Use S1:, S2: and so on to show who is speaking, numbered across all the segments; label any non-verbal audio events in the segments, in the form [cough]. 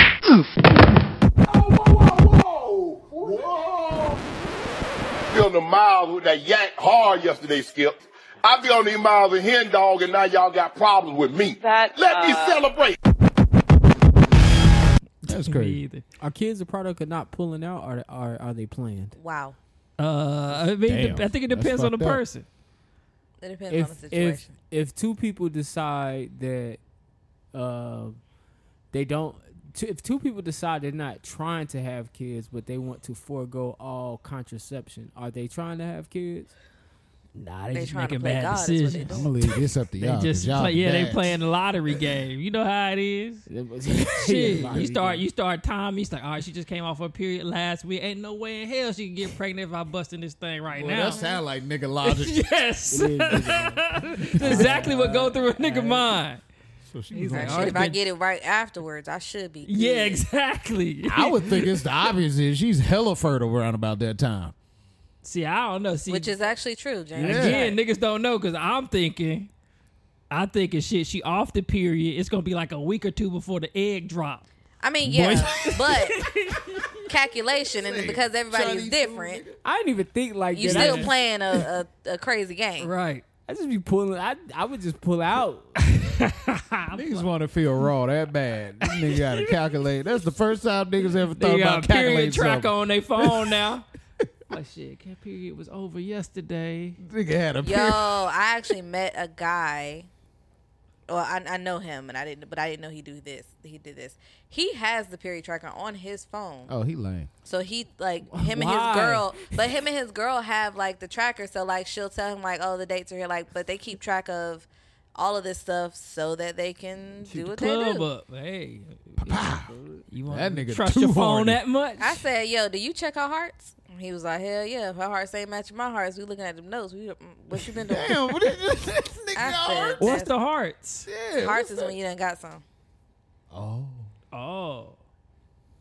S1: truth.
S2: Whoa, whoa, whoa. Feeling the miles with that yank hard yesterday, Skip. I be on these miles of hen dog, and now y'all got problems with me.
S3: That,
S2: Let me
S3: uh,
S2: celebrate.
S4: [laughs]
S1: That's
S4: Me
S1: crazy.
S4: either.
S5: Are kids a product of not pulling out, or are are they planned?
S6: Wow.
S4: Uh, I mean,
S1: Damn.
S4: I think it
S1: That's
S4: depends on the
S1: fucked up.
S4: person.
S6: It depends on the
S5: If if
S6: situation.
S5: if two people decide that um they don't, t- if two people decide they're not trying to have kids, but they want to forego all contraception, are they trying to have kids?
S4: Nah, they,
S6: They
S4: just
S6: trying to
S4: making
S6: play
S4: bad
S6: God, is what they
S4: decisions.
S1: I'm gonna leave this up to
S4: They
S1: y'all. 'cause
S4: just
S1: y'all
S4: play, yeah, they
S1: dads.
S4: playing the lottery game. You know how it
S1: [laughs]
S4: is.
S5: It was-
S4: [laughs] Shit,
S5: Yeah,
S4: you start
S5: yeah.
S4: you start time. He's like, all right, she just came off her period last week. Ain't no way in hell she can get pregnant if I bust in this thing right
S1: Well,
S4: now.
S1: that sound like nigga logic.
S4: [laughs] yes,
S5: It is, nigga.
S4: [laughs] That's exactly what go through a nigga mind.
S1: so she
S4: He's
S1: was
S4: like,
S1: like,
S6: Like,
S4: alright,
S6: shit, if I
S4: then-
S6: get it right afterwards, I should be.
S4: [laughs] Yeah,
S6: good.
S4: exactly.
S1: I would think it's the obvious is she's hella fertile around about
S4: [laughs]
S1: that time.
S4: see. I don't know. See,
S6: Which is actually true, James.
S1: Yeah.
S4: Again, niggas don't know because I'm thinking, I'm thinking shit. She off the period. It's gonna be like a week or two before the egg drop.
S6: I mean, yeah, [laughs] but
S4: [laughs]
S6: calculation, and because everybody is
S1: Johnny
S6: different,
S5: I didn't even think like
S6: you
S5: that. I
S6: still
S5: just-
S6: playing a, a, a crazy game.
S4: Right.
S5: I just be pulling. I I would just pull out.
S1: Niggas want to feel raw that bad. This nigga
S4: [laughs]
S1: got to calculate. That's the first time niggas ever thought
S4: They
S1: about
S4: got a
S1: calculating
S4: period track
S1: something.
S4: on their phone now. [laughs] like shit, that period was over yesterday.
S1: Nigga
S4: [laughs]
S1: had a
S6: Yo,
S1: period.
S6: I actually met a guy. Well, I, I know him, and I didn't, but I didn't know he do this. He did this. He has the period tracker on his phone,
S1: Oh, he lame.
S6: so he
S5: [laughs]
S6: like him and
S5: Why?
S6: his girl. But him and his girl have like the tracker, so like she'll tell him like, oh, the dates are here, like, but they keep track of all of this stuff so that they can do
S5: [laughs]
S4: The
S6: what they
S4: club
S6: do.
S4: up. Hey, you want
S1: That
S4: to
S1: nigga
S4: trust
S1: too
S4: your phone
S1: horny.
S4: that much?
S6: I said, yo, do you check our hearts? He was like, hell yeah. If our hearts ain't matching my hearts, we looking at them notes. We, mm, what you been doing?
S1: Damn, what is
S6: [laughs]
S1: this this nigga
S6: I
S1: got
S6: said-
S1: hurt?
S4: What's the hearts?
S1: Yeah,
S6: Hearts is
S1: what's
S6: when you done got some.
S1: that? Oh,
S4: Oh,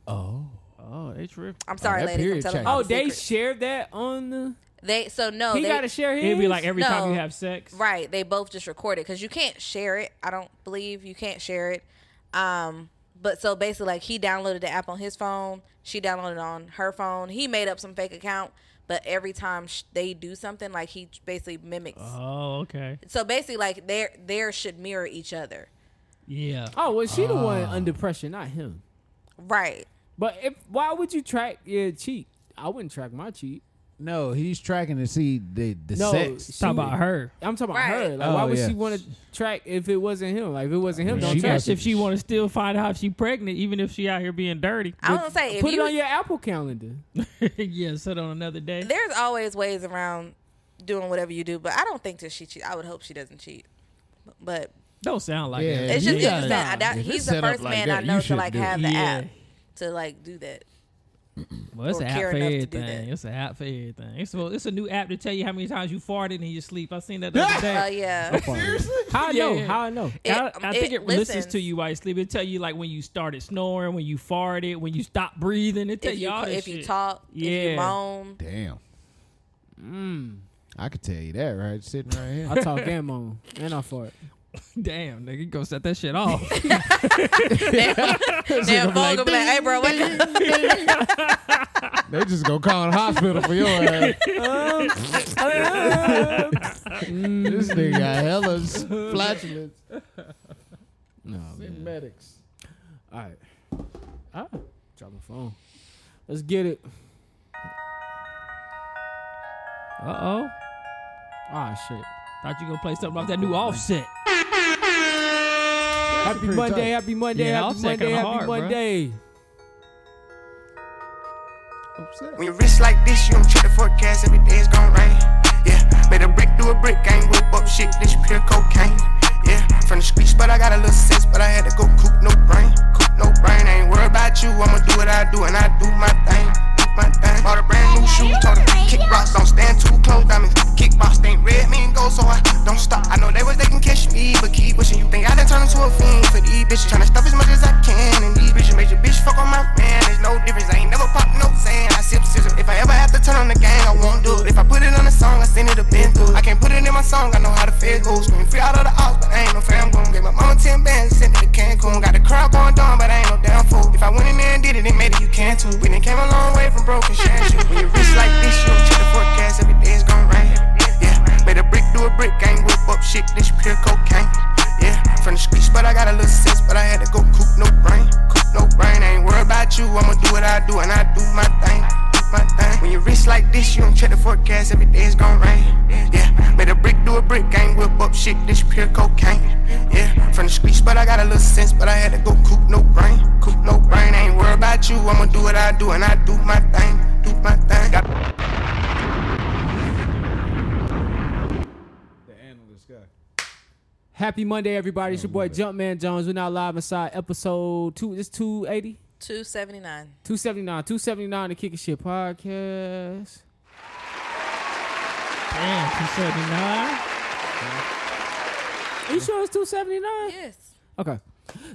S1: oh.
S4: oh, they tripped.
S6: I'm sorry,
S1: that
S6: ladies.
S1: period
S6: I'm telling
S1: check.
S6: all
S5: Oh,
S6: the
S5: they
S6: secrets.
S5: shared that on the.
S6: They so no,
S5: He
S6: they
S5: got to share his.
S4: It'd be like every time you
S6: No.
S4: have sex.
S6: right. They both just record it because you can't share it. I don't believe you can't share it. Um, but so basically, like he downloaded the app on his phone, she downloaded it on her phone. He made up some fake account, but every time sh- they do something, like he basically mimics.
S7: Uh-huh.
S4: Oh, okay.
S6: so basically, like their there should mirror each other,
S4: Yeah. Ah.
S5: Oh, well, she the one under pressure, not him.
S6: right?
S5: But if why would you track your cheat? I wouldn't track my cheat.
S1: No, he's tracking to see the, the
S5: No,
S1: sex.
S5: she-
S4: Talk about her.
S5: I'm talking about
S6: Right.
S5: her. Like,
S1: Oh,
S5: why would
S1: yeah.
S5: she want to track if it wasn't him? Like, if it wasn't him,
S1: Well,
S5: don't
S1: she
S5: track.
S1: got
S4: Yes,
S5: it.
S1: some-
S4: if she want to still find out if she pregnant, even if she out here being dirty.
S6: I don't say if
S5: Put
S6: you,
S5: it on your Apple calendar.
S4: [laughs] yeah, set on another day.
S6: There's always ways around doing whatever you do, but I don't think that she cheat. I would hope she doesn't cheat, but
S4: Don't sound like
S1: Yeah,
S4: that.
S6: It's
S1: you
S6: just
S1: gotta-
S6: interesting. I doubt
S1: if it's
S6: he's the
S1: set up
S6: first
S1: like
S6: man
S1: that,
S6: I
S1: you
S6: know to
S1: should
S6: like
S1: do
S6: have
S4: it.
S6: the
S4: Yeah.
S6: app to like do that.
S4: Well, it's
S6: or
S4: an app
S6: care
S4: for
S6: enough to do
S4: everything.
S6: that.
S4: It's an app for everything. It's a, it's a new app to tell you how many times you farted in your sleep. I seen
S1: [laughs]
S4: that the other
S6: Oh
S4: day.
S6: yeah,
S5: How I
S4: Yeah.
S5: know? How I know?
S6: It-
S4: I, I think it,
S6: it
S4: listens.
S6: listens.
S4: to you while you sleep. It tell you like when you started snoring, when you farted, when you stopped breathing. It tell
S6: if
S4: you
S6: you
S4: all that
S6: if you
S4: shit.
S6: talk, if
S4: Yeah.
S6: you moan,
S1: Damn. Mm.
S5: Hmm.
S1: I could tell you that, right? Sitting right here.
S5: I talk game on and I fart.
S4: Damn, nigga, you gonna set that shit
S6: [laughs]
S4: off. [laughs]
S6: damn phone gonna be like, hey bro, wake
S4: [laughs]
S6: up.
S1: [laughs] they just gonna call the hospital for
S6: [laughs]
S4: [laughs]
S1: your ass. [laughs]
S4: Uh,
S1: this nigga got hella s- flatulence.
S4: uh.
S5: No, man.
S1: Medics.
S5: All right. Ah, drop my phone. Let's get it.
S4: uh oh.
S5: Ah, shit.
S4: Thought you gonna play something off that new offset.
S5: Happy
S1: pretty
S5: Monday,
S1: tight.
S5: happy Monday,
S4: Yeah,
S5: happy
S4: Offset
S5: Monday,
S4: kinda
S5: happy
S4: hard, bruh.
S5: Monday.
S8: When your wrist like this, you don't check the forecast, every day it's gon' rain. Yeah, made a brick do a brick, I ain't whip up shit, this pure cocaine. Yeah, from the streets, but I got a little sense, but I had to go coop no brain. Coop no brain, I ain't worried about you, I'ma do what I do, and I do my thing. do My thing. Bought a brand new shoe, told them kick rocks, don't stand too close. Diamonds, kick rocks, they ain't red, mean gold, so I don't stop. I know they was they can catch me, but keep wishing you think I done turned into a fiend for these bitches. Tryna stuff as much as I can, and these bitches made your bitch fuck on my man. There's no difference, I ain't never popped no sand. I sip scissor. If I ever have to turn on the gang, I won't do it. If I put it on a song, I send it to Ben through. I can't put it in my song, I know how the feds go. Scream free out of the odds, but I ain't no fam gon' get my mama 10 bands, send it to Cancun. Got the crowd going down, but I ain't no damn tattoo. We done came a long way from broken shadows. When your wrist like this, you don't check the forecast. Every day it's gon' rain. Yeah, made a brick do a brick. I ain't whip up shit. This pure cocaine. Yeah, from the streets, but I got a little sense. But I had to go coop no brain. Coop no brain. I ain't worried about you. I'ma do what I do, and I do my thing. do My thing. When your wrist like this, you don't check the forecast. Every day it's gon' rain. Yeah, made a brick do a brick. I ain't whip up shit. This pure cocaine. Yeah, from the streets, but I got a little sense. But I had to go coop no brain. Coop no brain. I ain't worried about you. I'ma do what I do, and I do my thing. Do my thing. Got-
S1: The analyst guy.
S5: Happy Monday, everybody. It's your boy Jumpman Jones. We're now live inside episode two. It's 280,
S6: 279.
S5: 279, 279 the Kicking Shit Podcast.
S4: Damn, 279.
S5: Are you sure it's 279?
S6: Yes.
S5: Okay.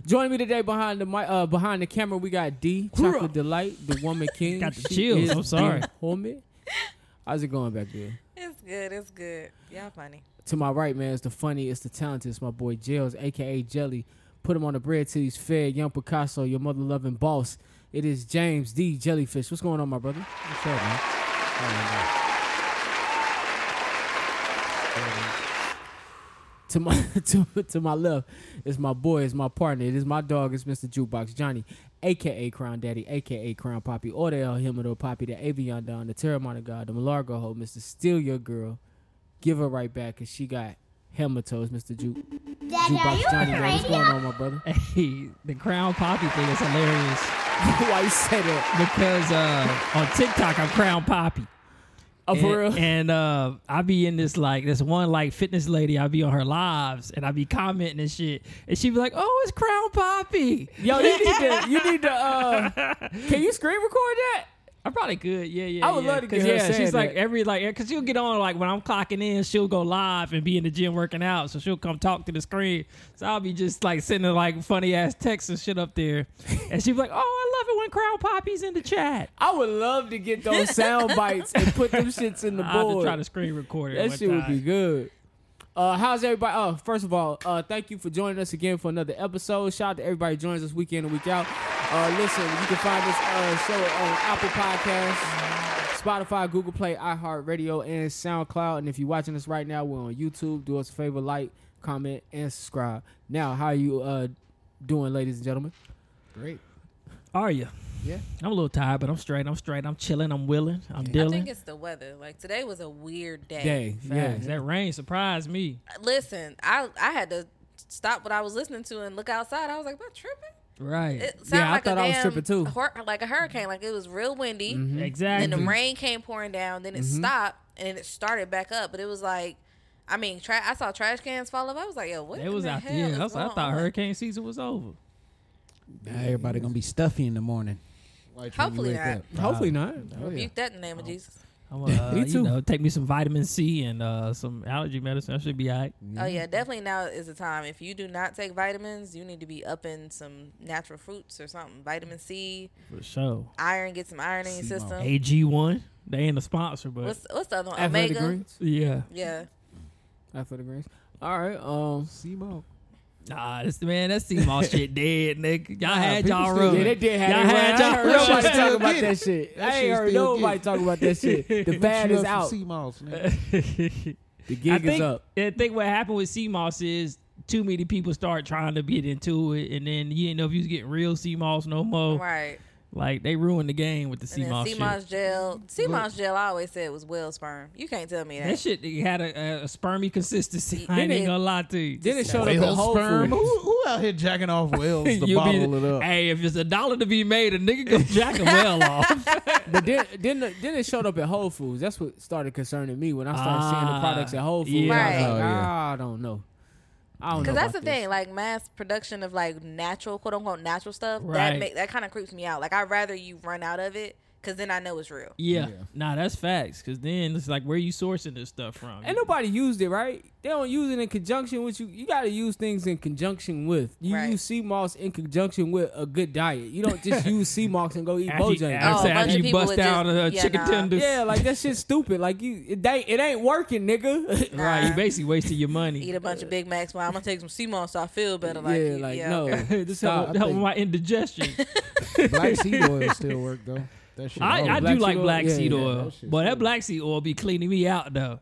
S5: Joining me today behind the mic, uh, behind the camera, we got D Chocolate Delight, the
S4: [laughs]
S5: woman king.
S4: Got the
S5: She
S4: chills,
S5: is
S4: I'm sorry.
S5: the Homie, how's it going back there?
S6: It's good. It's good. Y'all funny.
S5: To my right, man, is the funniest, the talented, it's my boy Jails, aka Jelly. Put him on the bread till he's fed. Young Picasso, your mother loving boss. It is James D Jellyfish. What's going on, my brother?
S1: What's up, man?
S5: To my [laughs] to, to my left is my boy, is my partner, it is my dog, it's Mr. Jukebox Johnny, aka Crown Daddy, aka Crown Poppy, or they all him or the Poppy, the Avion Don, the Terramana God, the Malargo Ho, Mr. Steal Your Girl. Give her right back because she got hematoes, Mr. Ju- Jukebox Johnny. man. What's going on, my brother?
S4: [laughs] Hey, the crown poppy thing is
S5: [laughs]
S4: hilarious
S5: Why you say that?
S4: because uh, on TikTok I'm crown poppy.
S5: Oh, for
S4: and,
S5: real?
S4: and, uh, I be in this like this one like fitness lady. I be on her lives and I be commenting and shit, and she be like, "Oh, it's Crown Poppy."
S5: Yo, you need
S4: [laughs]
S5: to, you need to, uh, can you screen record that?
S4: I probably could. Yeah, yeah.
S5: I would
S4: yeah.
S5: love to get
S4: 'Cause,
S5: her
S4: Yeah,
S5: saying
S4: she's like
S5: that.
S4: every like because she'll get on like when I'm clocking in, she'll go live and be in the gym working out, so she'll come talk to the screen. So I'll be just like sending like funny ass texts and shit up there, and she'll be like, "Oh, I love it when Crown Poppy's in the chat."
S5: I would love to get those sound
S4: [laughs]
S5: bites and [laughs] put them shits in the
S4: I have to
S5: board.
S4: try to screen record it.
S5: That
S4: one
S5: shit would be
S4: time.
S5: good. Uh, how's everybody? Oh, first of all, uh, thank you for joining us again for another episode. Shout out to everybody who joins us week in and week out. Uh, listen, you can find this uh, show on Apple Podcasts, Spotify, Google Play, iHeartRadio, and SoundCloud. And if you're watching us right now, we're on YouTube. Do us a favor, like, comment, and subscribe. Now, how are you uh, doing, ladies and gentlemen?
S1: Great.
S4: Are you?
S1: Yeah.
S4: I'm a little tired, but I'm straight. I'm straight. I'm chilling. I'm willing. I'm
S6: I
S4: dealing.
S6: think it's the weather. Like today was a weird day.
S5: Day, yeah.
S4: Facts. That rain surprised me.
S6: Listen, I I had to stop what I was listening to and look outside. I was like, "Am I tripping?"
S4: Right.
S6: It sounded
S5: Yeah, I
S6: like
S5: thought
S6: a
S5: I was
S6: damn
S5: tripping too.
S6: hor- like a hurricane. Like it was real windy.
S4: exactly.
S6: Then the rain came pouring down. Then it stopped and then it started back up. But it was like, I mean, tra- I saw trash cans fall up. I was like, "Yo, what?"
S4: It
S6: in
S4: was
S6: the
S4: out
S6: hell
S4: there.
S6: is
S4: I, was, I
S6: going
S4: thought
S6: on?
S4: hurricane season was over. [laughs]
S1: Now everybody gonna be stuffy in the morning. Like, when you
S6: Hopefully
S1: wake
S6: not.
S1: up.
S5: Hopefully not.
S1: Oh, yeah.
S6: Rebuke that in the name of Jesus.
S4: I'm gonna, uh,
S5: [laughs] Me
S4: You
S5: too.
S4: know, take me some vitamin C and uh, some allergy medicine. I should be all right.
S6: Oh yeah, definitely now is the time. If you do not take vitamins, you need to be upping some natural fruits or something. Vitamin C,
S4: For sure.
S6: iron, get some iron in your
S1: Sea moss.
S6: system.
S4: AG1. They ain't a sponsor, but
S6: What's what's the other one?
S5: Athletic
S6: Omega.
S5: greens.
S4: yeah.
S6: Yeah.
S5: Athletic greens. All right. Um,
S1: Simo.
S4: Nah, this man,
S5: [laughs]
S4: that CMOS shit dead, nigga. Y'all had
S1: people
S4: y'all
S1: still-
S4: run.
S5: Yeah, they did have
S4: y'all
S5: it.
S4: had
S5: I
S4: y'all
S5: heard nobody
S4: run.
S1: still
S5: talking about
S1: get
S5: that
S4: [laughs]
S1: it.
S5: shit.
S1: That
S5: I
S1: shit
S5: ain't heard
S1: still
S5: nobody
S1: get it.
S5: talking [laughs] about that shit. The bad is out.
S1: Seamoss, [laughs]
S5: The
S4: I
S5: gig is
S4: think,
S5: up.
S4: I think what happened with CMOS is too many people start trying to get into it, and then you didn't know if you was getting real CMOS no more.
S6: Right.
S4: Like, they ruined the game with the
S6: And then
S4: CMOS
S6: sea
S4: shit.
S6: moss gel. Sea moss gel I always said was whale sperm. You can't tell me
S4: That
S6: that.
S4: shit it had a, a, a spermy consistency. [laughs] I
S5: Then
S4: ain't
S5: it-
S4: even gonna lie to you.
S5: Then it showed up at
S1: Whale
S5: Whole
S1: sperm.
S5: [laughs] Foods.
S1: Who, who out
S4: [laughs]
S1: here jacking off whales to
S4: You
S1: bottle it up?
S4: Hey, if it's a dollar to be made, a
S5: [laughs]
S4: nigga go jack a well
S6: [laughs]
S4: off.
S5: But then, then, the, then it showed up at Whole Foods. That's what started concerning me when I started seeing the
S4: Ah,
S5: products at Whole Foods.
S4: yeah.
S5: I was
S6: Right.
S5: like,
S1: Oh, yeah.
S5: "Ah, I don't know. I don't know.
S6: Because that's the
S5: about this."
S6: thing, like mass production of like natural, quote unquote, natural stuff. That
S4: Right.
S6: make, that kind of creeps me out. Like I'd rather you run out of it because then I know it's real.
S4: Yeah.
S1: Yeah.
S4: Nah, that's facts. Cause then it's like where you sourcing this stuff from.
S5: Ain't nobody used it, right? They don't use it in conjunction with you. You gotta use things in conjunction with. You
S6: Right.
S5: use sea moss in conjunction with a good diet. You don't
S6: [laughs]
S5: just use sea moss and go eat
S4: After you-
S5: Bojangles.
S4: after-
S6: Oh, a bunch
S4: after
S6: of
S4: you
S6: people
S4: bust
S6: would just-
S4: out a
S6: yeah,
S4: chicken
S6: nah.
S4: tender.
S5: Yeah, like that shit's stupid. Like you, it ain't, it ain't working, nigga.
S6: [laughs]
S4: Right, you basically wasting your money.
S6: Eat a bunch of Big Macs. Well, I'm gonna take some sea moss. So I feel better. Like,
S5: yeah, like
S6: yeah.
S5: no. [laughs]
S4: this
S5: Stop.
S4: helped help with my indigestion.
S6: [laughs]
S1: Black seed oil still work though. That shit.
S4: I,
S1: hard.
S4: I
S5: black
S4: do like
S5: seed oil?
S4: black
S5: Yeah,
S4: seed
S5: yeah,
S4: oil,
S1: that shit's
S4: but that
S1: good.
S4: black seed oil be cleaning me out though.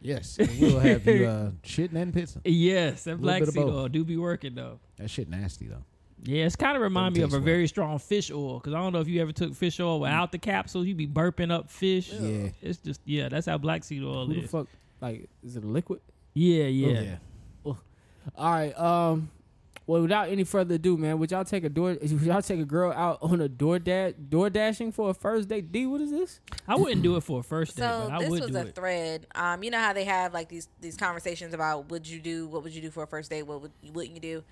S1: yes, and we'll have you
S4: [laughs]
S1: uh, shitting and pissing.
S4: Yes, that black
S1: bit of
S4: seed
S1: both.
S4: oil do be working though.
S1: That shit nasty though.
S4: Yeah, it's kind of remind me of
S1: taste
S4: a
S1: well.
S4: very strong fish oil because I don't know if you ever took fish oil without the capsule. You be burping up fish.
S1: Yeah.
S4: it's just yeah, that's how black seed
S5: [laughs]
S4: oil
S5: Who the
S4: is.
S5: fuck? Like, is it a liquid?
S4: Yeah, yeah.
S1: Oh,
S5: All right. Um. Well, without any further ado, man, would y'all take a door? [laughs] Would y'all take a girl out on a door dash door dashing for a first date? D, what is this?
S4: I wouldn't do it for a first date,
S6: So
S4: but I
S6: this
S4: would
S6: was
S4: do
S6: a
S4: it.
S6: thread. Um, you know how they have like these these conversations about would you do, what would you do for a first date, what would you wouldn't you do?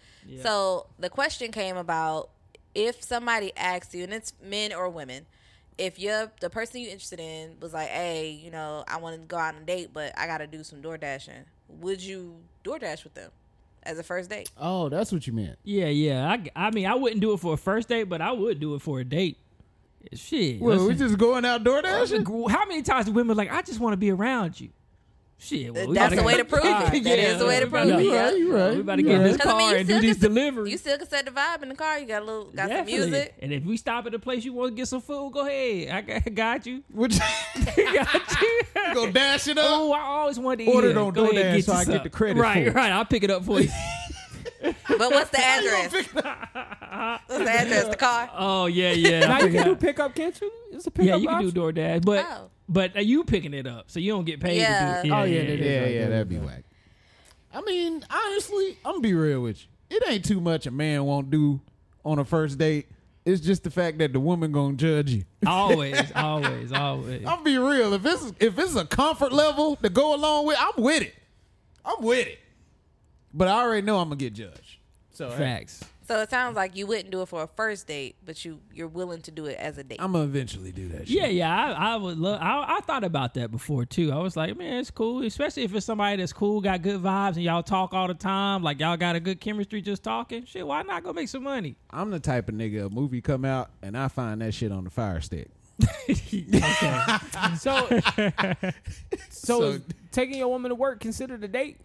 S6: So the question came about if somebody asks you, and it's men or women, if you're the person you're interested in was like, hey, you know, I want to go out on a date, but I got to do some door dashing. Would you door dash with them as a first date?
S1: Oh, that's what you meant.
S4: yeah, yeah. I, I mean, I wouldn't do it for a first date, but I would do it for a date. Shit.
S1: Well, we
S4: listen.
S1: just going out door
S4: That's a
S1: dashing.
S4: gr- How many times do women like, I just want to be around you? Shit. Well, we
S6: That's
S4: gotta-
S6: the way to prove it. That is the way to
S4: we
S6: prove
S4: gotta-
S6: it.
S1: You right, you right.
S4: We about to
S1: you
S4: get in
S1: right.
S4: this
S6: I
S4: car
S6: mean, you
S4: and do
S6: still
S4: these
S6: can-
S4: deliveries.
S6: You still can set the vibe in the car. You got a little, got
S4: Definitely.
S6: some music.
S4: And if we stop at a place you want to get some food, go ahead. I got, [laughs] got you.
S1: Would you
S4: got
S1: [laughs]
S4: you.
S1: go dash it up?
S4: Oh, I always wanted to
S1: Order
S4: eat
S1: it on
S4: Go ahead,
S1: DoorDash
S4: get
S1: so
S4: you
S1: I get
S4: some.
S1: the credit
S4: Right,
S1: for it.
S4: right. I'll pick it up
S1: [laughs]
S4: for you.
S6: But what's
S4: [laughs]
S6: the address? what's the address? The car.
S4: oh yeah, yeah.
S5: Now you can do pickup, can't you? It's a
S4: yeah,
S5: pickup.
S4: you can do
S5: option.
S4: DoorDash, but
S6: Oh.
S4: but are you picking it up, so you don't get paid
S6: Yeah.
S4: to do it.
S5: Oh, yeah, they do.
S1: Yeah,
S5: Right,
S1: yeah,
S5: there
S1: that'd be
S5: you go.
S1: whack. I mean, honestly, I'm gonna be real with you. It ain't too much a man won't do on a first date. It's just the fact that the woman gonna judge you.
S4: [laughs]
S1: [laughs]
S4: Always, always, always.
S1: I'm be real. If it's if it's a comfort level to go along with, I'm with it. I'm with it. But I already know I'm gonna get judged. So hey,
S4: Facts.
S6: So it sounds like you wouldn't do it for a first date, but you you're willing to do it as a date.
S1: I'm gonna eventually do that. Shit.
S4: Yeah, yeah. I, I would love. I, I thought about that before too. I was like, man, it's cool, especially if it's somebody that's cool, got good vibes, and y'all talk all the time. Like y'all got a good chemistry, just talking. Shit, why not go make some money?
S1: I'm the type of nigga. A movie come out and I find that shit on the fire stick.
S4: okay.
S5: So,
S1: [laughs]
S6: [laughs]
S5: so,
S1: So-
S5: is taking your woman to work considered a date?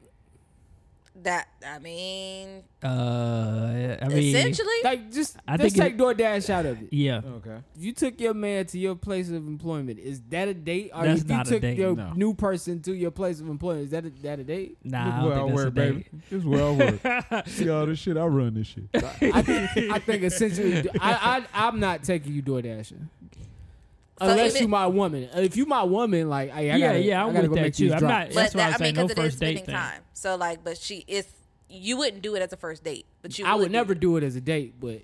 S6: that I mean,
S4: Uh, I mean,
S6: essentially,
S5: Like, just
S4: I
S5: just take
S4: think
S5: DoorDash out of it.
S4: yeah.
S1: Okay.
S5: You took your man to your place of employment. Is that a date? Or
S4: That's
S5: if
S4: not a
S5: you took
S4: date,
S5: your
S1: no.
S5: new person to your place of employment, is that a, that a date?
S4: Nah, I
S1: where I
S4: don't think that's a
S1: work,
S4: date.
S1: baby. This is where I
S4: [laughs]
S1: work. See all this shit. I run this shit.
S5: I think, I think essentially, I, I I'm not taking you door dashing.
S6: So
S5: Unless
S6: even-
S5: you my woman. If you my woman, like hey, I
S4: Yeah,
S5: gotta,
S4: yeah, I'm
S5: I gotta
S4: with
S5: go
S4: that
S5: make
S4: too.
S5: these
S4: I'm
S5: drops.
S4: not-
S6: but
S4: That's why I
S6: that, I
S4: say
S6: mean,
S4: no
S6: because it is
S4: first date
S6: spending
S4: thing.
S6: time. So like, but she is. You wouldn't do it as a first date, but you.
S5: I would
S6: do
S5: never
S6: it.
S5: do it as a date, but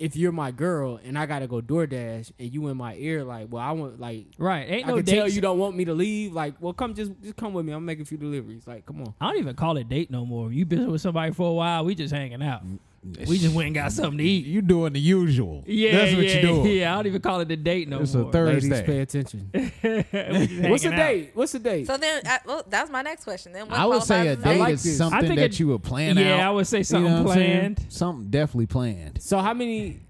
S5: if you're my girl and I gotta go DoorDash and you in my ear, like, well, I want like
S4: Right. Ain't
S5: I
S4: no
S5: can
S4: date.
S5: tell you don't want me to leave. Like, well, come just just come with me. I'm making a few deliveries. Like, come on.
S4: I don't even call it date no more. You been with somebody for a while. We just hanging out.
S5: Mm,
S4: We just went and got something to eat.
S1: You doing the usual.
S4: Yeah,
S1: That's what
S4: yeah,
S1: you doing.
S4: Yeah, I don't even call it a date no
S1: It's a
S4: more.
S1: third-
S5: Ladies,
S1: Thursday.
S5: pay [laughs] attention.
S4: We just
S5: What's a
S4: hanging out.
S5: date? What's a date?
S6: So then, I, well, that's my next question. Then what
S1: I would say a
S6: qualifies as
S1: date
S5: like
S1: is
S5: this.
S4: I
S1: something
S4: think
S1: that
S4: a-
S1: you would plan out.
S4: yeah, I would say something
S1: what I'm saying?
S4: planned.
S1: Something definitely planned.
S5: So how many?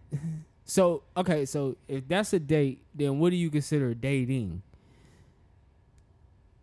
S5: So okay, so if that's a date, then what do you consider dating?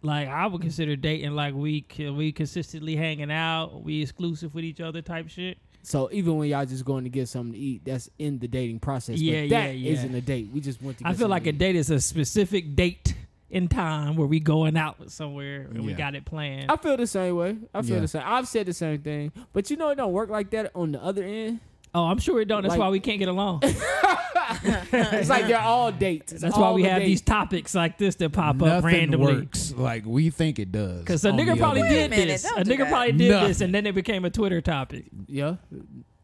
S4: Like I would consider dating like we c- we consistently hanging out, we exclusive with each other type shit.
S5: So even when y'all just going to get something to eat, that's in the dating process.
S4: Yeah,
S5: but that
S4: yeah, yeah.
S5: not a date. We just went to. Get
S4: I feel
S5: something
S4: like
S5: to
S4: a
S5: eat.
S4: date is a specific date in time where we going out somewhere and we
S1: Yeah.
S4: got it planned.
S5: I feel the same way. I feel
S1: Yeah.
S5: the same. I've said the same thing, but you know it don't work like that on the other end.
S4: oh, I'm sure it don't. That's
S5: Like-
S4: [laughs] why we can't get along.
S5: It's like they're all dates. It's
S4: That's why
S5: all
S4: we
S5: a
S4: have
S5: date.
S4: these topics like this that pop up
S1: Nothing
S4: randomly.
S1: works like we think it does.
S4: Because a
S1: on
S4: nigga
S1: the
S4: probably
S1: other-
S4: did
S6: Wait a minute,
S4: this. A
S6: don't do
S4: nigga
S6: that.
S4: probably did this,
S1: Nothing.
S4: and then it became a Twitter topic.
S5: Yeah,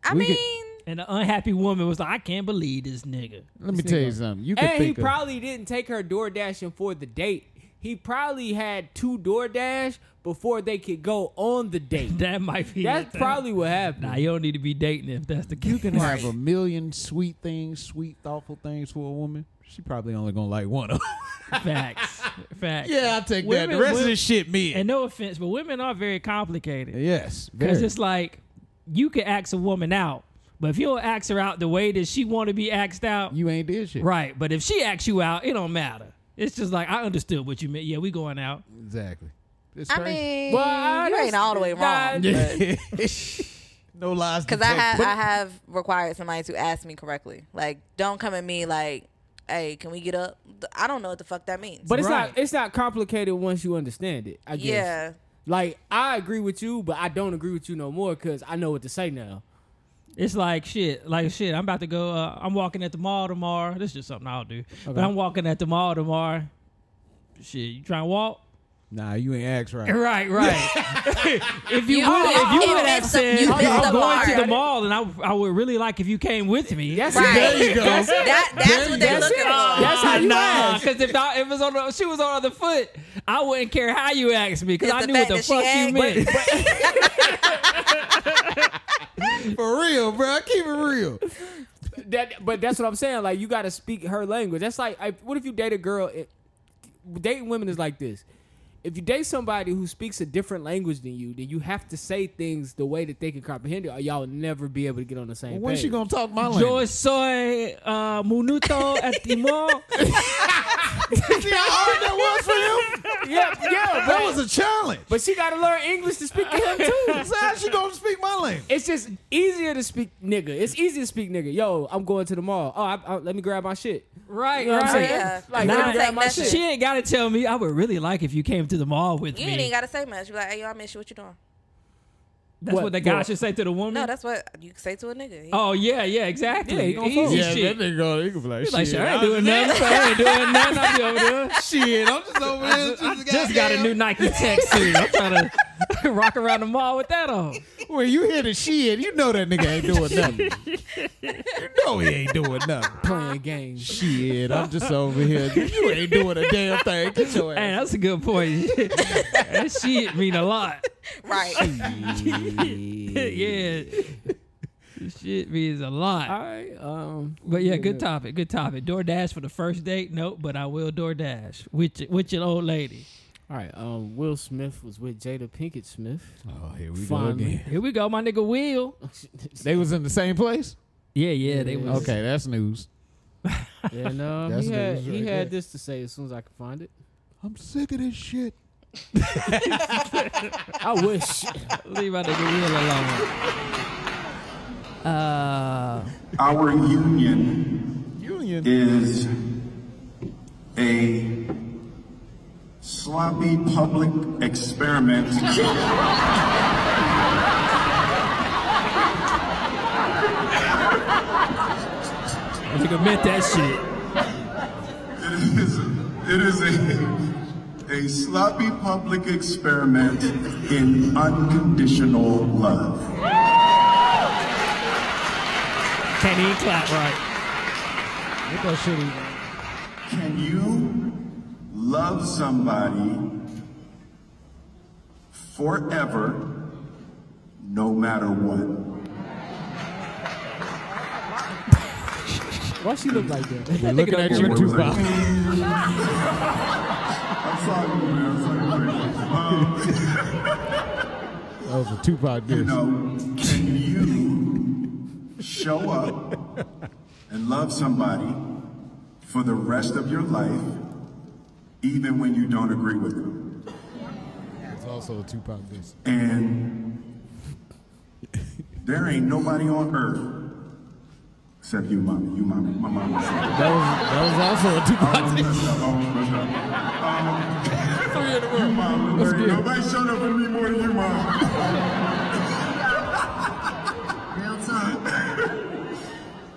S6: I
S1: we could-
S6: mean,
S4: And the unhappy woman was like, "I can't believe this nigga."
S1: [laughs] Let me tell you something. You could
S5: and he
S1: think of-
S5: probably didn't take her door dashing for the date. He probably had two DoorDash before they could go on
S4: [laughs]
S5: the date.
S4: That might be.
S5: That's
S4: it.
S5: probably what happened.
S4: Nah, you don't need to be dating if that's the case.
S1: You can have a million sweet things, sweet, thoughtful things for a woman. She probably only gonna like one of them.
S4: Facts. Facts.
S1: yeah, I take that.
S4: Women-
S1: The rest of
S4: women-
S1: this shit, me.
S4: And no offense, but women are very complicated.
S1: yes,
S4: Because
S1: very.
S4: it's like you can ask a woman out, but if you don't ask her out the way that she want to be asked out,
S1: you ain't did shit.
S4: right? But if she asks you out, it don't matter. It's just like I understood what you meant. Yeah, we going out.
S1: Exactly. It's
S6: I
S1: crazy.
S6: mean,
S5: Well, I
S6: you ain't all the way
S5: understand.
S6: wrong.
S1: [laughs] no lies.
S6: Because I have
S1: detected.
S6: I have required somebody to ask me correctly. Like, don't come at me like, "Hey, can we get up?" I don't know what the fuck that means.
S5: But it's
S4: Right.
S5: not it's not complicated once you understand it. I guess.
S6: yeah,
S5: Like I agree with you, but I don't agree with you no more because I know what to say now.
S4: It's like shit, like shit. I'm about to go. Uh, I'm walking at the mall tomorrow. This is just something I'll do. But I'm walking at the mall tomorrow. Shit, you trying to walk?
S1: Nah, you ain't asked right.
S4: [laughs]
S6: [laughs]
S4: Right, right.
S5: [laughs]
S4: if you,
S6: You
S4: would, if
S6: missed- you
S4: you would
S6: missed
S4: have
S6: the-
S4: said,
S6: you missed
S4: I'm
S6: the
S4: going to
S6: mark."
S4: the mall, and I, I would really like if you came with me.
S5: That's
S6: right.
S5: it.
S6: That's, that, that's what they're
S5: That's
S6: looking
S5: it.
S6: for.
S5: That's how you
S4: nah,
S5: ask.
S4: because if I, if it was on the, she was on the other foot, I wouldn't care how you asked me because
S6: It's
S4: I
S6: the
S4: knew what
S6: fact
S4: the
S6: that she
S4: fuck you
S6: asked.
S4: meant.
S1: For real, bro. Keep it real.
S5: That, but that's what I'm saying. Like you got to speak her language. That's like, I, what if you date a girl? It, dating women is like this. If you date somebody who speaks a different language than you, then you have to say things the way that they can comprehend it, or y'all never be able to get on the same
S1: When
S5: page.
S1: she gonna talk my
S4: Yo
S1: language?
S4: soy uh, munuto estimo.
S1: [laughs] See how hard that was for him?
S5: [laughs] yeah, yeah,
S1: That
S5: but,
S1: was a challenge.
S5: but she got to learn English to speak to him
S1: [laughs]
S5: too.
S1: So how she gonna speak my language?
S5: It's just easier to speak nigga. It's easier to speak nigga. Yo, I'm going to the mall. Oh, I, I, let me grab my shit.
S4: right,
S5: You know what I'm
S4: right.
S5: saying?
S6: yeah.
S5: Like,
S4: Nah,
S5: let me grab my
S6: that's-
S5: shit.
S4: She ain't gotta tell me. I would really like if you came to the mall with
S6: You
S4: me.
S6: ain't even gotta say much. You be like, "Hey, yo, I miss you. What you doing?"
S4: That's what,
S5: What?
S4: the guy
S5: What?
S4: should say to the woman.
S6: No, that's what you say to a nigga. He-
S4: oh yeah, yeah, exactly.
S5: Yeah, he gonna
S4: Easy
S5: fold.
S1: Yeah,
S4: shit.
S1: that nigga gonna, he gonna be like,
S4: Like, shit,
S1: shit,
S4: I ain't
S1: I-
S4: doing nothing. I ain't
S1: [laughs]
S4: doing nothing. I be over there.
S1: shit, I'm just over there. Just,
S4: Just got a new Nike Tech suit. [laughs]
S1: [laughs]
S4: I'm trying to rock around the mall with that on.
S1: When you hear the shit, you know that nigga ain't doing
S4: [laughs]
S1: nothing. you know he ain't doing nothing.
S5: playing games.
S1: Shit, I'm just over here. You ain't doing a damn thing. Get your
S4: Hey,
S1: ass.
S4: that's a good point. [laughs] that shit mean a lot.
S6: right.
S4: yeah. Shit means a
S5: All
S4: lot.
S5: right. Um,
S4: But yeah, good topic. Good topic. DoorDash for the first date? Nope, but I will DoorDash with your, with your old lady.
S5: All right. Um, Will Smith was with Jada Pinkett Smith.
S1: Oh, here we go
S5: Finally.
S1: again.
S4: Here we go, my
S5: [laughs]
S4: nigga Will.
S1: They was in the same place.
S4: Yeah, yeah, they was.
S1: Okay, that's news.
S5: and um,
S1: That's
S5: he had,
S1: news
S5: he
S1: right there.
S5: had this to say as soon as I could find it.
S1: I'm sick of
S4: [laughs]
S1: this shit.
S5: I wish.
S4: Leave my nigga Will alone. Uh,
S3: Our union
S1: Union.
S3: is a sloppy public
S8: [laughs]
S3: experiment.
S4: my nigga meant that shit.
S3: It is, it is a, a sloppy public experiment in unconditional love.
S4: Can't even clap right.
S1: What that shit is?
S3: Can you love somebody forever, no matter what?
S5: Why she look like that?
S1: We're looking at you too, Bob.
S3: I'm sorry, man. I'm sorry. [laughs] Um,
S1: That was a Tupac
S3: you
S1: diss.
S3: know, can you show up and love somebody for the rest of your life, even when you don't agree with them?
S1: It's also a Tupac diss.
S3: And there ain't nobody on earth except you, mommy. You, mommy. My mom. was- I
S1: That was that was also a Tupac.
S3: almost messed up. I almost messed up. Um, you, mom.
S1: Let's
S3: There ain't
S1: get it.
S3: Nobody showed up for me more than you, mom.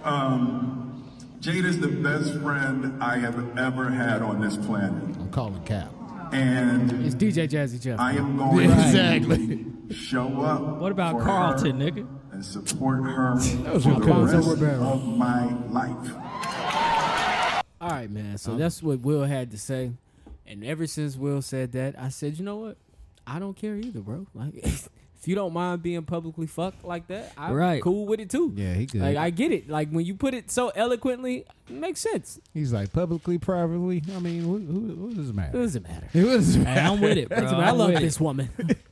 S3: Um, Jade is the best friend I have ever had on this planet.
S1: I'm calling Cap.
S3: And
S5: It's DJ Jazzy Jeff.
S3: I am going
S1: Exactly.
S3: to show up.
S4: What about
S3: for
S4: Carlton,
S3: her
S4: nigga?
S3: And support her
S1: was
S3: for
S1: your
S3: the
S1: cousin.
S3: rest
S5: Roberto.
S3: of my life.
S5: All right, man. So that's what Will had to say. And ever since Will said that, I said, you know what? I don't care either, bro. Like, [laughs] if you don't mind being publicly fucked like that, I'm
S4: Right.
S5: cool with it too.
S1: Yeah, he good.
S5: Like, I get it. Like, when you put it so eloquently, it makes sense.
S1: He's like publicly, privately. I mean, who, who, what does it
S5: It
S1: matter?
S5: doesn't matter.
S1: It was
S4: Hey, I'm with
S1: [laughs]
S4: it, bro.
S5: Doesn't matter. I
S4: I'm
S5: love
S4: with it.
S5: this woman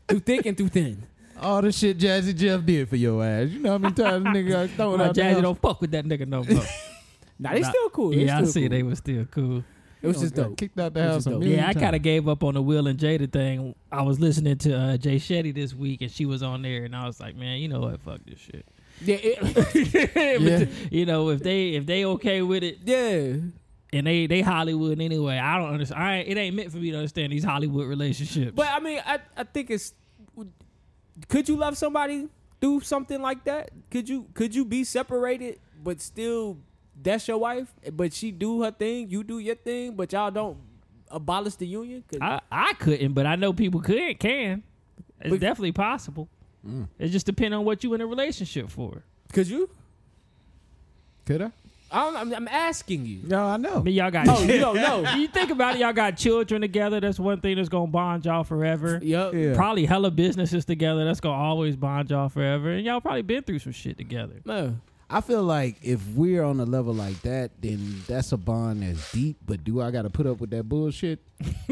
S5: through thick and through thin.
S1: all the shit Jazzy Jeff did for your ass. You know how many times nigga got thrown
S4: My
S1: out the
S4: Jazzy
S1: house?
S4: don't fuck with that nigga
S1: [laughs]
S4: no more.
S5: Now they still cool. They
S4: yeah, I
S5: still
S4: see
S5: cool.
S4: they were still cool.
S5: It was just
S1: Got
S5: dope.
S1: Kicked out the
S5: Which is
S1: house. a
S5: dope.
S1: million
S4: Yeah, I kind
S1: times.
S4: of gave up on the Will and Jada thing. I was listening to uh, Jay Shetty this week, and she was on there, and I was like, man, you know what? Fuck this shit. [laughs]
S5: Yeah, it-
S1: Yeah.
S4: You know, if they if they okay with it,
S5: yeah.
S4: and they they Hollywood anyway. I don't understand. I ain't, it ain't meant for me to understand these Hollywood relationships.
S5: But I mean, I, I think it's. Could you love somebody through something like that? Could you could you be separated but still that's your wife? But she do her thing, you do your thing, but y'all don't abolish the union. 'Cause-
S4: I I couldn't, but I know people could can. It's
S5: But- Mm.
S4: definitely possible. It just depends on what you in a relationship for.
S5: could you?
S1: Could I?
S5: I don't, I'm, I'm asking you.
S1: No, I know.
S4: I mean, y'all got.
S5: Oh, you
S4: [laughs]
S5: don't know.
S4: you think about it, y'all got children together. That's one thing that's gonna bond y'all forever.
S5: Yup.
S1: Yeah.
S4: Probably hella businesses together. That's gonna always bond y'all forever. And y'all probably been through some shit together.
S5: Man.
S1: I feel like if we're on a level like that, then that's a bond that's deep. But do I got to put up with that bullshit?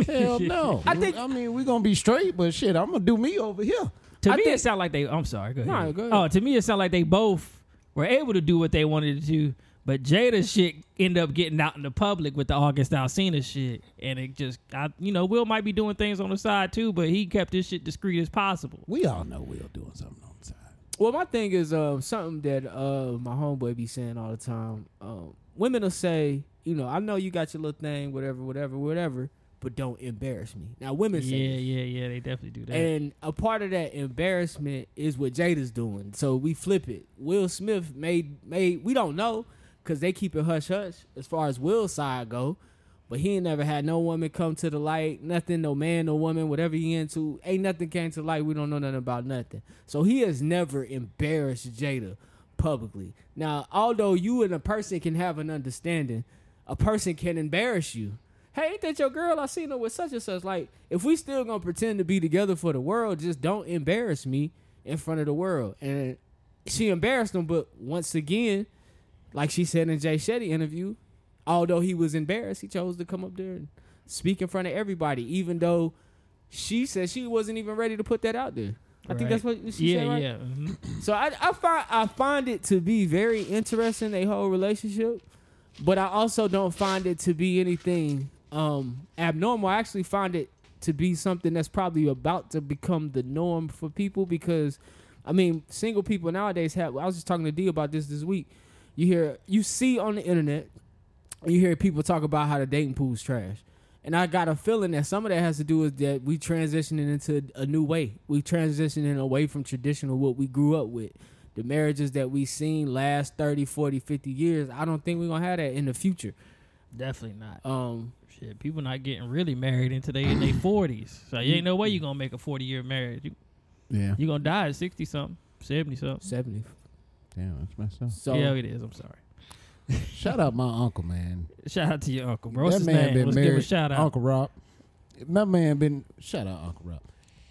S1: Hell no.
S5: I think-
S1: I mean, we're gonna be straight, but shit, I'm gonna do me over here.
S4: To
S5: I
S4: me,
S5: think-
S4: it sounded like they. I'm sorry. Go ahead.
S5: Nah, go ahead.
S4: Oh, to me, it sounded like they both were able to do what they wanted to do,
S5: [laughs]
S4: but Jada's shit ended up getting out in the public with the August Alsina shit, and it just, I, you know, Will might be doing things on the side too, but he kept his shit discreet as possible.
S1: We all know we're doing something on the side.
S5: Well, my thing is uh, something that uh, my homeboy be saying all the time. Um, women will say, you know, I know you got your little thing, whatever, whatever, whatever, but don't embarrass me. Now, women say,
S4: Yeah,
S5: this.
S4: yeah, yeah. They definitely do that.
S5: and a part of that embarrassment is what Jada's doing. So we flip it. Will Smith made made we don't know because they keep it hush hush as far as Will's side go. But he ain't never had no woman come to the light, nothing, no man, no woman, whatever he into, ain't nothing came to light. We don't know nothing about nothing. So he has never embarrassed Jada publicly. Now, although you and a person can have an understanding, a person can embarrass you. Hey, ain't that your girl? I seen her with such and such. Like, if we still gonna pretend to be together for the world, just don't embarrass me in front of the world. And she embarrassed him, but once again, like she said in Jay Shetty interview, although he was embarrassed, he chose to come up there and speak in front of everybody, even though she said she wasn't even ready to put that out there. I think that's what
S4: Right.
S5: she
S4: yeah,
S5: said. Right?
S4: yeah. mhm.
S5: So I, I find I find it to be very interesting a whole relationship, but I also don't find it to be anything um, abnormal. I actually find it to be something that's probably about to become the norm for people because, I mean, single people nowadays have. I was just talking to D about this this week. You hear you see on the internet, you hear people talk about how the dating pool's trash. And I got a feeling that some of that has to do with that we transitioning into a new way. We transitioning away from traditional what we grew up with. The marriages that we seen last 30, 40, 50 years, I don't think we're going to have that in the future.
S4: Definitely not.
S5: Um,
S4: Shit, people not getting really married until they in
S1: [coughs]
S4: their forties. So you ain't no way you gonna make a forty year marriage. You
S1: Mm-hmm. Yeah.
S4: you gonna die at sixty something, seventy something.
S5: 70.
S1: Damn, that's messed up.
S5: So
S4: yeah, it is. I'm sorry.
S1: Shout out my uncle, man.
S4: Shout out to your uncle, bro. What's
S1: that
S4: his
S1: man
S4: name?
S1: been
S4: Let's
S1: married.
S4: give a shout out.
S1: Uncle Rob. My man been shout out Uncle Rob.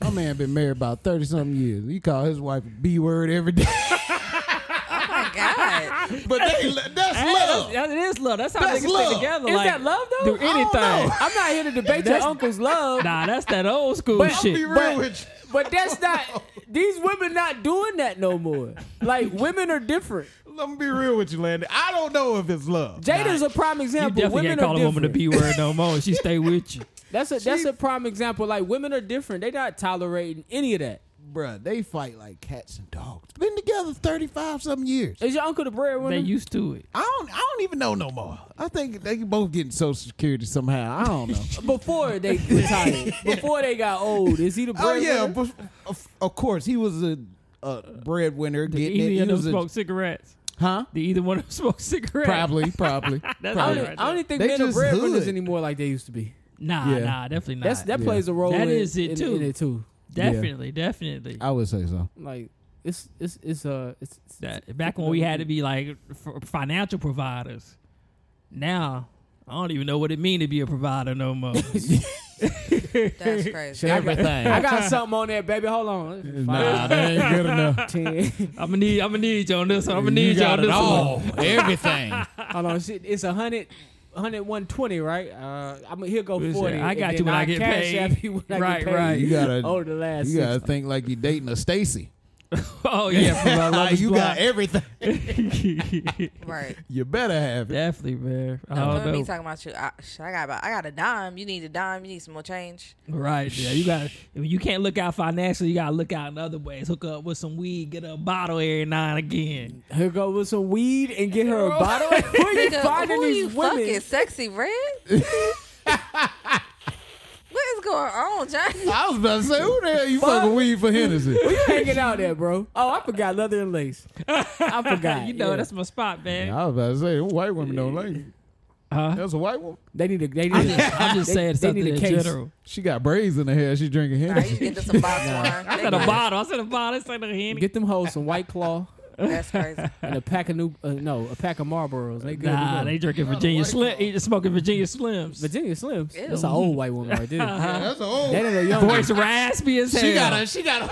S1: My man been married about thirty something years. He call his wife B word every day. [laughs]
S6: My God.
S1: But they, that's
S4: Hey,
S1: love.
S4: That's, that is love. That's how
S1: That's
S4: niggas
S1: love.
S4: stay together.
S5: is
S4: like,
S5: that love though?
S4: Do
S5: I don't know.
S4: anything.
S5: [laughs] I'm not here to debate your
S4: That's-
S5: uncle's
S4: [laughs]
S5: love.
S4: Nah, that's that old school
S5: But-
S1: I'll
S4: shit.
S1: be real
S5: But-
S1: with you.
S5: But that's
S4: [laughs]
S5: not these women not doing that no more. Like women are different.
S1: Let me be real with you, Landon. I don't know if it's love.
S5: Jada's a prime
S4: you
S5: example.
S4: definitely
S5: women
S4: can't
S5: are
S4: call a
S5: different.
S4: woman a B word no more.
S5: [laughs]
S4: She stay with you.
S5: That's a that's a prime example. Like women are different. They not tolerating any of that.
S1: Bruh, they fight like cats and dogs. Been together thirty five something years.
S5: Is your uncle the breadwinner?
S4: They used to it.
S1: I don't. I don't even know no more. I think they both getting Social Security somehow. I don't know.
S4: [laughs]
S5: before
S1: [laughs]
S5: they retired, before they got old, is he the
S1: oh
S5: breadwinner?
S1: yeah, but of, of course he was a, a breadwinner.
S4: Did
S1: Getting it.
S4: either
S1: He
S4: of them
S1: was a-
S4: smoke cigarettes?
S1: huh?
S4: Did either one of them [laughs] smoke cigarettes?
S1: Probably, probably.
S4: [laughs] That's
S5: I
S4: right
S5: don't, e-
S4: there.
S5: I don't even think
S1: They
S5: men are
S1: just
S5: breadwinners
S1: hood.
S5: anymore like they used to be.
S4: Nah,
S1: Yeah.
S4: nah, definitely not.
S5: That's that plays a role.
S4: That
S5: in,
S4: is it,
S5: in-
S4: too.
S5: in it too.
S4: definitely, definitely.
S1: I would say so.
S5: Like it's it's it's uh it's, it's
S4: That- back when we had to be like f- financial providers. Now, I don't even know what it mean to be a provider no
S5: [laughs]
S4: more. [laughs]
S6: That's crazy.
S1: Everything.
S5: I got something on there, baby. Hold on.
S1: nah, that ain't
S4: [laughs]
S1: good enough.
S5: Ten.
S4: I'm gonna need I'm gonna need you on this one. I'm gonna
S1: You
S4: need you,
S1: got
S4: on
S1: it
S4: this
S1: all.
S4: one. [laughs]
S1: Everything.
S5: Hold on. Shit, it's a hundred. 100, 120, right? Uh, I'm he'll go
S4: Listen,
S5: forty.
S4: I
S5: and
S4: got you
S5: then
S4: when I
S5: I'll
S4: get
S5: cash
S4: paid.
S5: app you when I get
S4: Right,
S5: paid
S4: right. [laughs]
S1: You gotta.
S5: Over the last,
S1: you
S5: six
S1: gotta think like you dating a Stacy.
S4: Oh yeah, from
S1: [laughs]
S4: my Love Is
S1: you got
S4: Blind.
S1: everything.
S6: [laughs]
S4: [laughs]
S6: Right.
S1: [laughs] You better have it.
S4: Definitely, man.
S5: Oh,
S4: I
S6: I'm
S4: don't
S6: gonna
S4: know.
S6: be talking about you. I, shit, I got about, I got a dime. You need a dime. You need some more change.
S4: Right. Yeah, you got you can't look out financially, you gotta look out in other ways. Hook up with some weed, get a bottle every now and again.
S5: He'll go with some weed and get her a bottle.
S4: [laughs]
S5: Where are you
S6: Nigga,
S5: finding
S6: who
S5: these
S6: you
S5: women?
S6: fucking sexy
S5: [laughs]
S6: red? what is going on, Johnny?
S1: I was about to say, who the hell you fucking weed for Hennessy?
S5: [laughs] Where you hanging out there, bro? Oh, I forgot leather and lace. I forgot.
S4: [laughs] You know,
S5: yeah.
S4: that's my spot, man.
S1: I was about to say, them white women don't like it. That's a white woman.
S5: they need a they need
S4: I'm
S5: a
S4: just,
S1: [laughs]
S4: I'm just
S5: They-
S4: saying
S5: they
S4: something
S5: need a
S4: in
S5: case.
S4: general.
S1: She got braids in her hair. She drinking
S6: Nah, you
S1: Hennessy.
S6: can get this a box wine.
S4: I said a bottle. I said a bottle. I said a henny.
S5: Get them hoes some White Claw
S6: That's crazy.
S5: and a pack of new, uh, no, a pack of Marlboros. They good. to
S4: Nah,
S5: go.
S4: they drinking Virginia Slim. Eating, smoking Virginia Slims. Uh-huh.
S5: Virginia Slims.
S6: Ew.
S5: That's an old white woman right
S4: [laughs]
S5: there.
S1: That's a old.
S5: That ain't a young.
S4: Voice raspy as hell.
S1: She got a. She got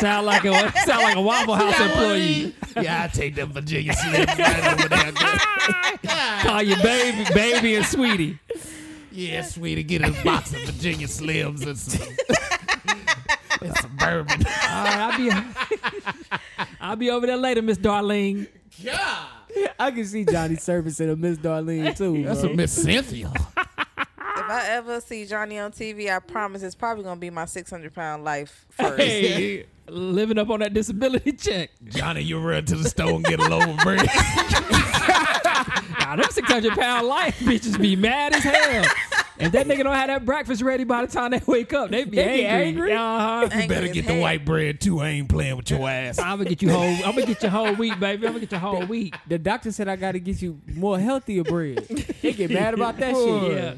S4: sound like a sound like a Waffle House employee.
S1: a. Yeah, I take
S4: [laughs]
S1: them Virginia Slims right over there. girl.
S4: Call you baby, baby, and sweetie.
S1: Yeah, sweetie, get a box of Virginia Slims and some, [laughs] and some bourbon.
S4: All right, I'll be I'll be over there later, Miss Darlene.
S1: Yeah,
S5: I can see Johnny Service and a Miss Darlene too.
S1: that's
S5: bro.
S1: a Miss Cynthia.
S6: If I ever see Johnny on TV, I promise it's probably gonna be my 600 pound life
S5: [laughs]
S6: first.
S4: Hey, living up on that disability check.
S1: Johnny, you run to the store and get a loaf of bread.
S4: Nah, them 600 pound life bitches be mad as hell. If that nigga don't have that breakfast ready by the time they wake up, [laughs] they be
S5: They be angry?
S4: angry. Uh-huh.
S6: Angry
S1: Better
S6: as
S1: get the
S6: hell.
S1: white bread too. I ain't playing with your
S4: [laughs]
S1: ass.
S4: I'm gonna get you whole. I'm gonna get your whole wheat,
S1: [laughs]
S4: baby. I'm gonna get your whole wheat.
S5: The doctor said I got to get you more healthier
S4: [laughs]
S5: bread. they get mad about that
S4: Boy.
S5: shit. Yeah.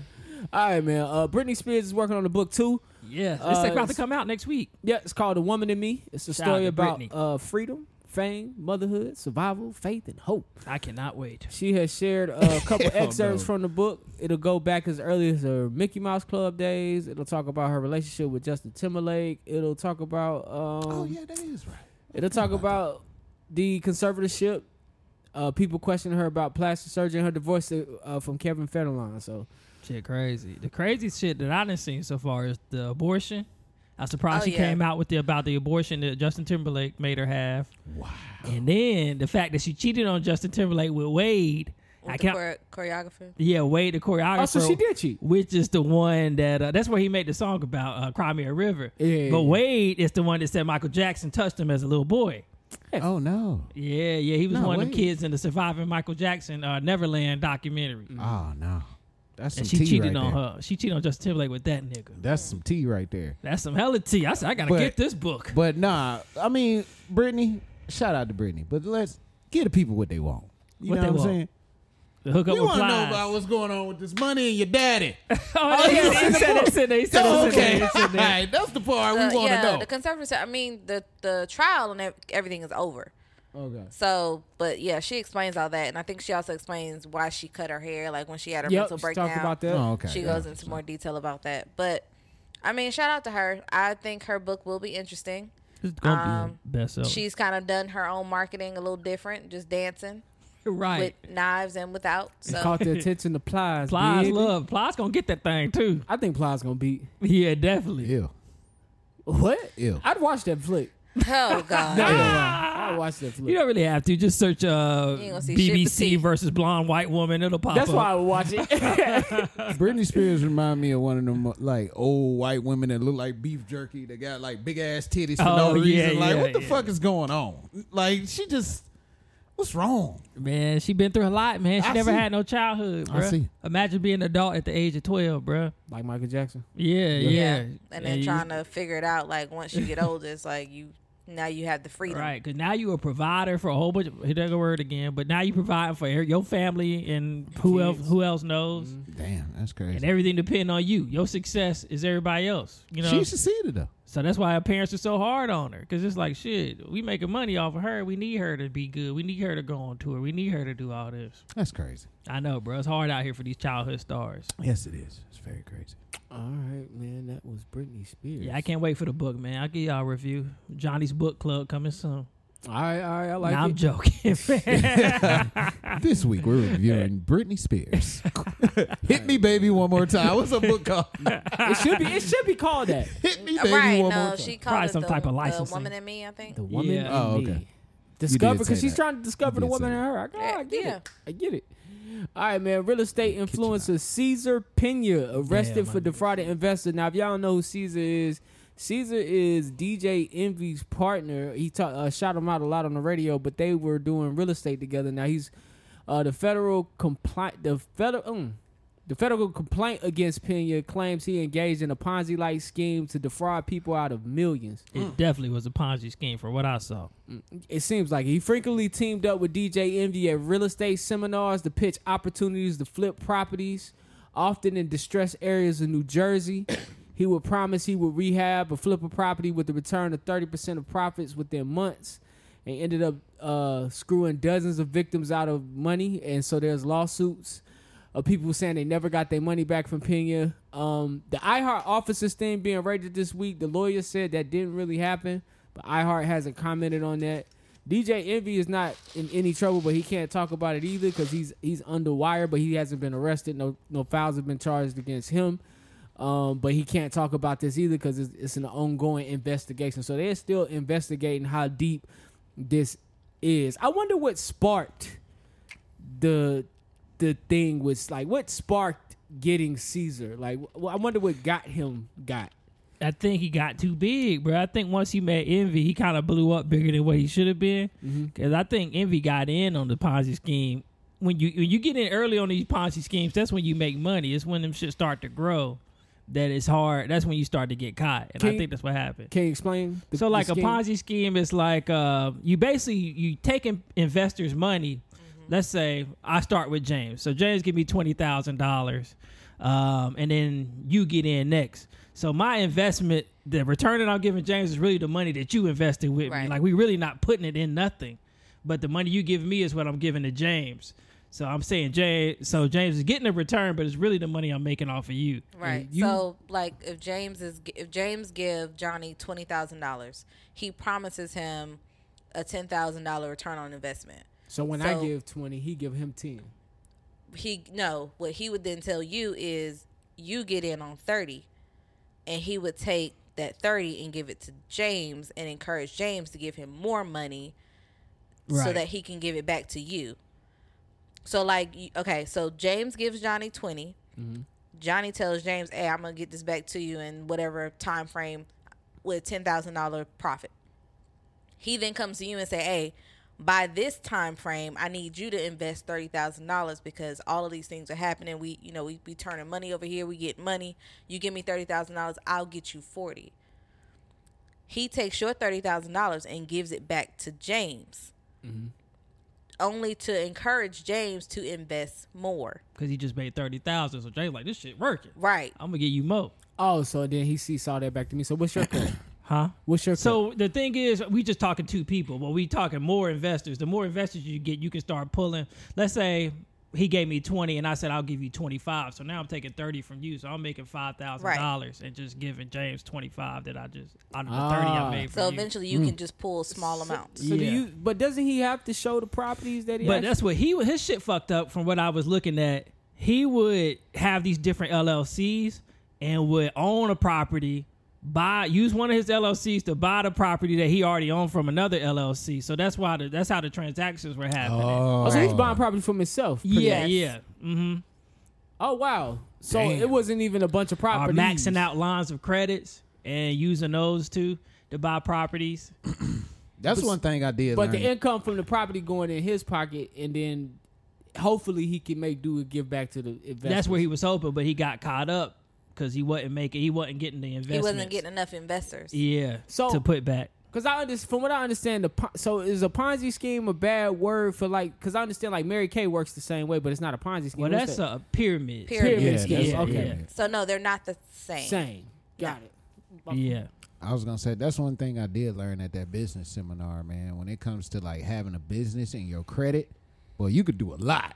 S5: All right, man. Uh, Britney Spears is working on a book too.
S4: Yeah, it's
S5: Uh,
S4: about to
S5: it's-
S4: come out next week.
S5: Yeah, it's called The Woman in Me. It's a
S4: Shout out
S5: story
S4: to
S5: about
S4: Britney.
S5: uh, freedom, fame, motherhood, survival, faith, and hope.
S4: I cannot wait.
S5: She has shared uh, a
S1: [laughs]
S5: couple excerpts
S1: no.
S5: from the book. It'll go back as early as her Mickey Mouse Club days. It'll talk about her relationship with Justin Timberlake. It'll talk about um,
S1: Oh, that is right.
S5: It'll talk about the conservatorship. Uh, people question her about plastic surgery and her divorce uh, from Kevin Federline. So
S4: Shit, crazy. The crazy shit that I done seen so far is the abortion. I'm surprised
S6: Oh,
S4: she
S6: yeah.
S4: came out with the about the abortion that Justin Timberlake made her have. Wow. And then the fact that she cheated on Justin Timberlake with Wade.
S6: With
S4: I
S6: the
S4: can't.
S6: chore- choreography.
S4: yeah, Wade the choreographer.
S5: oh, so she did cheat.
S4: Which is the one that uh, that's where he made the song about uh, Cry Me a River.
S5: Yeah.
S4: But Wade is the one that said Michael Jackson touched him as a little boy.
S1: Oh no.
S4: Yeah, yeah, he was
S1: No,
S4: one of
S1: Wade.
S4: them kids in the surviving Michael Jackson uh, Neverland documentary.
S5: Mm. Ah,
S1: Oh no. That's some
S4: And she
S1: tea
S4: cheated
S1: right
S4: on
S1: there.
S4: her. She cheated on Justin Timberlake with that nigga.
S1: That's some tea right there.
S4: That's some hella tea. I said I gotta
S1: But-
S4: get
S5: [laughs]
S4: this book.
S1: But nah, I mean, Brittany, shout out to Brittany, but let's give the people what they want. You
S4: What
S1: know
S4: they
S1: what I'm
S4: want?
S1: saying?
S4: The hook up
S1: We
S4: with
S1: want to know
S4: Plies.
S1: about what's going on with this money and your daddy.
S4: [laughs] oh, yeah,
S1: you
S4: he
S1: seen the
S4: said
S1: book?
S4: it's in there. He said
S1: Oh,
S4: it's in there.
S1: okay.
S4: It's in
S1: All [laughs]
S4: there.
S1: right, that's the part
S6: Uh,
S1: we want to
S6: yeah,
S1: know.
S6: the conservative. I mean, the the trial and ev- everything is over.
S1: okay.
S6: So, but yeah, she explains all that, and I think she also explains why she cut her hair, like when she had her
S5: Yep,
S6: mental
S5: she
S6: breakdown.
S5: talked about that.
S1: Oh, okay.
S6: she
S1: yeah.
S6: goes into more detail about that. But I mean, shout out to her. I think her book will be interesting.
S4: It's gonna
S6: Um,
S4: be a bestseller.
S6: She's kind of done her own marketing a little different, just dancing
S4: right.
S6: with knives and without. So [laughs]
S5: Caught the attention of Plies.
S4: Plies
S5: baby.
S4: love. Plies gonna get that thing too.
S5: I think Plies gonna beat.
S4: Yeah, definitely.
S1: Ew.
S5: What?
S1: Ew.
S5: I'd watch that flick.
S1: [laughs]
S6: oh god,
S4: [laughs]
S5: I'd watch that flick.
S4: You don't really have to. Just search uh,
S6: ain't gonna see shit but
S4: BBC
S6: tea.
S4: versus blonde white woman. It'll pop
S5: That's
S4: up.
S5: why I would watch
S4: [laughs]
S5: it. [laughs]
S1: Britney Spears remind me of one of them uh, like old white women that look like beef jerky that got like big ass titties for no
S4: Oh, yeah,
S1: reason. like,
S4: yeah,
S1: what the
S4: yeah.
S1: fuck is going on? Like, she just, what's wrong?
S4: man, she been through a lot, man. She
S1: I
S4: never
S1: see.
S4: had no childhood,
S1: I
S4: bruh.
S1: see.
S4: Imagine being an adult at the age of twelve, bruh.
S5: like Michael Jackson.
S4: Yeah, yeah.
S6: and then
S4: you-
S6: trying to figure it out. Like once you
S4: [laughs]
S6: get older, it's like you now you have the freedom.
S4: Right, because now you a provider for a whole bunch. Of, hit that word again, but now you provide for your- your family and who else? Who else knows?
S1: Mm-hmm. Damn, that's crazy.
S4: And everything depend on you. Your success is everybody else. You know, [laughs]
S1: She succeeded though. [laughs]
S4: So that's why her parents are so hard on her. Cause it's like, shit, we making money off of her. We need her to be good. We need her to go on tour. We need her to do all this.
S1: That's crazy.
S4: I know, bro. It's hard out here for these childhood stars.
S1: Yes, it is. It's very crazy.
S5: All right, man. That was Britney Spears.
S4: Yeah, I can't wait for the book, man. I'll give y'all a review. Johnny's book club coming soon.
S5: All right, all right. I like
S4: Nah, I'm
S5: it.
S4: joking. [laughs]
S1: This week we're reviewing Britney Spears. [laughs] Hit me, baby, one more time. What's a book called?
S5: it should be. It should be called that.
S1: Hit me, baby,
S6: Uh, Right,
S1: one
S6: no,
S1: more
S6: she
S1: time.
S6: called
S4: Probably
S6: it
S4: some
S6: the,
S4: type of
S6: the
S4: licensing.
S6: woman [laughs] and me, I think.
S5: The woman.
S4: Yeah.
S5: in
S1: Oh,
S5: me.
S1: okay.
S5: Discover
S1: did say
S5: because she's
S1: that.
S4: [laughs]
S5: trying to discover
S1: You
S5: the
S1: did
S5: woman
S1: say
S5: in her. I, got- I
S6: Yeah,
S5: get
S6: yeah.
S5: it. I get it. All right, man. Real estate influencer Caesar Pena arrested
S4: my
S5: for defrauding investor. Now, if y'all don't know who Caesar is, Caesar is DJ Envy's partner. He ta- uh, shot him out a lot on the radio, but they were doing real estate together. Now he's uh, the federal complaint. The federal. Mm, the federal complaint against Pena claims he engaged in a Ponzi-like scheme to defraud people out of millions.
S1: Mm.
S4: it definitely was a Ponzi scheme for what I saw.
S5: It seems like he frequently teamed up with DJ Envy at real estate seminars to pitch opportunities to flip properties, often in distressed areas of New Jersey. he would promise he would rehab or flip a property with a return of 30% of profits within months and ended up uh, screwing dozens of victims out of money. And so there's lawsuits of people saying they never got their money back from Pena. Um, the iHeart officers thing being raided this week, the lawyer said that didn't really happen, but iHeart hasn't commented on that. DJ Envy is not in any trouble, but he can't talk about it either because he's he's under wire, but he hasn't been arrested. No no fouls have been charged against him. Um, but he can't talk about this either because it's, it's an ongoing investigation. So they're still investigating how deep this is. I wonder what sparked the the thing was like what sparked getting Caesar. Like wh- I wonder what got him got.
S4: I think he got too big, bro. I think once he met Envy, he kind of blew up bigger than what he should have been.
S5: Mm-hmm.
S4: Because I think Envy got in on the Ponzi scheme. When you when you get in early on these Ponzi schemes, that's when you make money. It's when them shit start to grow that it's hard. That's when you start to get caught, and
S5: Can
S4: I
S5: you-
S4: think that's what happened.
S5: Can you explain? The,
S4: so
S5: the
S4: like a
S5: scheme?
S4: Ponzi scheme is like uh, you basically you taking investors' money.
S6: Mm-hmm.
S4: Let's say I start with James. So James give me twenty thousand dollars, um, and then you get in next. So my investment, the return that I'm giving James is really the money that you invested with me.
S6: Right.
S4: Like we really not putting it in nothing, but the money you give me is what I'm giving to James. So I'm saying James. So James is getting a return, but it's really the money I'm making off of you.
S6: Right.
S5: you-
S6: so like if James is if James give Johnny twenty thousand dollars, he promises him a ten thousand dollar return on investment.
S5: So when
S6: So-
S5: I give twenty, he give him ten.
S6: He no, what he would then tell you is you get in on thirty and he would take that thirty and give it to James and encourage James to give him more money so
S4: Right.
S6: that he can give it back to you. So like you- okay, so James gives Johnny 20. Johnny tells James, "Hey, I'm going to get this back to you in whatever time frame with $10,000 profit." He then comes to you and say, "Hey, by this time frame, I need you to invest $30,000 because all of these things are happening. We, you know, we be turning money over here, we get money. You give me $30,000, I'll get you 40." He takes your $30,000 and gives it back to James
S4: Mm-hmm.
S6: only to encourage James to invest more.
S4: Cause he just made thirty thousand, so James like this shit working.
S6: Right.
S4: I'm gonna get you more.
S5: Oh, so then he seesaw that back to me. So what's your code?
S4: [coughs] Huh?
S5: What's your code?
S4: So the thing is, we just talking two people, but we talking more investors. The more investors you get, you can start pulling. Let's say he gave me twenty, and I said I'll give you twenty five. So now I'm taking thirty from you, so I'm making five thousand dollars and just giving James twenty five that I just out of the thirty I
S5: Ah. Mm.
S4: made. From
S6: So
S4: you.
S6: eventually you can just pull small amounts.
S5: So do
S4: Yeah.
S5: you? But doesn't he have to show the properties that he?
S4: But
S5: actually-
S4: that's what he his shit fucked up from what I was looking at. He would have these different LLCs and would own a property, buy use one of his LLCs to buy the property that he already owned from another LLC. So that's why the, that's how the transactions were happening.
S5: Oh, so he's buying property from himself. pretty
S4: yeah,
S5: much.
S4: yeah. Mm-hmm.
S5: Oh wow. So
S4: Damn.
S5: it wasn't even a bunch of
S4: Or
S5: properties.
S4: maxing out lines of credits and using those too to buy properties.
S1: That's one thing I did.
S5: But
S1: learn.
S5: the income from the property going in his pocket, and then hopefully he can make do and give back to the investors.
S4: That's where he was hoping, but he got caught up because he wasn't making he wasn't getting the
S6: He
S4: investment.
S6: wasn't getting enough investors.
S4: yeah
S5: So-
S4: to put back.
S5: Cause I understand from what I understand, the pon- so is a Ponzi scheme a bad word for like? Cause I understand like Mary Kay works the same way, but it's not a Ponzi scheme.
S4: Well,
S5: What's
S4: that's
S5: that?
S4: a pyramid.
S6: Pyramid.
S5: pyramid
S1: yeah,
S5: scheme.
S1: that's-
S5: okay,
S1: yeah.
S6: So no, they're not the same.
S5: same. Got it.
S4: Yeah.
S1: I was gonna say that's one thing I did learn at that business seminar, man. When it comes to like having a business and your credit, well, you could do a lot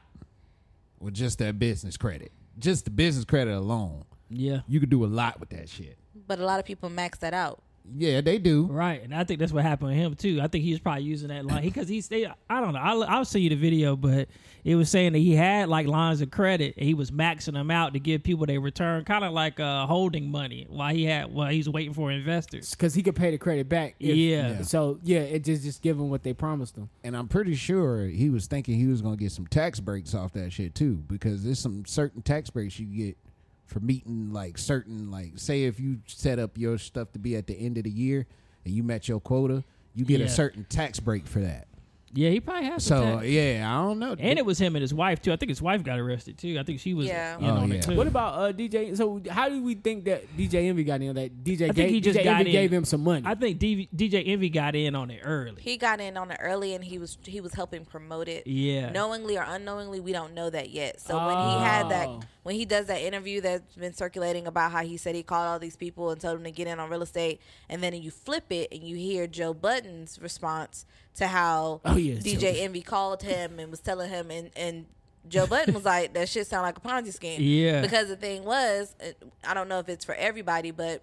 S1: with just that business credit, just the business credit alone.
S4: Yeah.
S1: You could do a lot with that shit.
S6: But a lot of people max that out.
S1: Yeah, they do.
S4: Right, and I think that's what happened to him too. I think he was probably using that line because he stayed. I don't know. I'll, I'll see you the video, but it was saying that he had like lines of credit and he was maxing them out to give people their return, kind of like uh, holding money while he had while he's waiting for investors.
S5: because he could pay the credit back. if-
S4: Yeah. Yeah.
S5: So yeah, it just just give him what they promised him.
S1: And I'm pretty sure he was thinking he was gonna get some tax breaks off that shit too, because there's some certain tax breaks you get for meeting like certain like say if you set up your stuff to be at the end of the year and you met your quota, you get
S4: Yeah.
S1: a certain tax break for that.
S4: Yeah, he probably has. some
S1: So
S4: tax.
S1: yeah, I don't know.
S4: and it was him and his wife too. I think his wife got arrested too. I think she was
S6: Yeah.
S4: in
S1: Oh,
S4: on
S1: yeah.
S4: it too.
S5: What about uh, DJ? So how do we think that DJ Envy got in? That DJ
S4: I think
S5: gave,
S4: he just
S5: DJ
S4: got
S5: Envy
S4: in.
S5: gave him some money.
S4: I think DV DJ Envy got in on it early.
S6: He got in on it early, and he was he was helping promote it.
S4: Yeah.
S6: knowingly or unknowingly, we don't know that yet. So when he had that,
S5: Oh.
S6: when he does that interview that's been circulating about how he said he called all these people and told them to get in on real estate, and then you flip it and you hear Joe Button's response to how
S5: Oh, yeah,
S6: DJ
S5: Joe.
S6: Envy called him and was telling him and and. Joe Button was like, "That shit sound like a Ponzi scheme."
S4: Yeah.
S6: because the thing was, uh, I don't know if it's for everybody, but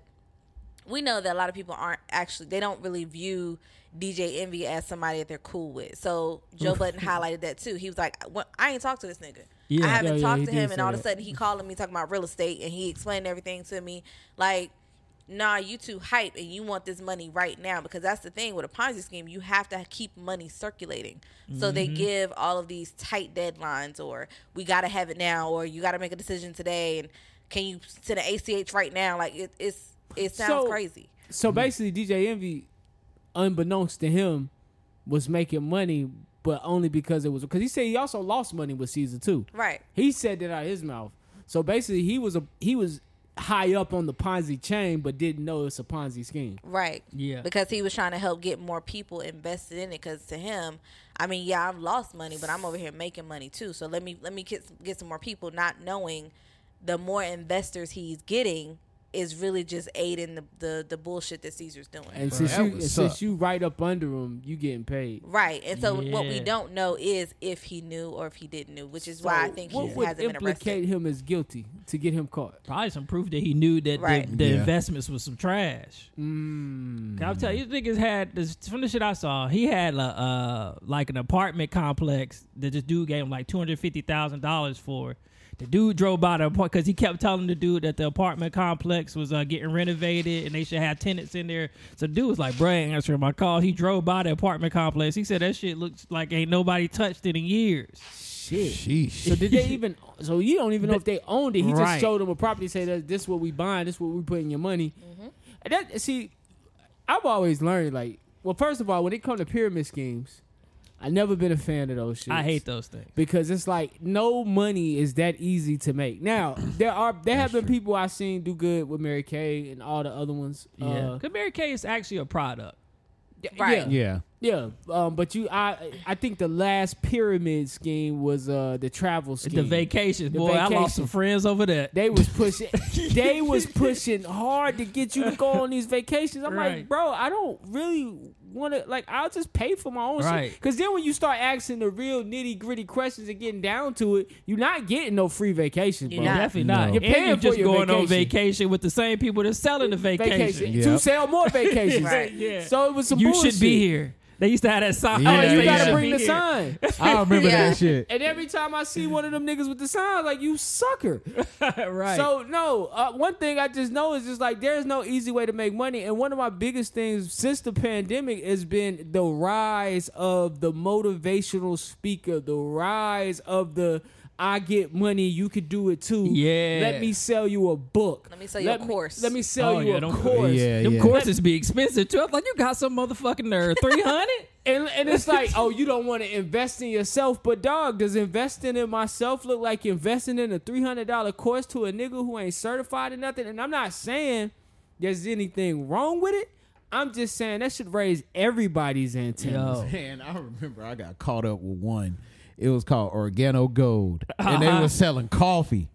S6: we know that a lot of people aren't actually they don't really view DJ Envy as somebody that they're cool with. So
S5: [laughs]
S6: Joe Button highlighted that too. He was like, "What- "I ain't talked to this nigga.
S4: Yeah.
S6: I haven't
S5: Yeah, yeah,
S6: talked
S5: he
S6: to
S5: did
S6: him." And
S5: say
S6: all of a
S5: that.
S6: sudden, he calling me talking about real estate, and he explained everything to me. Like, nah, you too hype, and you want this money right now because that's the thing with a Ponzi scheme. You have to keep money circulating, so
S5: Mm-hmm.
S6: they give all of these tight deadlines, or we gotta have it now, or you gotta make a decision today, and can you send an ACH right now? Like, it, it's it sounds
S5: So-
S6: crazy.
S4: Mm-hmm.
S5: so basically, DJ Envy, unbeknownst to him, was making money, but only because it was because he said he also lost money with season two.
S6: Right.
S5: He said that out of his mouth. So basically, he was a he was high up on the Ponzi chain, but didn't know it's a Ponzi scheme.
S6: Right.
S4: Yeah.
S6: Because he was trying to help get more people invested in it. Because to him, I mean, yeah, I've lost money, but I'm over here making money too. So let me let me get some, get some more people. Not knowing the more investors he's getting is really just aiding the the, the bullshit that Caesar's doing.
S5: And since
S1: that
S5: you
S1: would
S5: and
S1: suck.
S5: since you right up under him, you getting paid.
S6: Right, and so what we
S4: Yeah.
S6: don't know is if he knew or if he didn't knew, which is why I
S5: So
S6: think
S5: what
S6: he
S5: would
S6: hasn't been
S5: implicate
S6: arrested.
S5: him as guilty to get him caught.
S4: Probably some proof that he knew that
S6: Right.
S4: the, the
S1: Yeah.
S4: investments was some trash.
S5: Mm-hmm.
S4: Mm. I'll
S1: Mm-hmm.
S4: tell you, these niggas had this from the shit I saw. He had a, uh, like an apartment complex that this dude gave him like two hundred fifty thousand dollars for. The dude drove by the apartment because he kept telling the dude that the apartment complex was uh, getting renovated and they should have tenants in there. So the dude was like, "Bro, I ain't answering my call." He drove by the apartment complex. He said that shit looks like ain't nobody touched it in years.
S5: Shit.
S1: Sheesh.
S5: So did they even? So you don't even know if they owned it. He
S4: Right.
S5: just showed them a property, say that this is what we buying, this is what we putting your money.
S4: Mm-hmm.
S5: And that see, I've always learned like, well, first of all, when it comes to pyramid schemes, I never been a fan of those shit.
S4: I hate those things.
S5: because it's like no money is that easy to make.
S4: [coughs]
S5: Now there are there have been people I've seen do good with Mary Kay and all the other ones.
S4: Yeah,
S5: Uh,
S4: because Mary Kay is actually a product.
S6: Right.
S5: yeah.
S1: Yeah.
S5: Yeah, um, but you, I, I think the last pyramid scheme was uh, the travel scheme.
S4: The vacations,
S5: The
S4: boy. I lost
S5: vacation.
S4: some friends over that.
S5: They was
S4: [laughs]
S5: pushing. [laughs] they was pushing hard to get you to go on these vacations. I'm
S4: Right.
S5: like, bro, I don't really want to. Like, I'll just pay for my own
S4: Right.
S5: shit. Because then when you start asking the real nitty gritty questions and getting down to it, you're not getting no free vacation, bro.
S6: You're not.
S4: Definitely not. You're
S1: No.
S5: You're
S4: and
S5: paying
S4: you're
S5: for
S4: just
S5: your
S4: going
S5: vacation.
S4: on vacation with the same people that's selling the vacation.
S5: Vacation
S1: Yeah.
S5: to sell
S4: [laughs]
S5: more vacations.
S6: Right.
S4: Yeah.
S5: So it was some.
S4: You
S5: bullshit.
S4: should be here. They used to have that sign.
S1: Yeah.
S5: Oh,
S1: Yeah,
S5: you
S1: you
S5: gotta
S1: should
S5: bring
S4: the
S5: the
S4: [laughs]
S5: sign.
S1: I remember
S6: Yeah.
S1: that shit.
S5: And every time I see one of them niggas with the sign, like you
S4: [laughs]
S5: sucker.
S4: right.
S5: So no, uh, one thing I just know is just like there's no easy way to make money, and one of my biggest things since the pandemic has been the rise of the motivational speaker, the rise of the I get money, you could do it too.
S4: Yeah.
S5: let me sell you a book.
S6: Let me sell you a
S5: me-
S6: course.
S5: let me sell
S4: Oh,
S5: you
S4: yeah,
S5: a
S4: don't-
S5: course.
S1: Yeah,
S4: them
S1: yeah.
S4: courses be expensive too. I'm like, you got some
S5: [laughs]
S4: motherfucking nerve. Three hundred.
S5: And, and it's
S1: [laughs]
S5: like, oh, you don't want to invest in yourself, but dog, does investing in myself look like investing in a three hundred dollar course to a nigga who ain't certified or nothing? And I'm not saying there's anything wrong with it. I'm just saying that should raise everybody's antennas.
S1: Man, I remember I got caught up with one. It was called Organo Gold,
S4: [laughs]
S1: and they were selling coffee.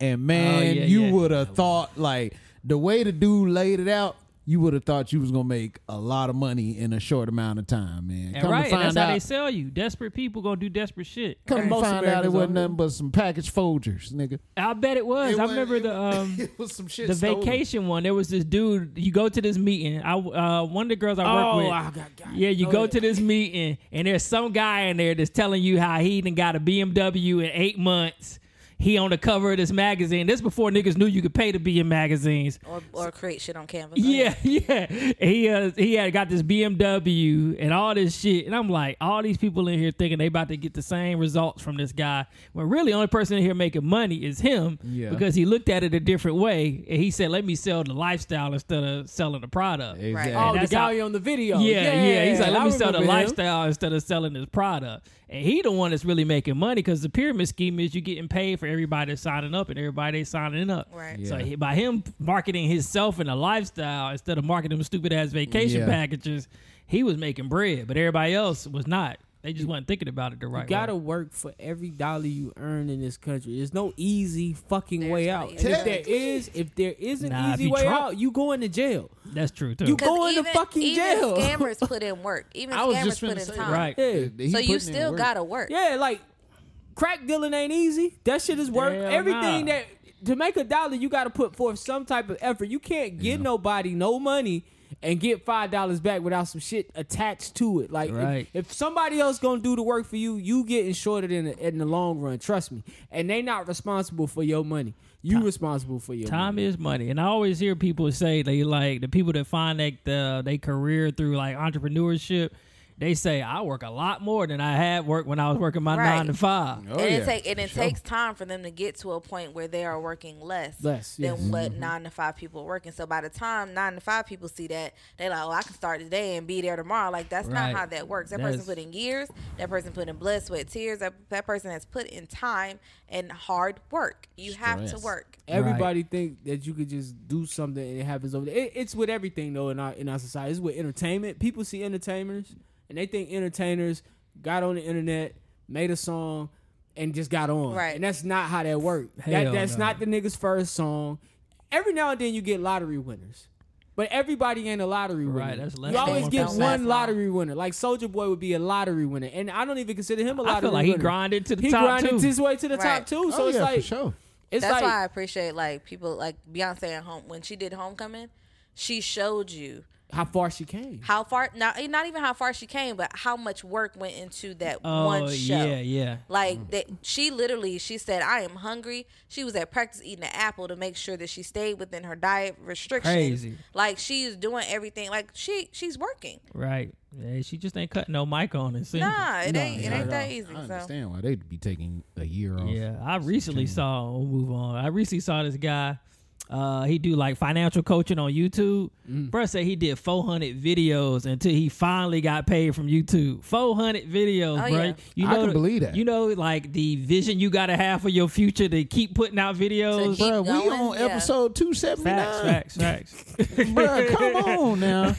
S1: And man,
S4: Oh, yeah,
S1: you
S4: yeah.
S1: would have thought like the way the dude laid it out. you would have thought you was gonna make a lot of money in a short amount of time, man.
S4: And
S1: Come
S4: right,
S1: to
S4: and
S1: find
S4: that's
S1: out,
S4: how they sell you. Desperate people gonna do desperate shit.
S1: come to
S5: most
S1: find out it
S5: Americans
S1: wasn't
S5: are.
S1: nothing but some package folgers, nigga.
S4: I bet it was.
S1: It
S4: I
S1: was-
S4: remember the um
S1: [laughs] it was some shit.
S4: the
S1: stolen.
S4: vacation one. There was this dude. You go to this meeting. I uh, one of the girls I work
S5: Oh,
S4: with.
S5: I got- got-
S4: yeah, you
S5: go
S4: go
S5: ahead.
S4: to this meeting, and there's some guy in there that's telling you how he done got a BMW in eight months. He on the cover of this magazine. This before niggas knew you could pay to be in magazines.
S6: or, or create shit on Canva.
S4: Yeah, [laughs] yeah. He uh, he had got this BMW and all this shit, and I'm like, all these people in here thinking they about to get the same results from this guy, when really only person in here making money is him,
S1: Yeah.
S4: because he looked at it a different way, and he said, "Let me sell the lifestyle instead of selling the product."
S1: Exactly.
S5: Oh, the
S4: that's
S5: guy
S4: how-
S5: on the video.
S4: Yeah, yeah, He's like, let
S5: I
S4: me sell the
S5: remember him.
S4: lifestyle instead of selling this product. And he the one that's really making money because the pyramid scheme is you getting paid for everybody that's signing up and everybody that's signing up.
S6: Right.
S4: So he, by him marketing himself and a lifestyle instead of marketing them stupid ass vacation
S1: Yeah.
S4: packages, he was making bread, but everybody else was not. They just wasn't thinking about it the right
S5: You gotta
S4: way.
S5: work for every dollar you earn in this country. There's no easy fucking way
S6: no
S5: out.
S6: easy
S5: And if there
S1: Technically.
S5: is, if there is an
S4: Nah, if
S5: easy
S4: you
S5: way
S4: Trump-
S5: out, you go into jail.
S4: That's true too.
S5: You
S6: Because
S5: Go into
S6: even-
S5: fucking
S6: even
S5: jail.
S6: Scammers put in work. Even
S1: I was
S6: scammers
S1: just
S6: put
S1: gonna
S6: in
S1: say,
S6: time.
S4: Right.
S5: Yeah.
S1: He
S6: So you
S1: putting in
S6: still
S1: work.
S6: gotta work.
S5: Yeah, like crack dealing ain't easy. That shit is work.
S4: Hell
S5: Everything
S4: nah.
S5: that to make a dollar, you got to put forth some type of effort. You can't give nobody no money and get five dollars back without some shit attached to it. Like if-
S4: Right.
S5: if, somebody else gonna do the work for you, you getting shorted in the, in the long run. Trust me, and they not responsible for your money. You responsible for your
S4: Time
S5: money.
S4: is money, and I always hear people say they like the people that find like the they career through like entrepreneurship. They say I work a lot more than I had worked when I was working my
S6: Right.
S4: nine to five.
S1: Oh,
S6: and
S1: yeah.
S6: it take and it takes time for them to get to a point where they are working less,
S5: Less,
S6: than
S5: yes.
S1: Mm-hmm.
S6: what nine to five people are working. So by the time nine to five people see that, they like, oh, I can start today and be there tomorrow. Like that's
S4: Right.
S6: not how that works. That person
S4: That's-
S6: put in years. That person put in blood, sweat, tears. That, that person has put in time and hard work. You have to
S1: Stress.
S6: work.
S5: Everybody think that you could just do something and it happens over there. It, it's with everything though in our in our society. It's with entertainment. People see entertainers and they think entertainers got on the internet, made a song, and just got on.
S6: Right.
S5: And that's not how that worked.
S4: Hell
S5: That, that's
S4: no.
S5: not the nigga's first song. Every now and then you get lottery winners. But everybody ain't a lottery winner.
S4: Right, that's less
S5: you
S4: than
S5: always
S4: one
S5: get
S6: percent.
S5: one lottery winner. Like Soldier Boy would be a lottery winner, and I don't even consider him a lottery
S4: I feel like he
S5: winner.
S4: grinded to the
S5: He
S4: top
S5: grinded
S4: too.
S5: his way to the top
S6: Right.
S5: too. So
S1: Oh,
S5: it's
S1: yeah,
S5: like
S1: for sure.
S5: it's
S6: That's
S5: like
S6: why I appreciate like people like Beyonce at home when she did Homecoming. She showed you
S5: how far she came.
S6: how far not eh, not even how far she came, but how much work went into that
S4: Oh
S6: one show.
S4: yeah, yeah. Mm.
S6: Like that, she literally she said, "I am hungry." She was at practice eating an apple to make sure that she stayed within her diet restrictions.
S4: Crazy.
S6: Like she's doing everything. Like she she's working.
S4: Right. Yeah, she just ain't cutting no mic on it. See?
S6: Nah, it ain't it
S1: not
S6: ain't
S1: at
S6: that
S1: all.
S6: easy.
S1: I
S6: So
S1: understand why they'd be taking Oh, a year off.
S4: Yeah, I recently saw. We'll move on. I recently saw this guy. Uh, he do like financial coaching on YouTube.
S1: Mm.
S4: Bruh said he did 400 videos until he finally got paid from YouTube. 400 videos,
S6: Oh,
S4: bruh.
S6: yeah.
S4: You
S1: I can believe that.
S4: You know, like the vision you gotta have for your future to keep putting out videos.
S6: keep-
S1: Bruh, we
S6: going,
S1: on
S6: yeah.
S1: episode two seventy
S4: Facts,
S1: nine.
S4: facts, facts. [laughs]
S1: Bruh, come on now.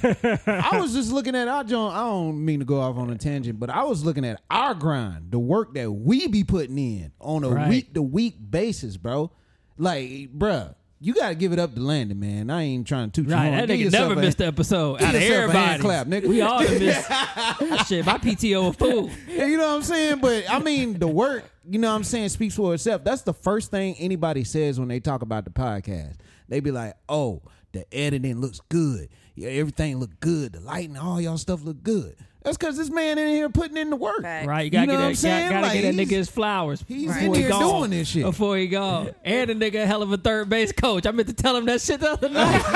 S1: I was just looking at our John. I don't mean to go off on a tangent, but I was looking at our grind, the work that we be putting in on a
S4: Right.
S1: week to week basis, bro. Like, bruh, you gotta give it up to Landon, man. I ain't trying to toot your
S4: Right,
S1: horn.
S4: that
S1: Give
S4: nigga
S1: yourself
S4: never
S1: a-
S4: missed the episode
S1: give
S4: out of
S1: yourself a hand
S4: everybody.
S1: clap, nigga.
S4: We all done
S1: [laughs]
S4: missed. Shit, my PTO a fool.
S1: Yeah, [laughs] you know what I'm saying? But I mean, the work, you know what I'm saying, speaks for itself. That's the first thing anybody says when they talk about the podcast. They be like, oh, the editing looks good. Yeah, everything look good. The lighting, all y'all stuff look good. That's because this man in here putting in the work.
S6: Facts.
S4: Right, you
S1: You
S4: gotta
S1: know what I'm
S4: get that,
S1: saying?
S4: gotta, gotta
S1: Like,
S4: get that
S1: he's-
S4: nigga his flowers.
S1: he's
S4: before
S1: in
S4: he
S1: here
S4: gone,
S1: doing this shit.
S4: before he gone. And the nigga a hell of a third base coach. I meant to tell him that shit
S1: [laughs]
S4: the other night. [laughs]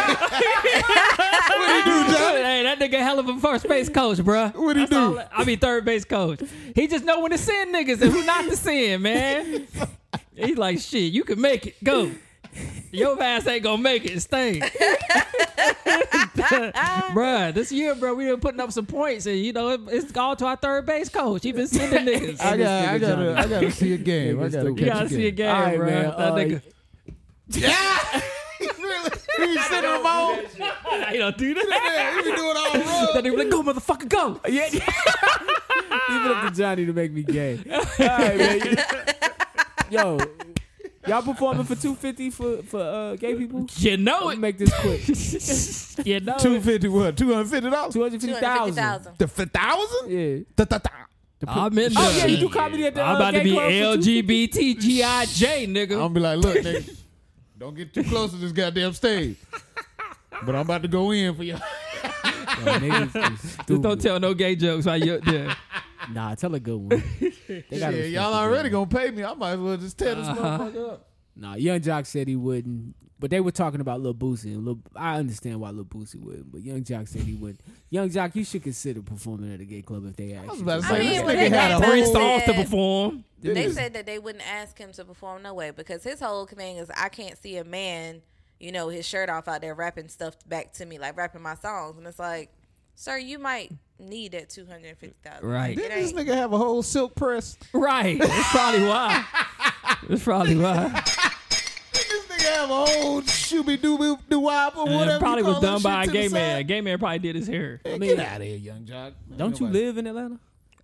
S4: hey, that nigga a hell of a first base coach, bruh.
S1: What'd he
S4: That's all
S1: do?
S4: I- I mean third base coach. He just know when to send niggas and who not to send,
S1: [laughs]
S4: man. He's like, shit, you can make it. Go. Your ass ain't gonna make it. Stay. [laughs] bruh, this year, bruh, we been putting up some points, and you know, it, it's all to our third base coach. He been sending niggas.
S1: I got, I
S5: nigga
S1: got,
S5: Johnny.
S1: I got to see a game. I
S5: Nigga's
S1: got to
S5: stupid.
S4: [laughs]
S1: catch
S4: You gotta see a game,
S5: All right,
S4: bro.
S5: man.
S4: That
S5: Uh,
S4: nigga,
S1: Yeah, really? He sitting on my own.
S4: he don't do that.
S1: Yeah, he be doing
S4: [laughs]
S1: all wrong.
S4: that nigga like, go, motherfucker, go.
S5: [laughs] Yeah. [laughs] Leave it up to Johnny to make me gay. All right, man. Yo, Y'all performing for two fifty for for uh, gay people?
S4: You know
S5: I'll
S4: it.
S5: make this quick.
S4: you know
S7: Two
S4: it.
S7: fifty what? Two hundred fifty dollars.
S5: Two hundred fifty thousand.
S6: 250,000.
S7: The thousand?
S5: Yeah.
S4: I'm in
S5: Oh
S4: there.
S5: yeah, you do comedy at the. uh,
S4: I'm about to
S5: gay
S4: be
S5: club for
S4: LGBTGIJ,
S7: I'm
S4: nigga.
S7: gonna be like,
S4: [laughs]
S7: look, nigga, don't get too close to this goddamn stage. But I'm about to go in
S5: [laughs]
S7: for you.
S5: Niggas
S4: Just don't tell no gay jokes while you're up
S5: [laughs]
S4: there.
S5: [laughs] Nah, tell a good one. They
S7: Yeah,
S5: gotta respect
S7: y'all
S5: the
S7: already
S5: game. Uh-huh.
S7: gonna pay me. I might as well just tear this
S4: Uh-huh.
S7: motherfucker up.
S5: Nah, Young Jock said he wouldn't, but they were talking about Lil Boosie, and Lil, I understand why Lil Boosie wouldn't, but Young Jock said he wouldn't. Young Jock, you should consider performing at a gay club if they asked.
S7: was
S5: you
S7: about to
S5: to.
S6: I
S7: say, this
S6: mean,
S7: nigga
S6: when they
S7: had a
S6: came back
S4: Three
S6: and
S4: songs to
S6: said-
S4: perform.
S6: They
S7: This-
S6: said that they wouldn't ask him to perform no way because his whole thing is I can't see a man, you know, his shirt off out there rapping stuff back to me, like rapping my songs. And it's like, sir, you might need that two hundred and fifty thousand.
S4: Right.
S6: It
S7: Didn't this
S6: ain't,
S7: nigga have a whole silk press? [laughs]
S4: Right. That's probably [laughs] why. That's probably why.
S7: This nigga have a whole shooby dooby doo wop or
S4: And
S7: whatever.
S4: it probably
S7: you
S4: was
S7: call that
S4: done by a
S7: shit to the
S4: gay man. A
S7: side.
S4: gay man probably did his hair. I mean,
S7: Get out of here, young jock.
S5: Don't you
S7: Nobody-
S5: live in Atlanta?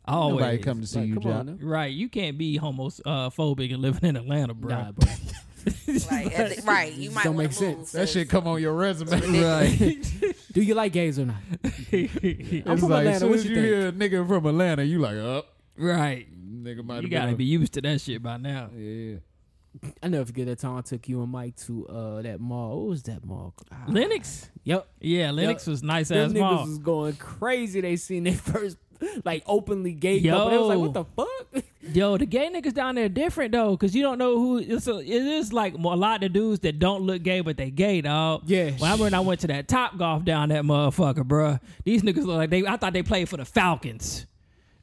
S4: always.
S1: Nobody come to see
S5: Like,
S1: you,
S5: come on,
S1: Jock.
S5: now.
S4: Right. You can't be homophobic and living in Atlanta, bro.
S5: Nah, bro.
S6: like, at the- right. You might
S5: don't
S6: want
S5: make
S6: to move.
S5: sense.
S7: That shit come on your resume.
S6: [laughs]
S4: Right.
S5: Do you like gays or not? I'm
S7: [laughs] It's
S5: from
S7: like,
S5: Atlanta.
S7: as soon
S5: What
S7: as
S5: you
S7: you
S5: think?
S7: hear a nigga from Atlanta, you like, up.
S4: right.
S7: Nigga might
S4: You
S7: have
S4: gotta
S7: been
S4: be used to that shit by now.
S7: on- Yeah.
S5: I never forget that time I took you and Mike to uh, that mall. What was that mall? Ah,
S4: Linux.
S5: Yep.
S4: Yeah, Linux was nice
S5: Them
S4: ass
S5: niggas
S4: mall.
S5: was going crazy. They seen their [laughs] first like openly gay couple. They was like, what the fuck?
S4: Yo, the gay niggas down there different though, cause you don't know who. It's a, it is like a lot of dudes that don't look gay, but they gay, dog.
S5: Yeah.
S4: When I, when I went to that Top Golf down that motherfucker, bruh, these niggas look like they. I thought they played for the Falcons,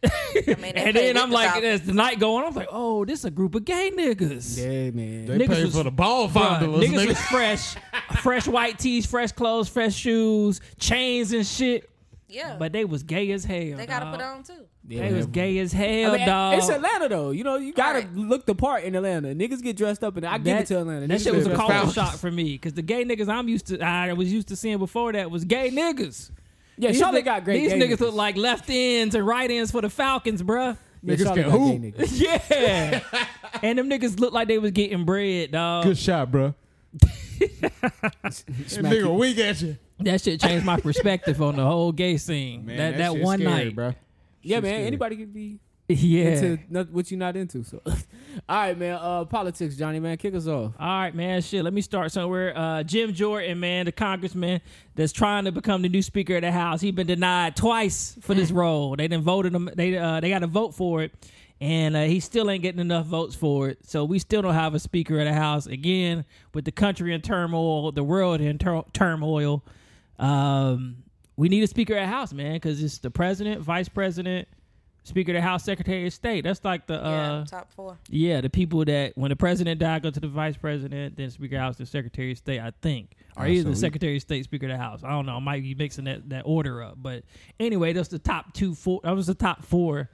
S6: I mean, they
S4: and
S6: play
S4: then
S6: with
S4: I'm
S6: the
S4: like,
S6: Falcons.
S4: as the night going, I'm like, oh, this a group of gay niggas.
S5: Yeah, man.
S7: They
S4: Niggas
S7: paid
S4: was-
S7: for the ball
S4: Bruh,
S7: fondlers,
S4: niggas
S7: nigga.
S4: was fresh, fresh white tees, fresh clothes, fresh shoes, chains and shit.
S6: yeah,
S4: But they was gay as hell.
S6: they gotta
S4: dawg.
S6: put on too.
S4: They was gay as hell,
S5: I mean,
S4: dog.
S5: It's Atlanta though. You know, you gotta
S6: Right.
S5: look the part in Atlanta. Niggas get dressed up, and I give it to Atlanta.
S4: That
S5: Niggas
S4: shit was
S5: get
S4: a
S5: dressed
S4: culture
S5: up.
S4: shock for me because the gay niggas I'm used to, I was used to seeing before that was gay niggas.
S5: Yeah,
S4: These
S5: Charlotte
S4: nigg-
S5: got great.
S4: These
S5: gay
S4: niggas, look like left ends and right ends for the Falcons, bruh.
S5: yeah,
S7: Niggas
S5: Charlotte
S7: can
S5: got
S7: hoop.
S5: gay niggas.
S4: [laughs] Yeah, and them niggas look like they was getting bread, dog.
S7: Good shot,
S4: [laughs]
S7: bro.
S5: Smack
S7: Nigga,
S5: you.
S7: wink at you.
S4: That shit changed my perspective on the whole gay scene. that that,
S7: shit
S4: one
S7: scary,
S4: night,
S7: bro.
S5: Yeah, man. Anybody can be
S4: [laughs] Yeah.
S5: into not, what you're not into. So, [laughs] all right, man. Uh, politics, Johnny, man. Kick us off.
S4: All right, man. Shit, let me start somewhere. Uh, Jim Jordan, man, the congressman that's trying to become the new Speaker of the House, he been denied twice for this role. They didn't voted him. They uh, they got to vote for it, and uh, he still ain't getting enough votes for it. So we still don't have a Speaker of the House again. With the country in turmoil, the world in tur- turmoil, um, we need a Speaker of the House, man, because it's the President, Vice President, Speaker of the House, Secretary of State. That's like the
S6: Yeah,
S4: uh,
S6: top four.
S4: yeah, the people that when the president died go to the vice president, then Speaker of the House, the Secretary of State, I think, or either the Secretary of State, Speaker of the House. I don't know. I might be mixing that, that order up, but anyway, that's the top two four. That was the top four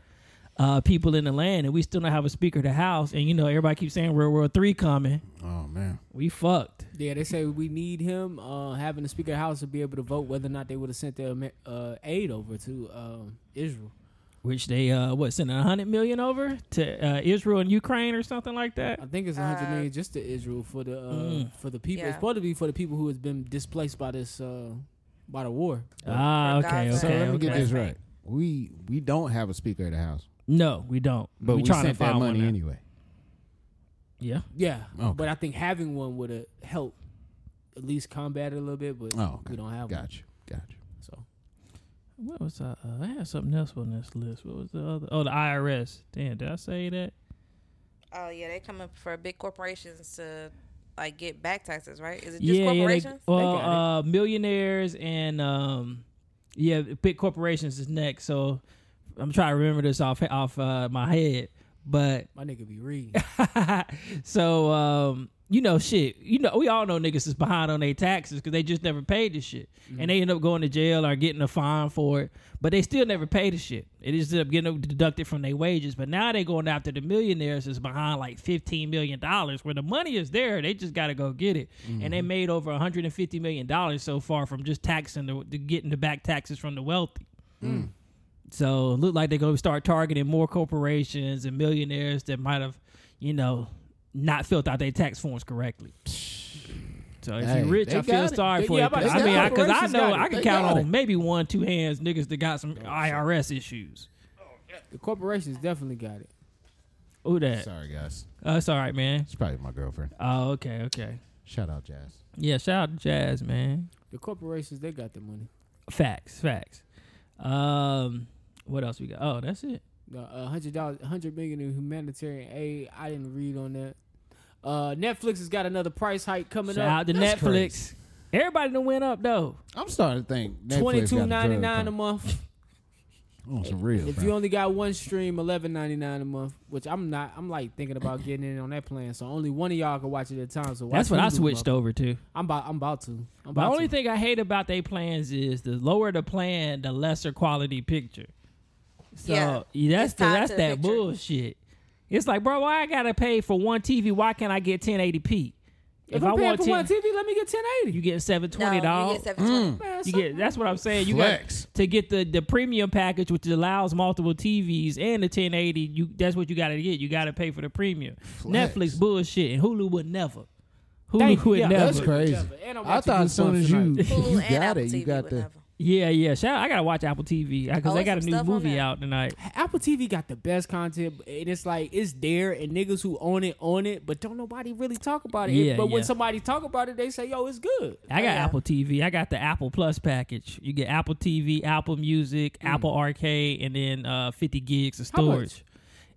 S4: uh, people in the land, and we still don't have a Speaker of the House. And you know, everybody keeps saying World War Three coming.
S1: Oh man,
S4: We fucked.
S5: Yeah, they say we need him uh, having the Speaker of the House to be able to vote whether or not they would have sent their Amer- uh, aid over to um, Israel.
S4: Which they uh what sending hundred million over to uh, Israel and Ukraine or something like that. mm.
S5: I think it's 100 million just to Israel for the uh, for the people. It's
S6: Uh, Yeah.
S5: supposed to be for the people who has been displaced by this uh, by the war.
S4: Ah,
S6: For
S4: okay, okay.
S6: Gaza. So
S1: let me get
S4: okay.
S1: this right. We we don't have a speaker at the house,
S4: No, we don't.
S1: but we,
S4: trying
S1: sent
S4: to find
S1: that
S4: one
S1: money
S4: now.
S1: anyway.
S4: Yeah.
S5: Yeah,
S1: Okay.
S5: but I think having one would have helped at least combat it a little bit. But
S1: Oh, okay.
S5: we don't have one,
S1: Gotcha, gotcha.
S5: so
S4: What was I? Uh, I had something else on this list. What was the other? Oh, the IRS. Damn, did I say that?
S6: Oh yeah, they coming for big corporations to like get back taxes, right? Is it just
S4: they,
S6: corporations?
S4: well,
S5: got
S4: uh, millionaires and um, yeah, big corporations is next. So I'm trying to remember this off off uh, my head, but
S5: my nigga be reading.
S4: [laughs] so um, you know, shit, you know, we all know niggas is behind on their taxes because they just never paid the shit,
S5: Mm-hmm.
S4: and they end up going to jail or getting a fine for it, but they still never pay the shit. It just end up getting deducted from their wages. But now they going after the millionaires is behind like fifteen million dollars, where the money is there, they just got to go get it,
S1: Mm-hmm.
S4: and they made over one hundred and fifty million dollars so far from just taxing the, the getting the back taxes from the wealthy.
S1: Mm.
S4: So it looked like they're going to start targeting more corporations and millionaires that might have, you know, not filled out their tax forms correctly. So if
S1: Hey,
S4: you're rich,
S1: they
S4: I feel
S1: got it.
S4: sorry
S5: They-
S4: for
S5: yeah,
S4: you.
S5: I'm about to
S4: I
S5: say,
S4: mean, because I,
S5: corporations
S4: know
S5: got it.
S4: I can
S1: They
S4: count
S1: got
S4: on
S1: it.
S4: maybe one, two hands niggas that got some IRS issues.
S5: The corporations definitely got it.
S4: Who that?
S1: Sorry, guys.
S4: Uh, it's all right, man.
S1: It's probably my girlfriend.
S4: Oh, okay, okay.
S1: Shout out, Jazz.
S4: Yeah, shout out to Jazz, man.
S5: The corporations they got the money.
S4: Facts, facts. Um, what else we got? Oh, that's it.
S5: The uh, hundred dollars, hundred million in humanitarian aid. I didn't read on that. Uh, Netflix has got another price hike coming
S4: Shout
S5: up.
S4: out to Netflix.
S1: That's crazy.
S4: Everybody done went up though.
S1: I'm starting to think Netflix
S5: Twenty two ninety nine a
S1: month.
S5: month.
S1: On some real.
S5: If you only got one stream, eleven ninety nine a month. Which I'm not. I'm like thinking about getting in on that plan. So only one of y'all can watch it at a time. So watch
S4: That's what I
S5: Hulu,
S4: switched
S5: motherfucker.
S4: over to.
S5: I'm about. I'm about to. I'm about
S4: The only
S5: to.
S4: thing I hate about their plans is the lower the plan, the lesser quality picture. So
S6: Yeah.
S4: yeah, that's
S6: It's
S4: the,
S6: tied
S4: that's
S6: to the
S4: that
S6: picture.
S4: bullshit. It's like, bro, why I gotta pay for one TV? Why can't I get 1080p?
S5: If, I'm paying for
S4: 10
S5: one TV, let me get 1080.
S4: you get 720
S6: No, you get
S4: dollars.
S6: seven twenty.
S5: Man,
S4: You
S5: so-
S4: get that's what I'm saying. You
S1: Flex.
S4: got to get the the premium package, which allows multiple TVs and the 1080. You that's what you got to get. You got to pay for the premium. Netflix bullshit and Hulu would never. Hulu
S5: Thank you.
S4: would
S5: Yeah,
S4: never.
S1: That's crazy.
S5: And I'm
S1: I
S5: watching
S1: thought as soon
S5: Goosebumps
S1: as you
S5: tonight.
S6: Hulu
S1: you
S6: and
S1: got
S6: Apple
S1: it, you
S6: TV
S1: got
S6: would
S1: the
S6: never.
S4: Yeah, yeah. Shout, I gotta watch Apple TV because
S6: Oh,
S4: they
S6: there's
S4: got a
S6: some
S4: new
S6: stuff on
S4: movie
S6: there.
S4: out tonight.
S5: Apple TV got the best content, and it's like it's there, and niggas who own it own it, but don't nobody really talk about it.
S4: Yeah,
S5: but when
S4: yeah.
S5: somebody talk about it, they say, "Yo, it's good."
S4: I
S6: oh,
S4: got
S6: Yeah.
S4: Apple TV. I got the Apple Plus package. You get Apple TV, Apple Music,
S1: Hmm.
S4: Apple Arcade, and then uh, 50 gigs of
S5: How much?
S4: storage.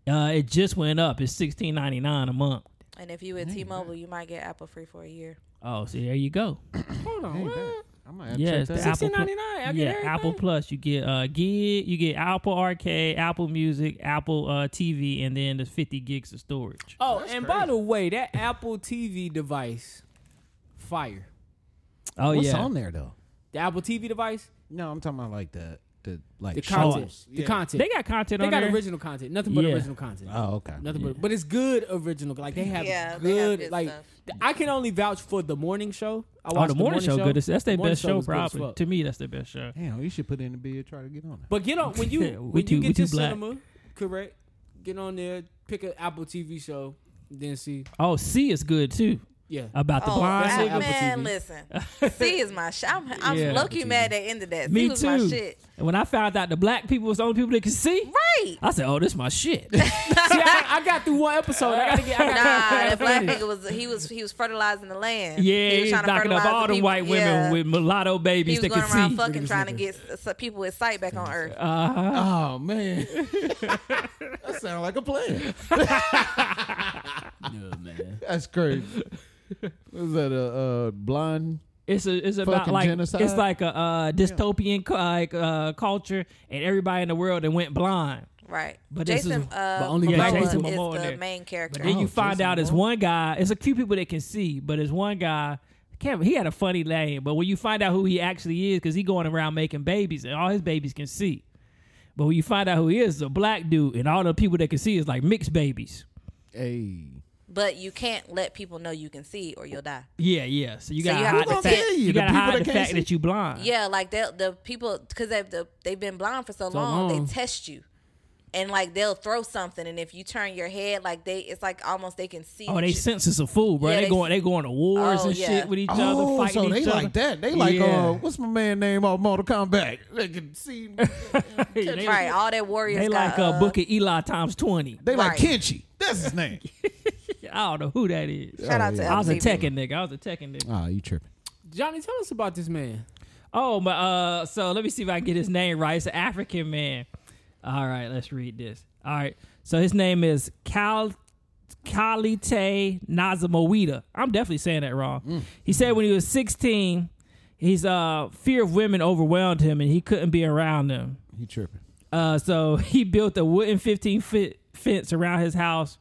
S4: Uh, it just went up. It's 16.99 a month.
S6: And if you with T-Mobile, you might get Apple free for a year.
S4: Oh, so there you go.
S5: Hold on, what?
S1: I'm gonna have to
S4: Yeah,
S1: check
S4: it's
S1: that
S4: the
S5: 16.99,
S4: Apple Plu-
S1: out.
S5: I get
S4: yeah,
S5: everything?
S4: Apple Plus. You get uh gig, you get Apple Arcade, Apple Music, Apple uh TV, and then the fifty gigs of storage.
S5: Oh, and by the way, that Apple TV device, fire.
S4: Oh
S1: What's
S4: yeah,
S1: on there though?
S5: The Apple TV device,
S1: No, I'm talking about like the the like
S5: the
S1: shows.
S5: content, the
S1: Yeah.
S5: content.
S4: they got content
S5: They
S4: on
S5: got
S4: there.
S5: original content, nothing but
S4: Yeah.
S5: original content.
S1: Oh, okay.
S5: Nothing but, but it's good original. Like they have
S6: Yeah, they have
S5: good,
S6: good
S5: like
S6: stuff.
S5: th- I can only vouch for the morning show. I
S4: Oh,
S5: watched
S4: the morning show good. That's
S5: The
S4: their
S5: morning
S4: best show,
S5: was good as
S4: probably.
S5: fuck.
S4: To me, that's their best show.
S1: Damn, you should put in a bid, try to get on it.
S5: But get on when you
S4: Yeah, [laughs] we
S5: when
S4: too-
S5: you
S4: we
S5: get
S4: too
S5: to
S4: black.
S5: cinema, correct? Get on there, pick an Apple TV show, then see.
S4: Oh, C is good too.
S5: Yeah,
S4: About the
S6: Oh,
S4: blind.
S5: that's
S6: I,
S5: Apple
S6: man,
S5: TV.
S6: listen.
S4: [laughs]
S6: C is my shit. I'm, I'm
S4: Yeah.
S6: low-key mad they ended that. C
S4: Me
S6: was
S4: too.
S6: my shit.
S4: And when I found out the black people was the only people that could see,
S6: Right.
S4: I said,
S6: [laughs]
S4: "Oh, this my shit."
S5: see, I, I got
S4: [laughs]
S5: through one episode. I gotta get. I gotta,
S6: Nah, that black nigga was he was he was fertilizing the land.
S4: yeah,
S6: he
S4: he was
S6: trying to
S4: knocking up
S6: fertilize
S4: all
S6: the
S4: them
S6: people.
S4: white women
S6: Yeah.
S4: with mulatto
S6: He
S4: babies
S6: was
S4: that
S6: going
S4: could
S6: around
S4: see.
S6: fucking trying to get s- s- people with sight back on Earth.
S4: Uh-huh.
S7: Oh man, that sounds like
S6: [laughs]
S7: a plan.
S5: man.
S1: [laughs]
S5: [laughs]
S1: That's crazy. Was that a uh, blonde?
S4: It's a, it's about
S1: Fucking
S4: like
S1: genocide.
S4: it's like a uh, dystopian cu- like uh, culture, and everybody in the world that went blind.
S6: Right.
S4: [laughs] But this
S6: Jason
S4: is-
S6: uh,
S4: but only-
S6: Momoa
S4: yeah,
S6: is
S4: Jason Momoa in
S6: the
S4: there.
S6: main character.
S4: Then
S1: Oh,
S4: you find
S1: Jason
S4: out it's
S1: Momoa.
S4: one guy. It's a few people that can see, but it's one guy. I Can't, he had a funny name, but when you find out who he actually is, because he going around making babies and all his babies can see. But when you find out who he is, it's a black dude, and all the people that can see is like mixed babies.
S1: Hey,
S6: but you can't let people know you can see or you'll die.
S4: Yeah, yeah. So you
S6: So
S4: gotta
S6: you have
S4: hide
S6: to
S4: the
S6: tell
S4: fact
S1: you,
S4: you,
S1: the
S4: gotta
S1: people
S4: hide
S1: that
S4: the
S1: can't
S4: fact
S1: see?
S4: that you blind.
S6: Yeah, like they the people because they've the, they've been blind for so, long,
S5: long.
S6: they test you, and like they'll throw something, and if you turn your head, like they it's like almost they can see.
S4: Oh, they
S6: you.
S4: senses a fool, bro.
S6: Yeah,
S4: they,
S6: they-
S4: going, they going to wars
S6: Oh,
S4: and
S6: yeah.
S4: shit with each
S1: oh,
S4: other, fighting
S1: so they
S4: each other.
S1: like that? They like,
S4: Yeah.
S1: uh, what's my man name off Mortal Kombat? They
S4: [laughs]
S1: can see.
S4: They- they-
S6: right. All that warriors
S4: They
S6: got
S4: like uh, Booker Eli times twenty.
S1: They like
S6: Right.
S1: Kenchi. That's his name.
S4: [laughs] I don't know who that is.
S6: Shout out
S1: Oh,
S6: to
S1: yeah.
S6: LTV.
S4: I was a Tekken nigga. I was a Tekken nigga.
S1: oh, you tripping?
S5: Johnny, tell us about this man.
S4: Oh, my. Uh, so let me see if I can get his name right. It's an African man. All right, let's read this. All right. So his name is Cal. Kalite Nazamawita. I'm definitely saying that wrong.
S5: Mm.
S4: He said when he was 16, his uh, fear of women overwhelmed him and he couldn't be around them.
S1: You tripping?
S4: Uh, so [laughs] he built a wooden 15 foot fence around his house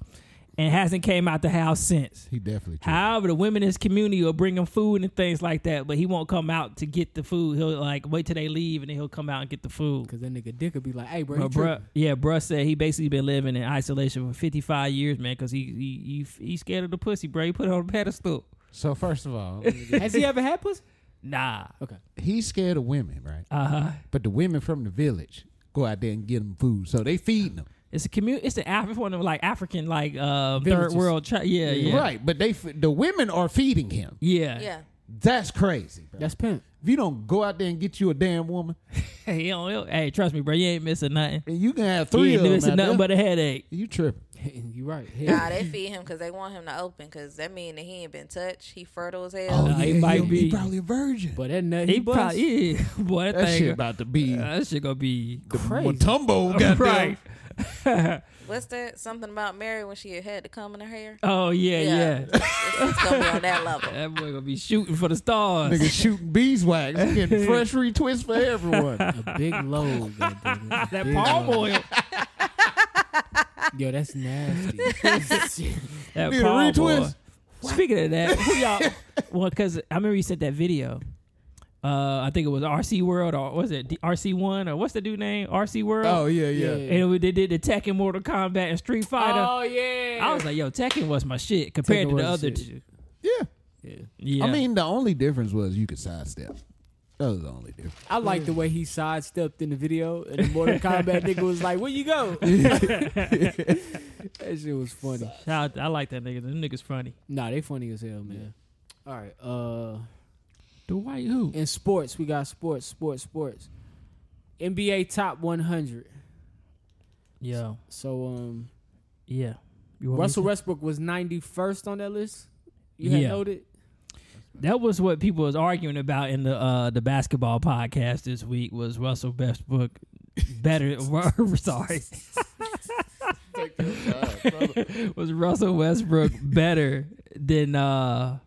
S4: and hasn't came out the house since.
S1: He definitely. Tripping.
S4: However, the women in his community will bring him food and things like that, but he won't come out to get the food. He'll like wait till they leave and then he'll come out and get the food.
S5: Cause that nigga Dick would be like, "Hey, bro,
S4: But
S5: you tripping."
S4: bruh, yeah, bruh said he basically been living in isolation for 55 years, man, because he, he he he scared of the pussy, bruh. He put it on a pedestal.
S1: So first
S4: [laughs]
S1: of all,
S5: has he ever had pussy?"
S4: Nah. [laughs]
S5: Okay,
S1: he's
S4: Uh-huh.
S1: scared of women, right? Uh huh. But the women from the village go out there and get him food, so they feeding him.
S4: It's a commu It's an African one of like African like uh, third
S7: Villages.
S4: world. Tri- yeah, yeah,
S1: Right, but they f- the women are feeding him.
S4: yeah.
S6: Yeah.
S1: That's crazy. Bro.
S5: That's pimp.
S1: if you don't go out there and get you a damn woman,
S4: Hey, you don't- you don't- hey, trust me, bro. You ain't missing nothing.
S1: and you can have
S4: You
S1: three
S4: ain't
S1: of them.
S4: missing
S1: out
S4: nothing
S1: there.
S4: but a headache.
S1: you tripping.
S4: [laughs]
S5: you right.
S6: Nah,
S5: Hell,
S6: they feed him because they want him to open because that mean that he ain't been touched. He fertile as hell.
S4: Oh, he might
S1: he
S4: be.
S1: probably a virgin.
S5: but that nut
S4: He,
S5: he,
S4: probably
S5: probably
S4: yeah. Boy, that,
S1: that
S4: thing,
S1: shit about to be
S4: uh, that shit gonna be
S5: crazy.
S4: [laughs]
S7: Matumbo got
S4: right. [laughs]
S6: What's that? Something about Mary when she had to come in her hair?
S4: Oh yeah, yeah.
S1: [laughs]
S6: It's, it's gonna be on
S7: [laughs]
S6: that level.
S4: that boy gonna be shooting for the stars.
S1: nigga shooting beeswax, He
S5: [laughs]
S1: getting fresh retwist for everyone.
S5: a big
S1: [laughs]
S5: load. that
S4: [laughs] That palm oil.
S5: Yo, that's
S4: [laughs]
S5: nasty.
S4: That
S1: Need a
S4: palm
S1: retwist?
S4: oil. Speaking of that,
S5: [laughs]
S4: who y'all? Well, because I remember you sent that video. Uh, I think it was RC World or was it D- RC One or what's the dude name? RC World.
S7: Oh yeah, yeah.
S5: Yeah.
S4: And we- they did the Tekken, Mortal Kombat, and Street Fighter.
S5: oh yeah.
S4: I was like, yo, Tekken was my shit compared
S5: Tekken
S4: to the
S5: was the
S4: other
S5: shit.
S4: two.
S1: yeah.
S4: Yeah.
S1: I mean, the only difference was you could sidestep. That was the only difference.
S5: I like the way he sidestepped in the video, and the
S4: [laughs]
S5: Mortal Kombat nigga was like, "Where you go?" [laughs] that shit was funny.
S4: Shout out- I like that nigga. Them niggas funny.
S5: Nah, they funny as hell, man. All right. Uh,
S4: The white who?
S5: in sports, we got sports, sports, sports. NBA top 100.
S4: Yo,
S5: So, um,
S4: yeah. You want me
S5: Russell
S4: to-
S5: Westbrook was 91st on that list. You had
S4: Yeah.
S5: noted.
S4: That was what people was arguing about in the uh, the basketball podcast this week was Russell Westbrook better. [laughs] sorry, [laughs] was Russell Westbrook better than uh,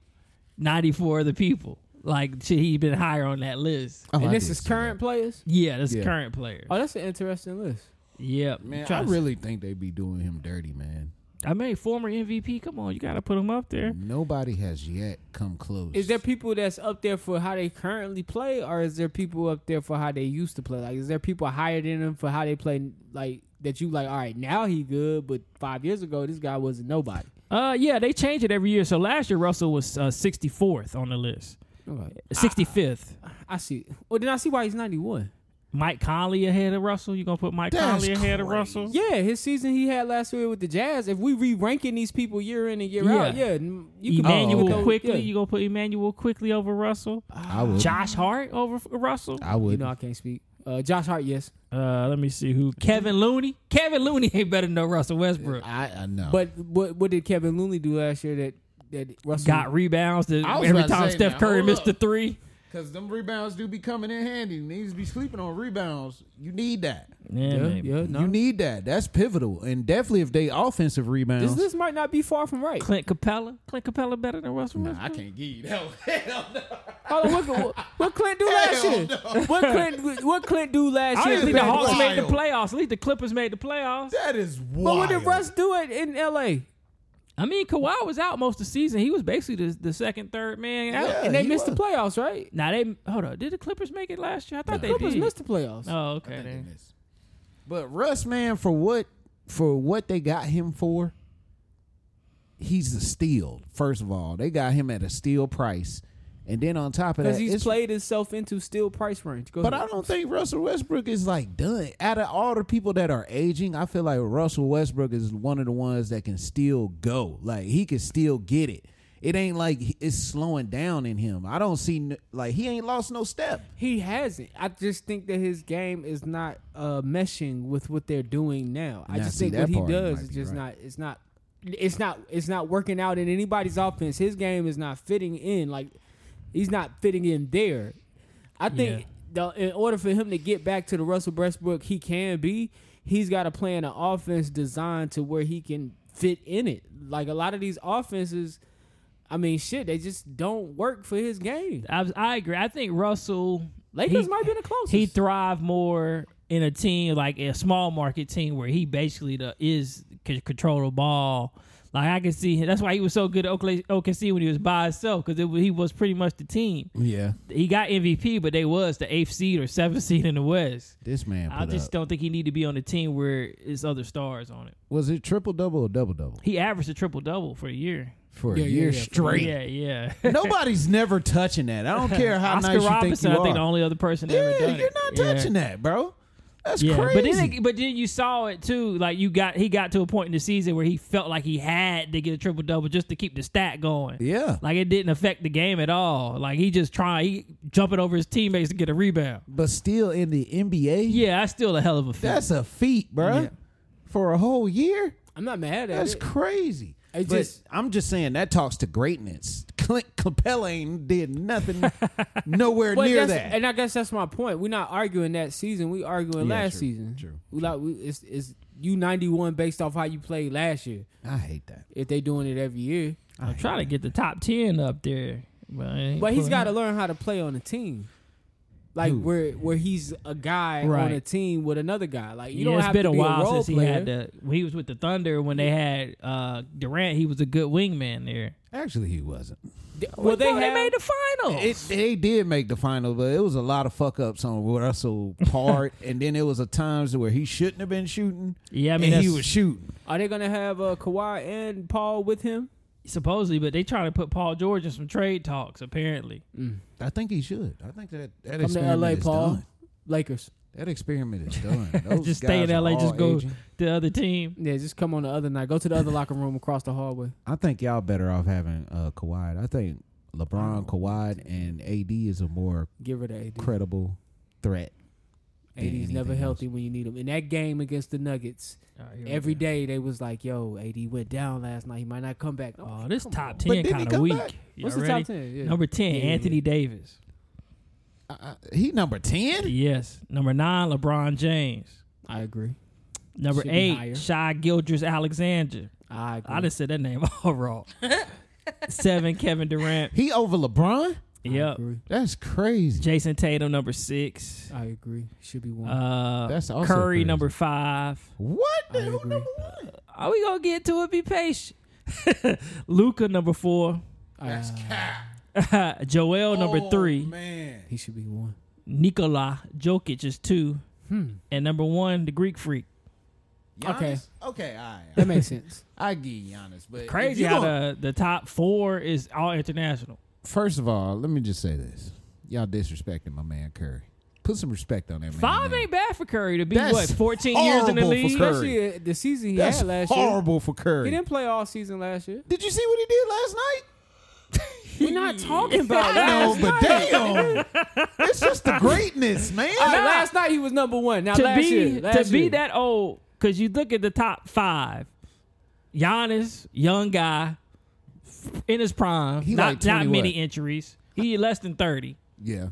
S4: ninety four of the people? Like should he been higher on that list?
S1: Oh, I
S5: and this
S1: did
S5: is
S1: see
S5: current players.
S4: Yeah, that's
S1: Yeah.
S4: current player.
S5: Oh, that's an interesting list.
S4: Yep,
S1: that. Man,
S4: Try
S1: I
S4: to-
S1: really think they be doing him dirty, man.
S4: I mean, former MVP. Come on, you got to put him up there.
S1: Nobody has yet come close.
S5: Is there people that's up there for how they currently play, or is there people up there for how they used to play? Like, is there people higher than them for how they play? Like that you like, all right, now he good, but five years ago this guy wasn't nobody.
S4: Uh, yeah, they change it every year. So last year Russell was uh, 64th on the list, Uh, 65th.
S5: I see. Well, then I see why he's ninety one.
S4: Mike Conley ahead of Russell. You gonna put Mike
S1: That's
S4: Conley ahead of Russell?
S5: Yeah, his season he had last year with the Jazz. If we re ranking these people year in and year out,
S4: Yeah.
S5: yeah, n- you can
S4: Emmanuel
S5: put those-
S4: quickly.
S5: yeah. Uh,
S4: You gonna put Emmanuel quickly over Russell?
S1: I would.
S4: Josh Hart over f- Russell?
S1: I
S5: You
S1: would.
S5: know I can't speak. Uh, Josh Hart, yes,
S4: Uh, let me see who. Kevin Looney. Kevin Looney ain't better than Russell Westbrook.
S1: I, I know.
S5: but what what did Kevin Looney do last year that that Russell
S4: Got rebounds to,
S7: I was
S4: every
S7: about to
S4: time
S7: say
S4: Steph
S7: now,
S4: Curry
S7: hold
S4: missed
S7: up.
S4: the three.
S7: Cause them rebounds do be coming in handy. Needs to be sleeping on rebounds. You need that.
S4: Yeah,
S5: Yeah,
S4: maybe.
S5: yeah, no.
S1: You need that. That's pivotal, and definitely if they offensive
S5: this
S1: rebounds.
S5: list might not be far from right.
S4: Clint Capella. Clint Capella better than Russell Westbrook.
S7: I can't give you that. One. [laughs]
S5: Hold on, what, what, what Clint do last year? What Clint what Clint do last
S4: I
S5: year?
S4: didn't think the
S5: compared to
S4: Hawks
S5: Russ?
S4: made the
S7: wild.
S4: playoffs. At least the Clippers made the playoffs.
S7: That is wild.
S5: But what did Russ do it in L.A.?
S4: I mean, Kawhi was out most of the season. He was basically the, the second, third man out.
S5: and they
S1: he
S5: missed the playoffs, right?
S4: Now they hold on. Did the Clippers make it last year? I thought they
S5: Clippers
S4: did.
S5: missed the playoffs.
S4: Oh, okay. then.
S1: But Russ, man, for what for what they got him for, he's a steal. First of all, they got him at a steal price, and then on top of that,
S5: Because he's
S1: it's-
S5: played himself into still price range. Go
S1: But
S5: ahead.
S1: I don't think Russell Westbrook is like done. Out of all the people that are aging, I feel like Russell Westbrook is one of the ones that can still go. Like he can still get it. It ain't like it's slowing down in him. I don't see n- like he ain't lost no step.
S5: He hasn't. I just think that his game is not uh, meshing with what they're doing now. I
S1: Now,
S5: just
S1: see,
S5: think
S1: that
S5: what he
S1: part you
S5: does
S1: might
S5: is
S1: be
S5: just
S1: right.
S5: not. It's not. It's not. It's not working out in anybody's offense. His game is not fitting in. Like he's not fitting in there. I think the, in order for him to get back to the Russell Westbrook he can be, he's got to play in an offense designed to where he can fit in it. Like a lot of these offenses, I mean, shit, they just don't work for his game.
S4: I, was- I agree. I think Russell
S5: Lakers
S4: he-
S5: might be the closest.
S4: He thrived more in a team like a small market team where he basically the, is c- control the ball. Like I can see, that's why he was so good at Oakla- OKC when he was by himself because he was pretty much the team.
S1: Yeah,
S4: He got MVP, but they was the eighth seed or seventh [laughs] seed in the West.
S1: this man.
S4: I
S1: put
S4: just
S1: up-
S4: don't think he need to be on a team where it's other stars on it.
S1: was it triple double or double double
S4: He averaged a triple double for a year.
S1: for
S5: Yeah,
S1: a
S5: yeah,
S1: year
S5: yeah.
S1: straight?
S4: Yeah, yeah. [laughs]
S1: Nobody's never touching that. I don't care how
S4: Oscar
S1: nice you
S4: Robinson,
S1: think you
S4: I think
S1: are.
S4: the only other person that ever
S1: yeah,
S4: done
S1: you're
S4: it.
S1: not
S4: Yeah.
S1: touching that, bro. That's
S4: Yeah,
S1: crazy.
S4: but then it- but then you saw it too. Like you got he got to a point in the season where he felt like he had to get a triple double just to keep the stat going.
S1: Yeah.
S4: like it didn't affect the game at all. Like he just trying he jumping over his teammates to get a rebound.
S1: but still in the NBA,
S4: Yeah, that's still a hell of a feat.
S1: that's a feat, bruh.
S5: Yeah.
S1: For a whole year,
S5: I'm not mad at
S1: that's
S5: it.
S1: crazy.
S5: It
S1: But
S5: just-
S1: I'm just saying that talks to greatness. Clint Capella ain't did
S5: [laughs]
S1: nothing nowhere
S5: But
S1: near
S5: that's-
S1: that.
S5: And I guess that's my point. We're not arguing that season. We arguing last season.
S1: true.
S5: We like we, it's it's you 91 based off how you played last year.
S1: I hate that.
S5: If they doing it every year,
S4: I'm trying to get the top ten up there, but, I ain't
S5: but he's
S4: pulling
S5: got to
S4: it.
S5: learn how to play on a team. Like where where he's a guy on
S4: Right.
S5: a team with another guy. Like you
S4: Yeah,
S5: don't
S4: it's
S5: have
S4: been
S5: to
S4: a
S5: be
S4: while
S5: role
S4: since he
S5: player.
S4: had the. When he was with the Thunder when they had uh, Durant, he was a good wingman there.
S1: Actually, he wasn't.
S5: well, they,
S4: Bro,
S5: have,
S4: made the finals.
S1: It, they did make the final, but it was a lot of fuck ups on Russell part, and then it was a times where he shouldn't have been shooting.
S4: Yeah, I mean,
S1: and he
S4: that's-
S1: was shooting.
S5: Are they gonna have uh, Kawhi and Paul with him?
S4: supposedly, but they trying to put Paul George in some trade talks. Apparently,
S1: I think he should. I think that that
S5: Come to
S1: experiment
S5: L.A.
S1: is
S5: Paul,
S1: done.
S5: Lakers.
S1: That experiment is done.
S4: [laughs]
S1: Those
S4: just stay in
S1: guys are
S4: LA.
S1: all
S4: Just go
S1: aging.
S4: the other team.
S5: Yeah, just come on the other night. Go to the other locker room across the hallway.
S1: I think y'all better off having uh, Kawhi. I think LeBron, Kawhi, and AD is a more
S5: Oh. Get rid of AD.
S1: credible threat. than
S5: AD's never
S1: anything
S5: healthy when you need him. In that game against the Nuggets,
S4: Oh,
S5: every day they was like, "Yo, AD went down last night. He might not come back."
S4: Oh, this top
S1: But
S4: ten
S1: didn't he
S4: kind of
S1: come
S4: weak.
S1: back?
S4: You
S5: What's the
S4: ready?
S5: top 10? Yeah.
S4: Number ten,
S5: Yeah, yeah,
S4: Anthony Davis.
S1: else. I- I- he number ten.
S4: Yes. Number nine, LeBron James.
S5: I agree.
S4: Number
S5: Should be higher.
S4: eight, Shy Gilders Alexander.
S5: I agree.
S4: I just said that name [laughs]
S5: [laughs]
S4: all wrong. Seven, Kevin Durant.
S1: He over LeBron.
S5: I
S4: Yep.
S5: agree.
S1: That's crazy.
S4: Jason Tatum, number six.
S5: I agree. Should be one.
S4: Uh,
S1: That's also
S4: Curry,
S1: crazy.
S4: number five.
S1: What?
S5: I
S1: Who
S5: agree.
S1: number one?
S4: Are we gonna get to it? Be patient. [laughs] Luca number four.
S5: Uh,
S4: [laughs] Joel number three.
S1: Ah. Oh, Man,
S5: he should be one. Hmm.
S4: Nikola Jokic is two. And number one, the Greek freak.
S5: Okay.
S1: Giannis? Okay, I
S5: That makes sense.
S1: [laughs] I get Giannis, but if
S4: Crazy
S1: you
S4: how
S1: gonna-
S4: the, the top four is all international.
S1: First of all, let me just say this: y'all disrespecting my man Curry. Put some respect on that man.
S4: Five
S1: name.
S4: ain't bad for Curry to be
S1: That's
S4: what fourteen years in the
S1: horrible for
S4: league.
S1: Curry.
S5: Especially uh, the season he
S1: That's
S5: had last year.
S1: horrible for
S5: He
S1: Curry.
S5: didn't play all season last year.
S1: Did you see what he did last [laughs] night?
S5: We're not talking about
S1: I
S5: last
S1: know, but damn, it's just the greatness, man.
S5: All right, last night he was number one. Now
S4: To
S5: last
S4: be
S5: year, last
S4: to be
S5: year.
S4: that old, because you look at the top five. Giannis, young guy, in his prime,
S1: He
S4: not
S1: like
S4: not
S1: 20
S4: many
S1: what?
S4: injuries. He less than thirty.
S1: yeah,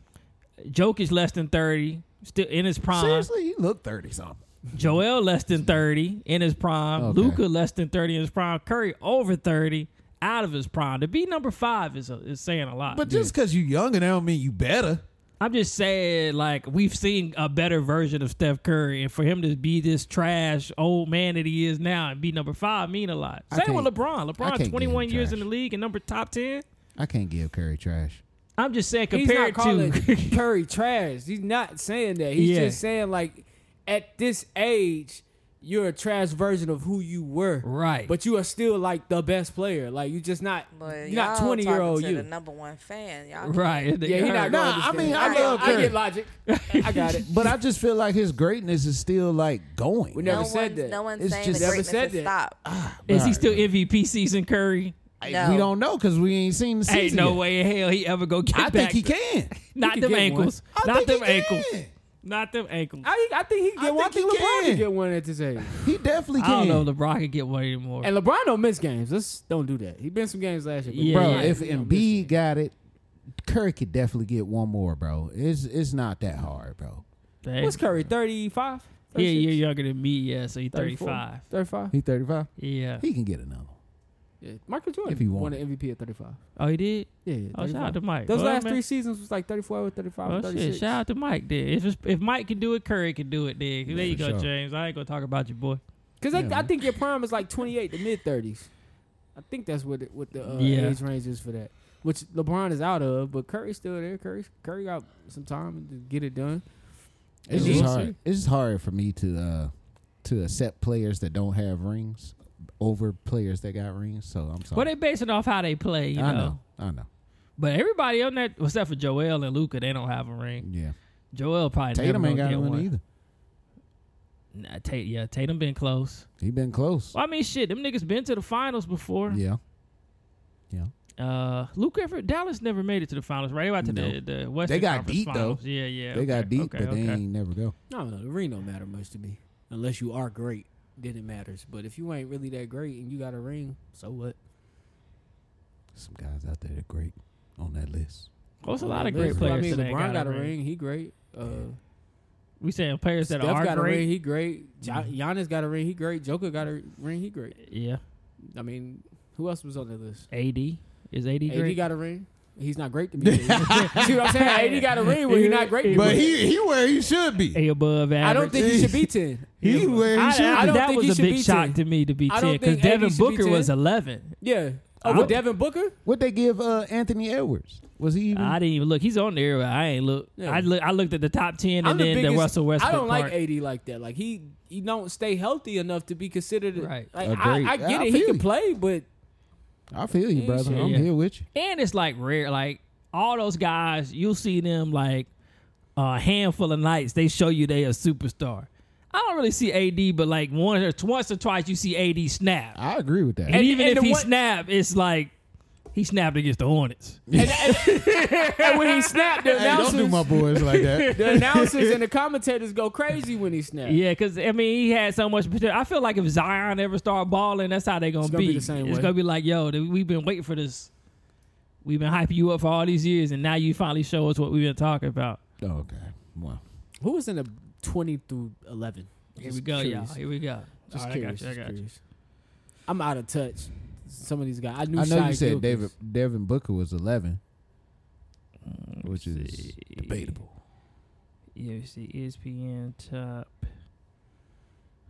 S4: Jokic less than thirty, still in his prime.
S1: seriously, he looked thirty something.
S4: Joel less than thirty in his prime.
S1: Okay.
S4: Luca less than thirty in his prime. Curry over thirty out of his prime. To be number five is a, is saying a lot.
S1: But just because you younger, that don't mean you better.
S4: I'm just saying, like we've seen a better version of Steph Curry, and for him to be this trash old man that he is now and be number five mean a lot. Same with
S1: can't-
S4: LeBron.
S1: I can't
S4: LeBron,
S1: give
S4: 21
S1: him
S4: years
S1: trash.
S4: in the
S1: [sighs]
S4: league and number top ten.
S1: I can't give Curry trash.
S4: I'm just saying,
S5: he's not
S4: compared
S5: calling
S4: [laughs] to
S5: Curry trash. He's not saying that. He's
S4: Yeah.
S5: just saying like, at this age, you're a trash version of who you were.
S4: Right.
S5: But you are still like the best player. Like you just not.
S6: But
S5: you're not
S6: y'all
S5: twenty year
S6: talking
S5: old
S6: to
S5: you.
S6: the number one fan. Y'all
S4: right,
S5: yeah, he's not. gonna
S1: Nah, I
S5: understand.
S1: mean, I
S5: get-
S1: love
S5: I
S1: Curry.
S5: get logic. I got it.
S1: [laughs] But I just feel like his greatness is still like going.
S5: We
S6: No
S5: never
S6: one,
S5: said that.
S6: no one's
S1: It's
S6: saying
S1: just-
S6: the
S1: Never
S6: greatness
S5: said
S6: has
S5: that.
S6: stopped.
S4: Is he still MVP season Curry?
S6: no.
S1: We don't know because we ain't seen the season.
S4: Ain't no
S1: yet.
S4: way in hell he ever go get
S1: I
S4: back.
S1: think he can.
S4: Not
S5: He could
S4: them
S5: get one.
S4: ankles.
S1: I
S4: Not
S1: think
S4: them
S1: he
S4: ankles.
S1: can.
S4: Not them ankles. I,
S5: I, I think he can get
S1: I
S5: one. I
S1: think
S5: think
S1: he
S5: LeBron
S1: can.
S5: can get one at this age.
S1: He definitely can.
S4: don't know. LeBron can get one anymore.
S5: And LeBron don't miss games. Let's don't do that. He been some games last year. but
S4: Yeah,
S1: bro.
S4: yeah.
S1: if
S5: he don't miss
S1: Embiid got it, Curry could definitely get one more, bro. It's it's not that hard, bro.
S4: Dang.
S5: What's Curry? 35?
S4: Yeah, you're younger than me. Yeah, so you're 35.
S5: 35?
S1: He thirty five.
S4: Yeah.
S1: He can get another. one.
S5: Yeah. Michael Jordan
S1: If he
S5: won
S1: won.
S5: an MVP at 35.
S4: Oh, he did.
S5: Yeah, yeah.
S4: Oh, shout out to Mike.
S5: Those
S4: Well,
S5: last
S4: man.
S5: three seasons was like 34 or 35
S4: Oh
S5: or
S4: shit!
S5: 36.
S4: Shout out to Mike. Then if it's, if Mike can do it, Curry can do it. Then there you
S1: for
S4: go,
S1: sure.
S4: James. I ain't gonna talk about your boy.
S5: Because
S1: Yeah,
S5: I,
S1: man.
S5: think your prime is like 28 to mid 30s. I think that's what it, what the uh,
S4: Yeah.
S5: age range is for that. Which LeBron is out of, but Curry's still there. Curry Curry got some time to get it done.
S1: It's
S5: Yeah,
S1: just
S5: we'll
S1: hard.
S5: see.
S1: It's just hard for me to uh to accept players that don't have rings over players that got rings. So I'm sorry.
S4: Well, they base it off how they play, you
S1: I
S4: know.
S1: know. I know.
S4: But everybody on that, except for Joel and Luca, they don't have a ring.
S1: Yeah.
S4: Joel probably
S1: Tatum
S4: never
S1: ain't
S4: gonna
S1: got
S4: get
S1: one either.
S4: Nah, Tate, yeah, Tatum been close.
S1: He been close.
S4: Well, I mean, shit, them niggas been to the finals before.
S1: Yeah. Yeah.
S4: Uh, Luke Everett, Dallas never made it to the finals, right? They went to
S1: No.
S4: the, the Western
S1: They got
S4: Conference
S1: deep, though.
S4: finals. Yeah, yeah.
S1: They got
S4: okay,
S1: deep,
S4: okay,
S1: but they
S4: okay.
S1: ain't never go.
S5: No, no, the ring don't matter much to me unless you are great. Then it matters. But if you ain't really that great and you got a ring, so what?
S1: Some guys out there that great on that list.
S4: Well, it's a lot of
S5: But
S4: great players.
S5: I mean,
S4: that ain't
S5: LeBron got a ring.
S4: ring.
S5: He great. Uh,
S4: We saying players that
S5: Steph
S4: are
S5: got
S4: great. Mm-hmm.
S5: a ring. He great. Jo- Giannis got a ring. He great. Joker got a ring. He great.
S4: yeah,
S5: I mean, who else was on the list?
S4: AD is AD great.
S5: AD got a ring. He's not great to me. [laughs] See what I'm saying?
S4: [laughs]
S5: AD got a ring when he's not great. To
S7: But
S5: me.
S7: he he where he should be.
S4: a above average.
S5: I don't think he should be
S4: [laughs]
S5: ten.
S7: He where he
S4: I,
S7: should
S4: I,
S5: I don't
S4: that
S5: think he
S4: was a
S5: should
S4: big
S5: be
S4: shock
S5: 10.
S4: to me to be
S5: I
S4: ten
S5: don't
S4: because
S5: think AD
S4: Devin
S5: should be
S4: Booker
S5: 10.
S4: was eleven.
S5: Yeah. Oh,
S4: I don't-
S5: with Devin Booker.
S1: What they give uh, Anthony Edwards? Was he even?
S4: I didn't even look. He's on there. but I ain't look.
S5: Yeah.
S4: I look. I looked at the top ten and
S5: I'm
S4: then the, Russell Westbrook.
S5: I don't
S4: part.
S5: like AD like that. Like he he don't stay healthy enough to be considered.
S4: Right.
S5: Like,
S1: Agreed.
S5: I, I
S1: Yeah,
S5: get
S1: I
S5: it. He
S1: feel
S5: can
S1: you.
S5: play, but
S1: I feel you, brother.
S4: shit,
S1: I'm
S4: yeah.
S1: here with you.
S4: and it's like rare. Like all those guys, you'll see them like a handful of nights. They show you they a superstar. I don't really see AD, but like once or once or twice you see AD snap,
S1: I agree with that.
S4: and,
S5: And-
S4: even
S5: and
S4: if
S5: the
S4: he
S5: one-
S4: snap, it's like he snapped against the Hornets.
S5: [laughs] and when he snapped, the
S7: Hey, don't
S5: announcers,
S7: do my boys like
S5: [laughs]
S7: that.
S5: the announcers and the commentators go crazy when he snapped.
S4: Yeah, because I mean he had so much potential. I feel like if Zion ever start balling, that's how they gonna,
S5: It's gonna be the same
S4: it's
S5: way.
S4: gonna be like, yo, th- we've been waiting for this. We've been hyping you up for all these years, and now you finally show us what we've been talking about.
S1: Oh, okay. Wow.
S5: Who was in the twenty through eleven?
S4: Here we go, y'all. Here we go.
S5: Just
S4: All right,
S5: curious.
S4: I got you. I
S5: just
S4: got you.
S5: curious. I'm out of touch. Some of these guys. I knew.
S1: I know
S5: Shai
S1: you said
S5: Gilgeous.
S1: David Devin Booker was 11,
S4: Mm,
S1: which is debatable.
S4: Yeah, E you see ESPN top.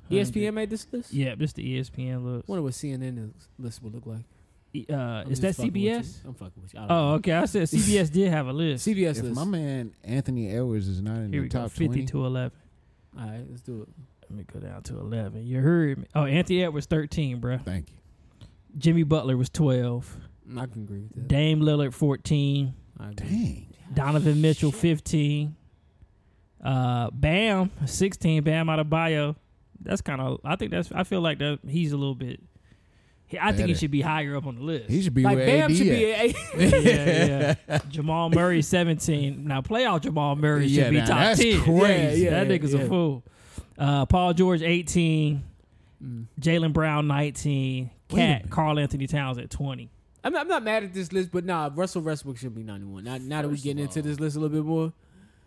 S5: ESPN made this list.
S4: Yeah, just the E ESPN looks.
S5: Wonder what CNN list would look like.
S4: Uh,
S5: I'm
S4: is that
S5: just fucking with you.
S4: CBS?
S5: I'm fucking with you. I don't
S4: Oh,
S5: know.
S4: okay. I
S5: [laughs]
S4: said CBS did have a list.
S5: CBS
S1: If
S5: list.
S1: my man Anthony Edwards is not in
S4: Here
S1: the
S4: we go,
S1: top
S4: fifty
S1: 20,
S4: to eleven.
S5: All right, let's do it.
S4: Let me go down to eleven. You heard me. Oh, Anthony Edwards thirteen, bruh.
S1: thank you.
S4: Jimmy Butler was twelve.
S5: I can agree with that.
S4: Dame Lillard fourteen.
S5: I agree.
S1: Dang.
S4: Donovan Mitchell fifteen. Uh, Bam sixteen. Bam out of bio. That's kind of. I think that's. I feel like that. He's a little bit. he- I think he
S1: Better.
S4: should be higher up on the list.
S1: He should be
S5: Like
S1: where
S5: Bam
S1: AD
S5: should
S1: at.
S5: be at eight.
S1: [laughs]
S4: yeah, yeah. [laughs] Jamal Murray seventeen. Now playoff Jamal Murray should
S1: Yeah,
S4: be
S1: now
S4: top
S1: that's
S4: ten.
S1: crazy.
S4: Yeah, that
S5: Yeah,
S4: nigga's a
S5: yeah.
S4: fool. Uh, Paul George eighteen.
S5: Mm.
S4: Jalen Brown nineteen.
S1: Wait a
S4: Cat
S1: minute.
S4: Carl Anthony Towns at twenty.
S5: I'm not, I'm not mad at this list, but nah, Russell Westbrook should be 91. Now, now that we getting into this list a little bit more,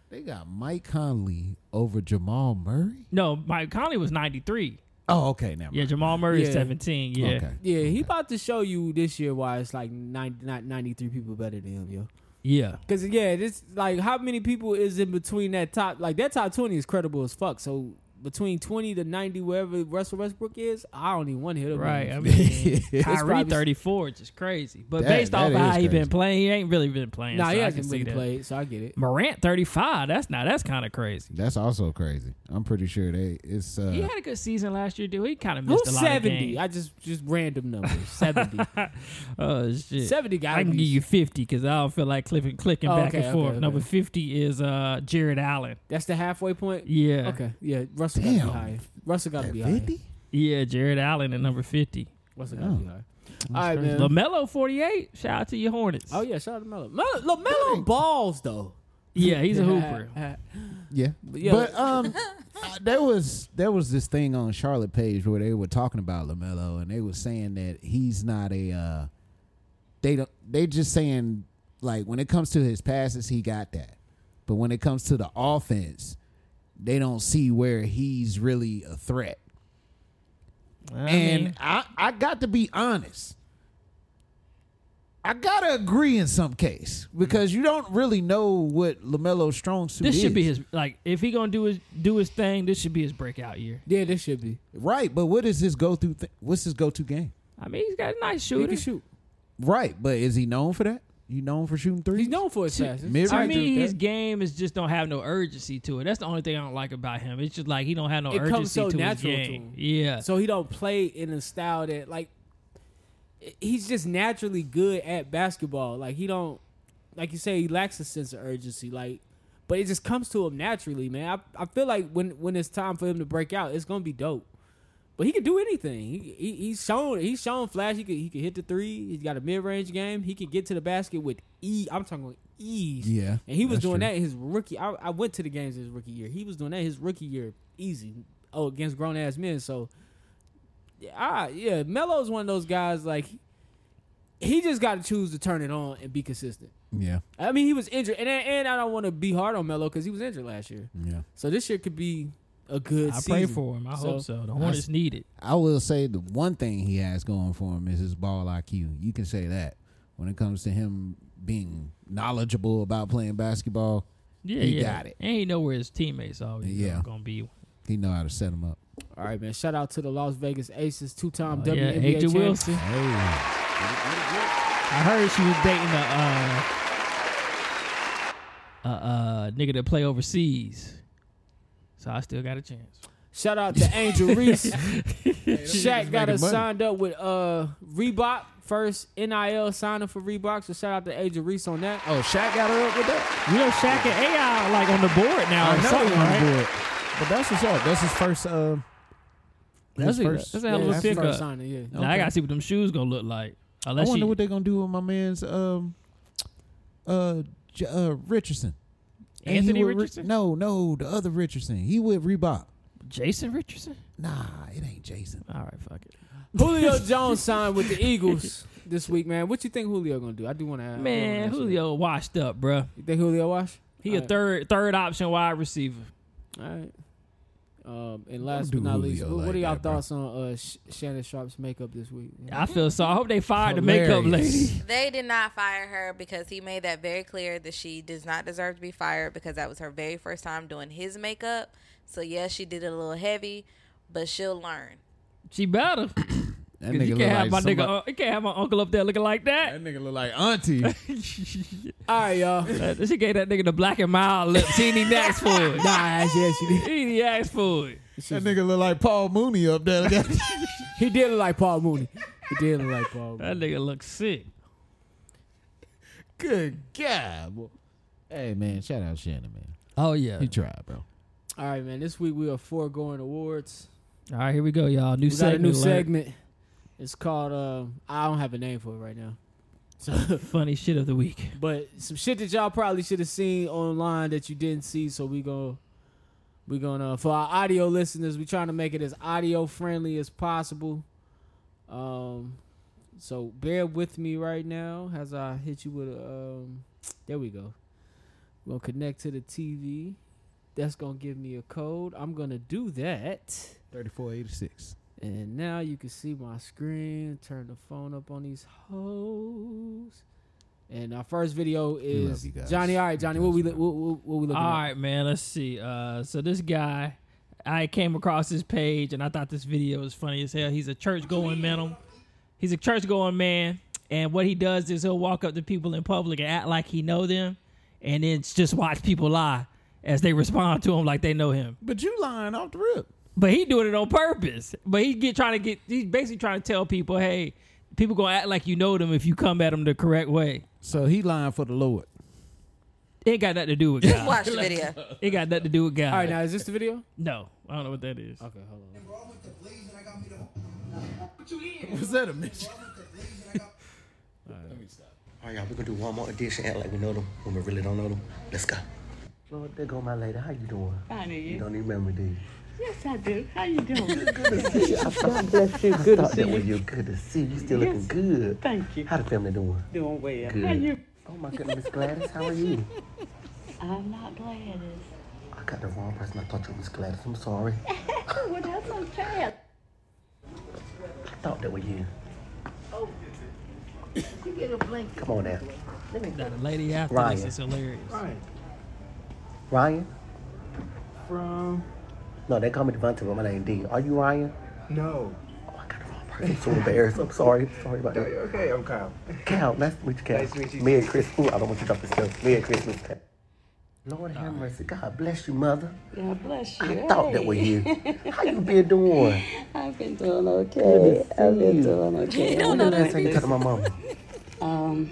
S1: They got Mike Conley over Jamal Murray.
S4: No, Mike Conley was ninety three.
S1: Oh, okay. Now,
S4: Yeah, Jamal Murray is
S5: Yeah.
S4: seventeen. Yeah.
S1: okay.
S5: yeah, he about to show you this year why it's like nine, not 93 people better than him, yo.
S4: Yeah.
S5: Because yeah, this like how many people is in between that top? Like that top 20 is credible as fuck. So between 20 to 90, wherever Russell Westbrook is, I don't even want to hit him. [laughs]
S4: Right. I
S1: [laughs]
S4: mean, Kyrie
S5: probably-
S4: 34, just crazy. But
S1: That-
S4: based off
S1: that
S4: of how
S1: is
S4: he been
S1: crazy.
S4: playing, he ain't really been playing.
S5: nah,
S4: so
S5: he
S4: I
S5: hasn't
S4: can see
S5: really
S4: that.
S5: played, so I get it.
S4: Morant 35. That's not. That's kind of crazy.
S1: That's also crazy. I'm pretty sure they it's uh
S4: He had a good season last year, dude. He kind of missed
S5: Who's
S4: a lot of
S5: 70?
S4: games.
S5: I just just random
S4: [laughs]
S5: numbers. 70.
S4: Oh shit.
S5: 70 got
S4: I can give you 50 because I don't feel like clicking, clicking
S5: Oh,
S4: back
S5: okay,
S4: and
S5: okay,
S4: forth.
S5: okay.
S4: Number 50 is uh Jared Allen.
S5: That's the halfway point.
S4: Yeah.
S5: Okay. Yeah. Russell got
S1: Damn.
S5: to be higher. Russell got to
S1: at
S5: be higher.
S1: 50?
S4: Yeah, Jared Allen at number 50.
S5: Russell got to be higher. Oh. All right, man.
S4: LaMelo 48. Shout out to your Hornets.
S5: oh yeah, shout out to Melo. Melo, Lamelo balls though.
S4: yeah, he's a hooper.
S1: Yeah.
S5: yeah,
S1: But um [laughs] uh, there was there was this thing on Charlotte page where they were talking about LaMelo and they were saying that he's not a uh they don't they just saying like when it comes to his passes he got that. But when it comes to the offense, they don't see where he's really a threat.
S4: I
S1: and
S4: mean,
S1: I, I got to be honest. I gotta agree in some case because you don't really know what Lamelo's strong suit
S4: this should
S1: is.
S4: be his like if he gonna do his do his thing. This should be his breakout year.
S5: yeah, this should be.
S1: right, but what is his go through? Th- what's his go to game?
S4: I mean, he's got a nice
S5: He
S4: shooter.
S5: can shoot.
S1: Right, but is he known for that? You known for shooting threes?
S5: He's known for his passes.
S1: mid-
S4: To
S1: I agree
S4: me,
S1: with
S4: his
S1: that.
S4: game is just don't have no urgency to it. That's the only thing I don't like about him. It's just like he don't have no
S5: It
S4: urgency
S5: comes so
S4: to
S5: natural to
S4: his game.
S5: him.
S4: Yeah.
S5: So he don't play in a style that like he's just naturally good at basketball. Like he don't like you say he lacks a sense of urgency. Like But it just comes to him naturally, man. I, I feel like when when it's time for him to break out, it's gonna be dope. But he can do anything. He, he he's shown he's shown flash. He could he could hit the three. He's got a mid range game. He could get to the basket with e. I'm talking about ease.
S1: Yeah,
S5: and he was
S1: that's
S5: doing
S1: true.
S5: that his rookie. I, I went to the games his rookie year. He was doing that his rookie year easy. Oh, against grown ass men. So yeah, I, yeah, Melo's one of those guys like he just got to choose to turn it on and be consistent.
S1: Yeah,
S5: I mean, he was injured, and and I don't want to be hard on Melo because he was injured last year.
S1: yeah.
S5: So this year could be a good.
S4: I pray
S5: season.
S4: for him. I
S5: So-
S4: hope so. The Hornets need it.
S1: I will say the one thing he has going for him is his ball IQ. You can say that when it comes to him being knowledgeable about playing basketball.
S4: Yeah,
S1: He
S4: yeah.
S1: got it.
S4: And he know where his teammates always
S1: Yeah.
S4: yeah. gonna be.
S1: He know how to set him up.
S5: All right, man. Shout out to the Las Vegas Aces, two time
S4: Oh, yeah,
S5: WNBA
S4: Angel
S5: champion.
S4: Wilson.
S1: Hey,
S4: I heard she was dating a uh, a uh, nigga that play overseas. So I still got a chance.
S5: Shout out to
S4: [laughs]
S5: Angel Reese. [laughs] Shaq got
S1: making
S5: us
S1: money.
S5: signed up with uh Reebok first NIL signing for Reebok. So shout out to Angel Reese on that.
S1: oh, Shaq got her up with that.
S4: You know, Shaq and AI are, like on the board now.
S1: I
S4: or
S1: know
S4: something,
S1: he on the
S4: right?
S1: board. but that's what's up. That's his first. Uh,
S4: That's,
S1: his
S4: a,
S1: first.
S4: that's a hell of
S5: Yeah,
S4: a
S5: that's the
S4: pickup.
S5: first signing, yeah.
S4: Now I gotta see what them shoes gonna look like.
S1: I
S4: Unless
S1: wonder
S4: she,
S1: what they're gonna do with my man's um, uh, J- uh Richardson. And he
S4: Anthony
S1: with Ri-
S4: Richardson,
S1: no, no, the other Richardson. He with Reebok.
S4: Jason Richardson.
S1: Nah, it ain't Jason.
S4: All right, fuck it.
S5: Julio Jones signed with the Eagles this week, man. What you think Julio gonna do? I do want to ask.
S4: Man,
S5: You
S4: Julio washed up, bruh.
S5: think Julio wash?
S4: He a
S5: All right.
S4: third third option wide receiver.
S5: All right. Um, and last
S1: do
S5: but not least,
S1: Julio
S5: what, what
S1: like
S5: are y'all
S1: that, bro.
S5: thoughts on uh, Sh- Shannon Sharp's makeup this week?
S4: I feel so. I hope they fired the makeup
S1: Hilarious.
S4: lady.
S6: They did not fire her because he made that very clear that she does not deserve to be fired because that was her very first time doing his makeup. So yes, she did it a little heavy, but she'll learn.
S4: She better. 'Cause
S1: That
S4: You
S1: look
S4: can't have my
S1: somebody-
S4: nigga. uh, You can't have my uncle up there looking like that.
S7: That nigga look like
S4: [laughs]
S7: auntie.
S5: All right, y'all.
S4: Uh, she gave that nigga the black and mild lips. He didn't ask for it.
S5: nah, yes, he did.
S4: He didn't ask for it.
S7: that nigga look like Paul Mooney up
S1: [laughs]
S7: there.
S5: He did look like Paul Mooney. He did look like Paul. Mooney.
S4: That nigga looks sick.
S7: Good God. boy.
S1: Hey man, shout out Shannon man.
S4: Oh yeah.
S1: He tried, bro.
S5: All right, man. This week we are foregoing awards.
S4: All right, here we go, y'all. New
S5: We got a
S4: segment.
S5: new
S4: alert.
S5: segment. It's called. Um, I don't have a name for it right now. So,
S4: [laughs] Funny shit of the week.
S5: but some shit that y'all probably should have seen online that you didn't see. So we go. We gonna uh, for our audio listeners. We trying to make it as audio friendly as possible. Um, so bear with me right now as I hit you with a. Um, there we go. We'll connect to the TV. That's gonna give me a code. I'm gonna do that.
S1: Thirty-four eighty-six.
S5: And now you can see my screen. Turn the phone up on these hoes. And our first video is
S1: love you guys.
S5: Johnny. All right, Johnny, what we li- what, what, what we looking
S4: All
S5: at?
S4: right, man. Let's see. Uh, so this guy, I came across this page and I thought this video was funny as hell. He's a church going man. He's a church going man, and what he does is he'll walk up to people in public and act like he know them, and then just watch people lie as they respond to him like they know him.
S7: But you lying off the rip.
S4: But he doing it on purpose. But he get trying to get. He's basically trying to tell people, hey, people gonna act like you know them if you come at them the correct way.
S1: So he lying for the Lord.
S4: It ain't got nothing to do with God.
S6: Watch the video.
S4: [laughs] it got nothing to do with God.
S5: All right, now is this the video?
S4: no, I don't know what that is.
S5: Okay, hold on.
S7: Was that a mission?
S4: Uh,
S9: All right, y'all, we're gonna do one more edition, act like we know them when we really don't know them. Let's go. Lord, there go my lady. How you doing? I knew you. You don't even remember, do you?
S10: Yes, I do. How you doing?
S9: [laughs] God bless you. Good to see you. you. Good to see you. You still looking good.
S10: Thank you.
S9: How the family doing?
S10: Doing well.
S9: Good.
S10: How you?
S9: Oh my goodness, Miss Gladys, how are you?
S10: I'm not Gladys.
S9: I got the wrong person. I thought you was Gladys. I'm sorry.
S10: [laughs] Well, that's okay.
S9: I thought that was you.
S10: You get a blanket.
S9: Come on now.
S4: Now, the lady after
S9: Ryan.
S4: this is hilarious.
S9: Ryan?
S10: From?
S9: No, they call me Devontae, but my name D. Are you Ryan?
S10: No.
S9: Oh, I got the wrong person. I'm so embarrassed. I'm sorry. Sorry about that.
S10: okay, I'm Kyle.
S9: Cal, nice to meet you, Cal.
S10: Nice to meet you.
S9: Merry Christmas. Ooh, I don't want you to drop this stuff. [laughs] Merry Christmas, Cal. Lord have mercy. God bless you, mother.
S10: God bless you.
S9: I thought that was you. How you been doing?
S10: [laughs] I've been doing okay. I've been doing okay.
S9: When the last time you talked to my mama?
S7: Um,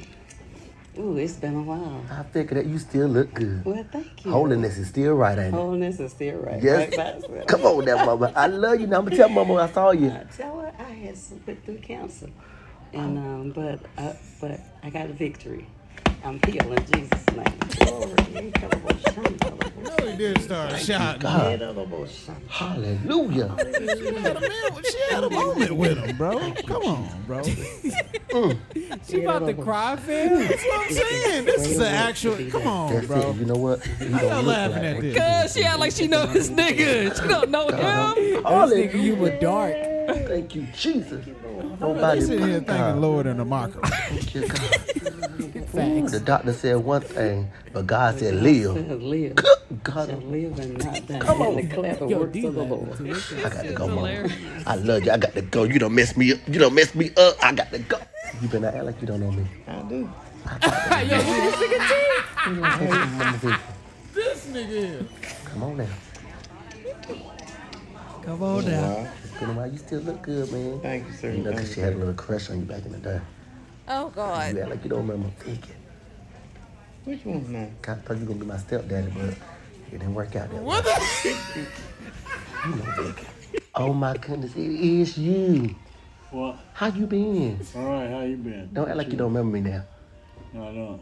S7: Ooh, it's been a while.
S9: I figured that you still look good.
S7: Well, thank you.
S9: Holiness is still right, ain't it?
S7: Holiness is still right.
S9: Yes.
S7: Right by itself.
S9: Come on now, mama. I love you. Now I'm gonna tell mama I saw you.
S7: I tell her I had some- went through cancer,
S9: Oh.
S7: and um, but I, but I got a victory. I'm healed in Jesus' name. Glory.
S11: No, he did
S7: [laughs]
S11: start a shot.
S9: Hallelujah.
S11: She had a moment with him, bro. Come on, bro. Mm.
S5: She about to cry, fam.
S11: I'm saying this is an actual. Come on,
S9: That's
S11: bro.
S9: it. You know what? You
S11: Stop
S9: don't look
S11: laughing
S9: like
S11: at
S9: that.
S11: this.
S4: Cause she act like she know this nigga. She don't know him.
S5: This nigga, you
S9: Hallelujah.
S5: were dark.
S9: Thank you, Jesus.
S11: They
S9: Nobody
S11: sit here
S9: but
S11: thinking
S9: God.
S11: lower than a mocker.
S9: Your God. Ooh, the doctor said one thing, but God said live.
S7: Live.
S9: God,
S7: Live and not die. Come on. And declare the
S5: Yo,
S7: works of the
S5: D-Lab,
S7: Lord.
S5: too.
S9: I gotta go, mama. I love you. I gotta go. You don't mess me up. You don't mess me up. I gotta go. You better act like you don't know me. I do.
S11: This nigga here.
S9: Come on now.
S4: Come on now.
S9: You know why you still look good, man. Thank you, sir. You know, 'cause she had a little crush on you back in the day.
S6: Oh
S9: You
S6: God.
S9: act like you don't remember thinking.
S7: Which one now?
S9: I thought you were gonna be my stepdaddy, but it didn't work out that way. you know, Vic. Oh my goodness, it is you.
S7: What?
S9: How you been?
S7: All right. How you been?
S9: Don't act like you don't remember me now.
S7: No, I don't.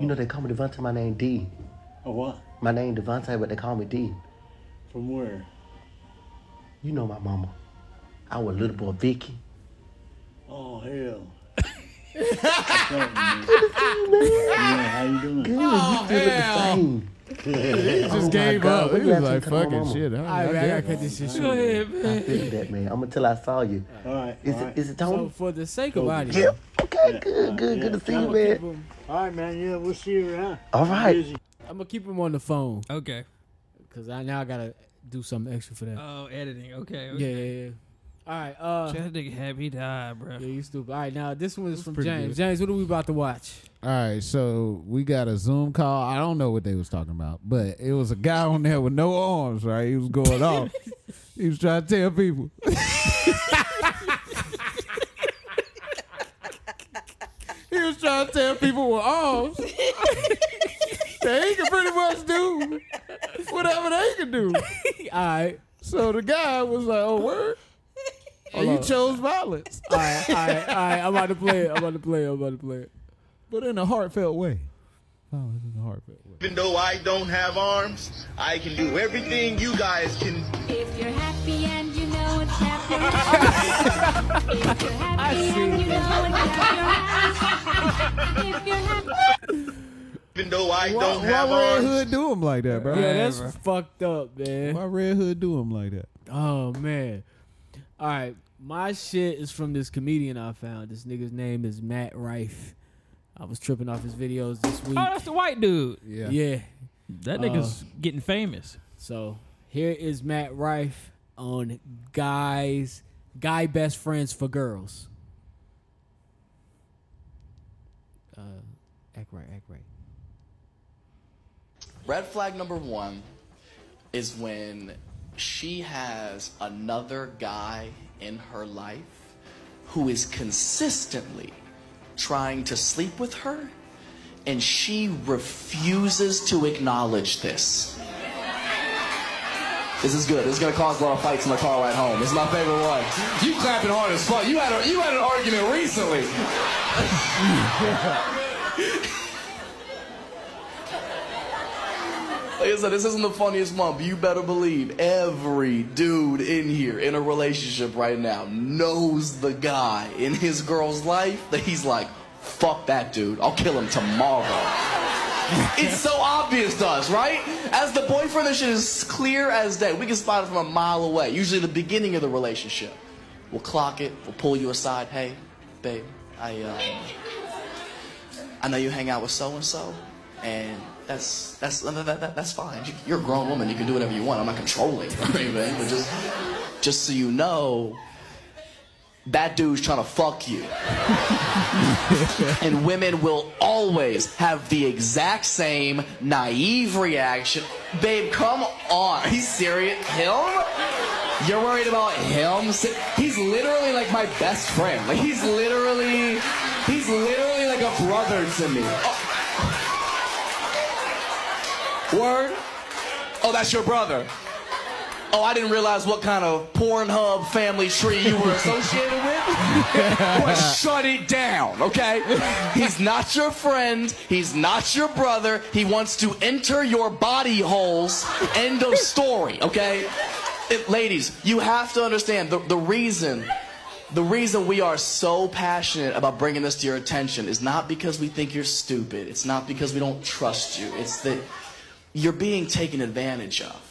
S9: You know they call me Devontae. My name D.
S7: Oh, what?
S9: My name Devontae, but they call me D.
S7: From where?
S9: You know my mama. I was little boy Vicky.
S4: [laughs]
S7: Oh hell. yeah, how you doing?
S9: Dude, you still look the same.
S11: Oh, Just gave up. He was like, fucking shit. I,
S5: All
S11: I,
S5: right, man, I gotta
S11: guess.
S5: cut this shit short.
S4: Go ahead, man.
S9: I figured that man. I'm until I saw you.
S7: All right.
S9: Is
S7: all right.
S9: it is it
S5: So
S9: Tony?
S5: for the sake of audio,
S9: Yep. Okay, good, good, good to see you, man.
S7: All right, man. Yeah, we'll see you around.
S9: All right.
S5: I'm gonna keep him on the phone
S4: Okay.
S5: because I now I gotta do something extra for that.
S4: Oh, editing. Okay. okay.
S5: yeah, yeah, yeah. All right, uh,
S4: That nigga happy died, bro.
S5: yeah, you stupid. All right, now this one is from
S11: pretty
S5: James.
S11: good.
S5: James, what are we about to watch?
S1: All right, so we got a Zoom call. I don't know what they was talking about, but it was a guy on there with no arms. Right, he was
S4: [laughs]
S1: going off. he was trying to tell people. [laughs] he was trying to tell people
S5: [laughs]
S1: with arms that he can pretty much do whatever they can do.
S5: [laughs] All right,
S1: So the guy was like, "Oh, word." And you chose violence,
S5: all right, all right, all right. I'm about to play it. I'm about to play it. I'm about to play it.
S1: but in a heartfelt way. Violence in a heartfelt way.
S12: Even though I don't have arms, I can do everything you guys can
S3: If you're happy and you know it, clap your hands. If you're happy
S5: see.
S3: and you know it, clap your hands. If you're happy.
S12: even though I
S1: Why,
S12: don't have
S1: why Red
S12: arms.
S1: Hood do him like that, bro?
S5: Yeah, that's fucked up, man.
S1: Why Red Hood do him like that?
S5: Oh man. All right, my shit is from this comedian I found. This nigga's name is Matt Rife. I was tripping off his videos this week.
S4: Oh, that's the white dude.
S1: Yeah.
S5: yeah. Uh,
S4: That nigga's getting famous.
S5: So here is Matt Rife on guys, guy best friends for girls. Uh, act right, act right.
S12: Red flag number one is when she has another guy in her life who is consistently trying to sleep with her, and she refuses to acknowledge this. This is good. This is gonna cause a lot of fights in the car ride home. It's my favorite one. You clapping hard as fuck. You had a, you had an argument recently. Like I said, this isn't the funniest month. You better believe every dude in here in a relationship right now knows the guy in his girl's life that he's like, fuck that dude. I'll kill him tomorrow. it's so obvious to us, right? As the boyfriend, this shit is clear as day. We can spot it from a mile away, usually the beginning of the relationship. We'll clock it, we'll pull you aside. Hey, babe, I, uh, I know you hang out with so and so, and that's that's that, that, that- that's fine. You- You're a grown woman. You can do whatever you [laughs] want. I'm not controlling or anything, but just just so you know, that dude's trying to fuck you. and women will always have the exact same naive reaction. Babe, come on. Are you serious? Him? You're worried about him? Si- He's literally like my best friend. Like he's literally, he's literally like a brother to me. Oh, Word? Oh, that's your brother. Oh, I didn't realize what kind of Pornhub family tree you were associated with. Boy, shut it down, okay? He's not your friend. He's not your brother. He wants to enter your body holes. End of story, okay? It- ladies, you have to understand the, the reason. The reason we are so passionate about bringing this to your attention is not because we think you're stupid. It's not because we don't trust you. It's that you're being taken advantage of.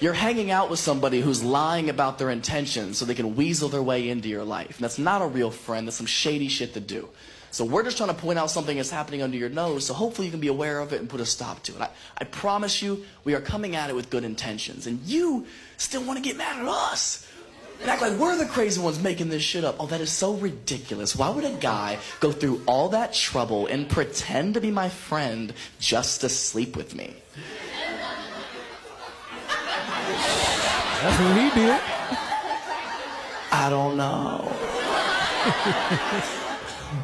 S12: You're hanging out with somebody who's lying about their intentions so they can weasel their way into your life. And that's not a real friend. That's some shady shit to do. So we're just trying to point out something that's happening under your nose. So hopefully you can be aware of it and put a stop to it. I, I promise you, we are coming at it with good intentions. And you still want to get mad at us and act like we're the crazy ones making this shit up. Oh, that is so ridiculous. Why would a guy go through all that trouble and pretend to be my friend just to sleep with me?
S7: That's what he did.
S12: I don't know.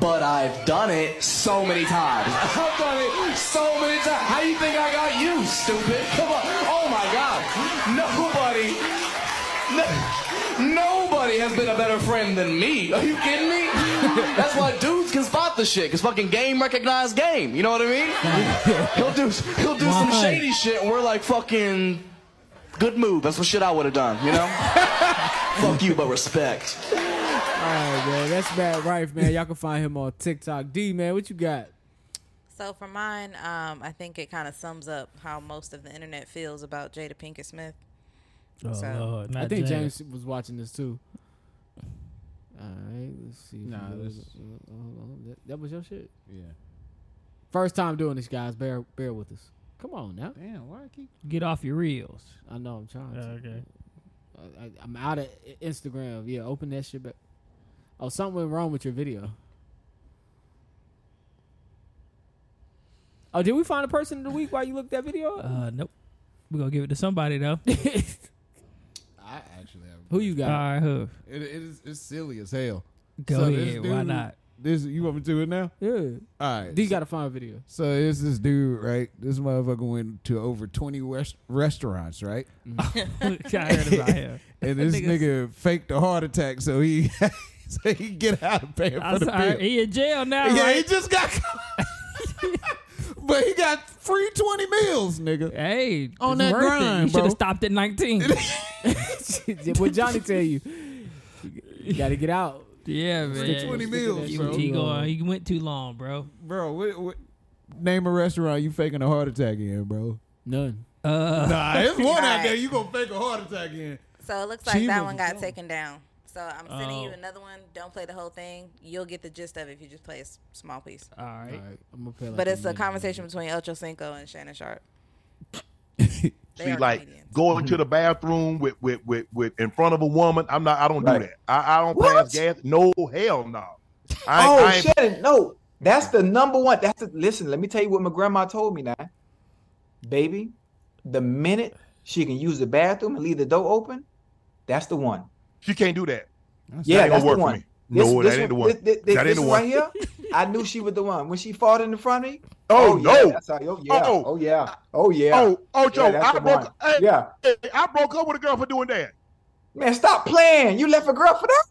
S12: but I've done it so many times. [laughs] I've done it so many times. How you think I got you, stupid? Come on. Oh my God. Nobody. No, nobody has been a better friend than me. Are you kidding me? That's why dudes can spot the shit. Cause fucking game recognized game. You know what I mean? He'll do he'll do some
S13: Why?
S12: shady shit, and we're like fucking good move. That's what shit I would have done. You know? Fuck you, but respect.
S5: All right, man. That's Matt Rife, man. Y'all can find him on TikTok. D, man, what you got?
S6: So for mine, um, I think it kind of sums up how most of the internet feels about Jada Pinkett Smith. so,
S5: I think James was watching this too. All right, let's see. if
S7: Nah,
S5: he goes-
S7: this-
S5: uh, hold on. That, that was your shit.
S7: Yeah.
S5: First time doing this, guys. Bear, bear with us. Come on now.
S1: Damn, why I keep
S5: Get off your reels. I know. I'm trying. To.
S4: Okay.
S5: I, I, I'm out of I- Instagram. Yeah, open that shit back. Oh, something went wrong with your video. Oh, did we find a person of the week while you looked that video up?
S4: Uh, nope. We're going to give it to
S5: [laughs]
S4: somebody, though.
S7: I actually have.
S5: Who you got?
S4: All right, who?
S7: It, it is, it's silly as hell.
S4: Go
S7: this
S4: ahead, why not?
S7: This you want me to do it now?
S5: Yeah.
S7: All right.
S5: D got to find a video.
S7: So it's this dude, right? This motherfucker went to over twenty west- restaurants, right?
S5: Mm-hmm.
S4: [laughs] I heard about him.
S7: [laughs] and
S4: That
S7: this
S4: nigga's-
S7: nigga faked a heart attack, so he [laughs] so he get out of paying
S4: I
S7: for the
S4: saw-
S7: bill.
S4: he in jail now,
S7: Yeah, he
S4: right?
S7: just got. caught. [laughs] but he got free twenty meals, nigga.
S4: Hey,
S7: on
S4: it's
S7: that
S4: worth it.
S7: grind,
S4: You should
S7: bro.
S4: have stopped at
S7: [laughs]
S4: 19.
S5: [laughs] what Johnny tell you? You got to get out.
S4: Yeah, man.
S7: Free 20 meals,
S4: He,
S7: bro.
S4: he, going, he went too long, bro.
S7: Bro, what, what, name a restaurant you faking a heart attack in, bro?
S5: None.
S4: Uh,
S7: nah,
S4: [laughs]
S7: it's one out
S6: Alright.
S7: there. You gonna fake a heart attack in?
S6: so it looks like
S7: She
S6: that
S7: was
S6: one got
S7: gone.
S6: taken down. So I'm sending you
S7: Oh.
S6: another one. Don't play the whole thing. You'll get the gist of it if you just play a s- small piece.
S4: All right.
S5: I'm gonna play
S6: but
S4: Mm-hmm.
S6: it's a conversation between El Chocinco and Shannon Sharp.
S2: Be like going to the bathroom with, with with with in front of a woman. I'm not. I don't do that. I, I don't pass gas. No hell no. I,
S14: oh,
S2: I ain't-
S14: Shannon, no. That's the number one. That's the, listen, let me tell you what my grandma told me now. Baby, the minute she can use the bathroom and leave the door open, that's the one.
S2: She can't do that.
S14: yeah,
S2: not gonna
S14: that's
S2: work
S14: the
S2: for
S14: one.
S2: me. No, that ain't the one.
S14: This, this,
S2: That ain't
S14: this
S2: the
S14: one
S2: one.
S14: right here, I knew she was the one. When she fought in the front of me,
S2: Oh,
S14: yeah,
S2: no.
S14: that's how, oh, yeah,
S2: Oh.
S14: oh, yeah, oh, yeah.
S2: Oh, oh,
S14: Yeah,
S2: Joe,
S14: that's
S2: I
S14: the
S2: broke.
S14: one.
S2: Hey,
S14: Yeah.
S2: hey, I broke up with a girl for doing that.
S14: Man, stop playing. You left a girl for that?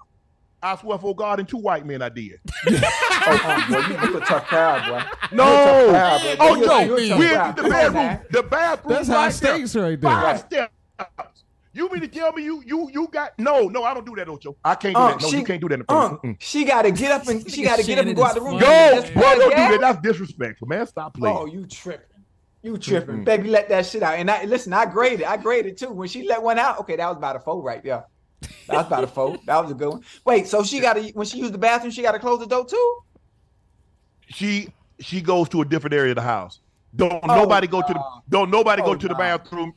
S2: I swear for God and two white men, I
S14: [laughs]
S2: did.
S14: oh, boy, you, you a tough crowd, boy.
S2: No.
S14: You a tough crowd, boy.
S2: Oh,
S14: You a-
S2: Joe,
S14: you a tough
S2: we're
S14: crowd.
S2: in the
S14: Come on,
S2: bathroom.
S14: man.
S5: [laughs]
S2: The bathroom.
S7: That's high
S2: right there.
S7: stakes right there.
S2: Five steps. You mean to tell me you you you got no no I don't do that Ocho I can't do
S14: Uh,
S2: that no you
S14: she-
S2: can't do that in
S14: uh,
S2: person. Mm-mm.
S14: She got to get up and she got to get up and go out the
S2: Yo,
S14: room. Just
S2: boy,
S14: play
S2: don't do
S14: gas?
S2: that. That's disrespectful, man. Stop playing.
S14: Oh, you tripping?
S2: Mm-hmm.
S14: You tripping,
S2: Mm-mm.
S14: baby? Let that shit out. And I listen. I graded. I graded too. When she let one out, okay, that was about a four right there. That was about
S2: [laughs]
S14: a four. That was a good one. Wait, so she got to when she used the bathroom, she got to close the door too.
S2: she she goes to a different area of the house. Don't nobody go to the don't nobody go
S14: Oh,
S2: to the
S14: nah.
S2: bathroom.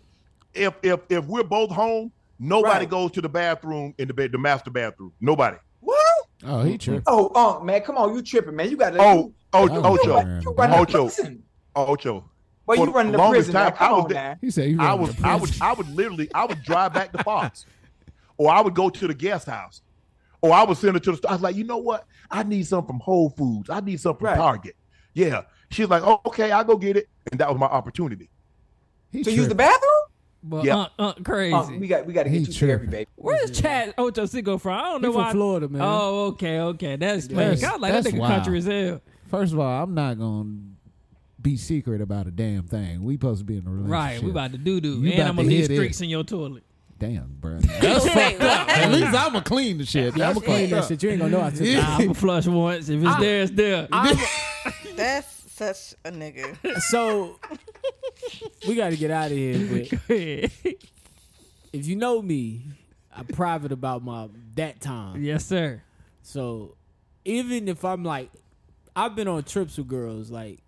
S2: If if if we're both home, nobody goes to the bathroom in the bed the master bathroom. Nobody.
S14: What?
S1: Oh, he tripping.
S14: Oh, oh, man, come on, you tripping, man? You got to.
S2: Oh, oh,
S14: you,
S2: Ocho,
S14: You, you running the
S2: Ocho,
S14: prison.
S2: Ocho.
S14: Boy, you
S2: For the
S14: running the
S2: longest
S14: prison. man.
S2: time,
S14: Come
S2: I was
S14: on,
S2: there-
S14: man.
S1: He said he
S2: I
S1: running
S2: would,
S1: the
S2: I would, I would literally, I would drive back to Fox, or I would go to the guest house, or I would send her to the store. I was like, you know what? I need something from Whole Foods. I need something from Target. Yeah. She was like, oh, okay, I'll go get it. And that was my opportunity.
S14: to use the bathroom?
S4: Well,
S2: Yeah. Oh,
S4: uh, uh, crazy.
S14: Unc, we got we got to get you therapy, baby.
S4: Where's Chad Ochocinco from? I don't
S14: He
S4: know
S14: from
S4: why.
S14: Florida, man.
S4: Oh, okay, okay. That's man. God, like that nigga country as hell.
S1: First of all, I'm not gonna be secret about a damn thing. We supposed to be in a relationship.
S4: Right, we about to doo doo,
S1: You
S4: and
S1: about
S4: I'm gonna
S1: to
S4: leave
S1: hear
S4: streaks
S1: this.
S4: in your toilet.
S1: Damn,
S4: [laughs]
S1: bro.
S7: That's fucked up. At
S1: Hey.
S7: least I'ma clean the shit.
S1: That's
S7: I'ma clean
S1: fucked
S7: that
S1: up.
S7: shit.
S5: You ain't gonna know I took
S7: Yeah.
S4: Nah, I'ma flush once. If it's
S5: I-
S4: there, it's there.
S15: That's such a nigga.
S5: So we got to get out of here. But if you know me, I'm private about my that time.
S4: Yes, sir.
S5: So even if I'm like, I've been on trips with girls. Like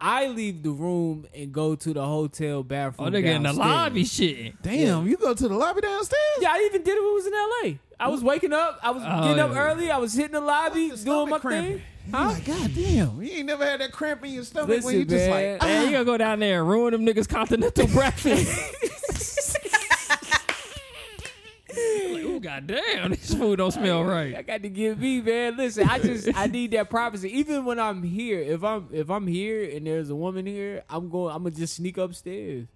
S5: I leave the room and go to the hotel bathroom.
S4: [laughs] Oh, nigga in the
S5: downstairs.
S4: lobby shit.
S5: Yeah.
S1: Damn, you go to the lobby downstairs?
S5: Yeah, I even did it when we was in L.A. I was waking up. I was
S4: Oh,
S5: getting up
S4: yeah.
S5: early. I was hitting the lobby, doing my thing. Huh?
S1: God damn, you ain't never had that cramp in your stomach
S5: Listen,
S1: when you just
S5: man.
S1: like,
S4: Man, you gonna go down there and ruin them niggas' continental breakfast. like, oh goddamn, [laughs] this food don't smell
S5: I
S4: right.
S5: got to give me, man. Listen, I just I need that privacy. Even when I'm here, if I'm if I'm here and there's a woman here, I'm going. I'm gonna just sneak upstairs.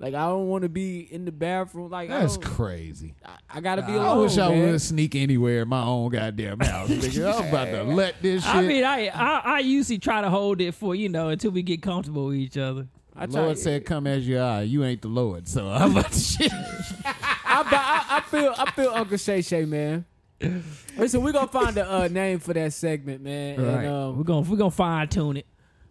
S5: Like I don't want to be in the bathroom. Like I
S1: that's
S5: don't-
S1: [laughs] crazy.
S5: I gotta be alone.
S1: I wish I
S5: man.
S1: would sneak anywhere in my own goddamn [laughs] house, nigga. I'm about to let this shit.
S4: I mean, I, I I usually try to hold it for you know until we get comfortable with each other. I
S1: Lord said, "Come as you are." You ain't the Lord, so [laughs] I'm about to shit.
S5: I, bu- I, I feel I feel Uncle Shay Shay, man. Listen, we're gonna find a uh, name for that segment, man.
S4: Right.
S5: And, um,
S4: we're gonna we're gonna fine tune it.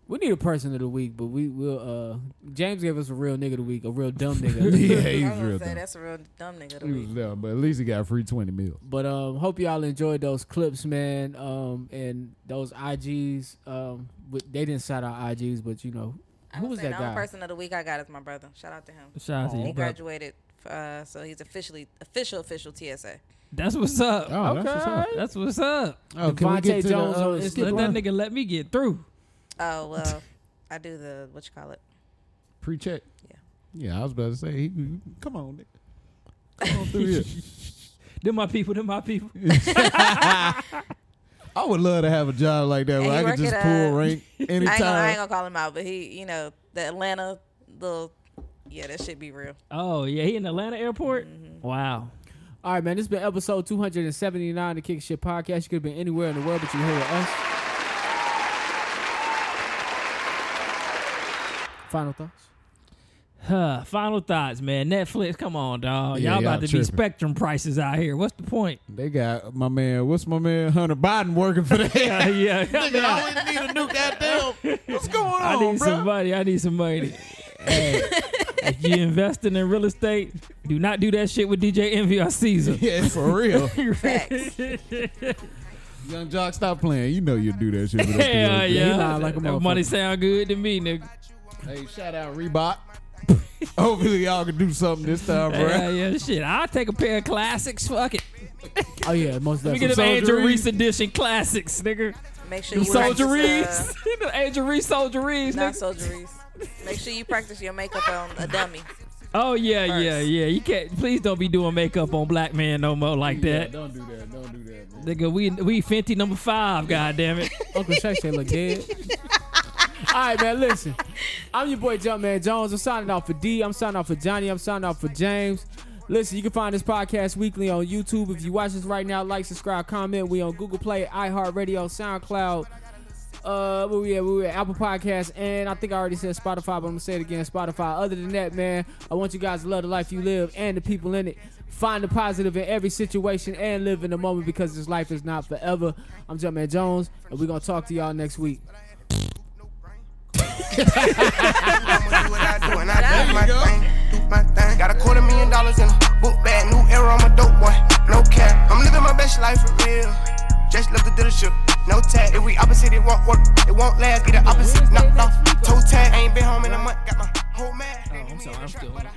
S5: we need a person of the week, but we will. Uh, James gave us a real nigga of the week, a real dumb nigga.
S1: [laughs]
S5: of the week.
S1: yeah, he's
S6: I was gonna
S1: real
S6: say
S1: dumb.
S6: that's a real dumb nigga. to
S1: He
S6: me.
S1: was dumb, but at least he got free twenty mil.
S5: But um, hope y'all enjoyed those clips, man. Um, and those IGs. Um, with, they didn't shout out IGs, but you know,
S6: I
S5: who
S6: would
S5: was
S6: say
S5: that
S6: the only
S5: guy?
S6: person of the week I got is my brother. Shout out to him.
S4: Shout out to
S6: He
S4: your brother.
S6: graduated, uh, so he's officially official official TSA.
S4: That's what's up.
S1: Oh, that's
S4: okay,
S1: what's up.
S4: that's what's up.
S1: Oh, can we get
S5: Devontae
S1: to
S5: Jones
S1: the, uh,
S5: on-
S1: skip
S4: Let that
S1: line?
S4: nigga let me get through.
S6: Oh well, I do the what you call it.
S1: pre-check? Yeah, yeah. I was about to say, he, come on, nigga,
S4: [laughs]
S1: come on through here.
S4: Them my people. Them my
S1: [laughs]
S4: people.
S7: I would love to have a job like that
S6: And
S7: where
S6: he
S7: I
S6: work
S7: could just
S6: at, uh,
S7: pull
S6: [laughs]
S7: rank
S6: I ain't, gonna, I
S7: anytime.
S6: ain't gonna call him out, but he, you know, the Atlanta little, yeah, that should be real.
S4: Oh yeah, he in Atlanta airport.
S6: Mm-hmm.
S4: Wow.
S5: All right, man. This has been episode 279 of the Kick Shit Podcast. You could have been anywhere in the world, but you're here with us. Final thoughts.
S4: Huh, final thoughts, man. Netflix, come on, dog.
S1: Yeah,
S4: Oh, y'all about
S1: y'all
S4: to be
S1: tripping.
S4: spectrum prices out here. What's the point?
S1: They got my man. What's my man Hunter Biden working
S4: [laughs]
S1: for that?
S4: yeah, yeah.
S7: Nigga, I always need a new goddamn.
S4: [laughs]
S7: What's going on,
S4: I need
S7: bruh?
S4: some money. I need some money. Hey, if you investing in real estate, do not do that shit with DJ Envy or Caesar.
S7: Yeah, for
S4: [laughs]
S7: real.
S6: [laughs] Facts.
S1: Young Jock, stop playing. You know you do that shit.
S4: [laughs]
S1: with
S4: Hell
S1: us kids.
S5: He
S4: yeah.
S5: lied like a
S4: That
S5: motherfucker.
S4: money sound good to me, nigga.
S1: Hey, shout out Reebok. [laughs] Hopefully y'all can do something this time, bro.
S4: Yeah, yeah, shit. I'll take a pair of classics. Fuck it.
S5: Oh, yeah, most
S4: Let me get
S5: definitely.
S4: them Angel
S1: Soulja
S4: Reese edition classics, nigga.
S6: Make sure
S4: Them
S6: you practice, uh,
S4: Soldier Reese. [laughs] Them Angel Reese Soldier Reese,
S6: not
S4: nigga.
S6: Soldier Reese. Make sure you practice your makeup on a dummy.
S4: Oh, yeah, yeah, yeah. You can't. Please don't be doing makeup on black man no more like that.
S1: Don't do that. Don't do that, man.
S4: Nigga, we we Fenty number five, god damn it.
S5: Uncle Shay Shay look dead. All right, man. Listen, I'm your boy Jumpman Jones. I'm signing off for D. I'm signing off for Johnny. I'm signing off for James. Listen, you can find this podcast weekly on YouTube. If you watch us right now, like, subscribe, comment. We on Google Play, iHeartRadio, SoundCloud. Uh, where we at? Where we at? Apple Podcasts, and I think I already said Spotify, but I'm gonna say it again. Spotify. Other than that, man, I want you guys to love the life you live and the people in it. Find the positive in every situation and live in the moment because this life is not forever. I'm Jumpman Jones, and we're gonna talk to y'all next week. [laughs]
S8: do what I do and I do my thing, do my thing. Got a quarter million dollars in a book bag, new era, I'm a dope boy, no cap. I'm living my best life for real. Just left the dealership, no tag. If we opposite, it won't work, it won't last. Get the opposite, knocked off, toe tag. Ain't been home in a month, got my whole man.
S4: Oh, I'm sorry, I'm
S8: [laughs]
S4: still
S1: [laughs]
S13: Dad,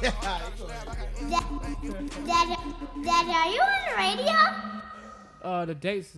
S13: Dad, are you on the radio?
S5: Uh, the dates.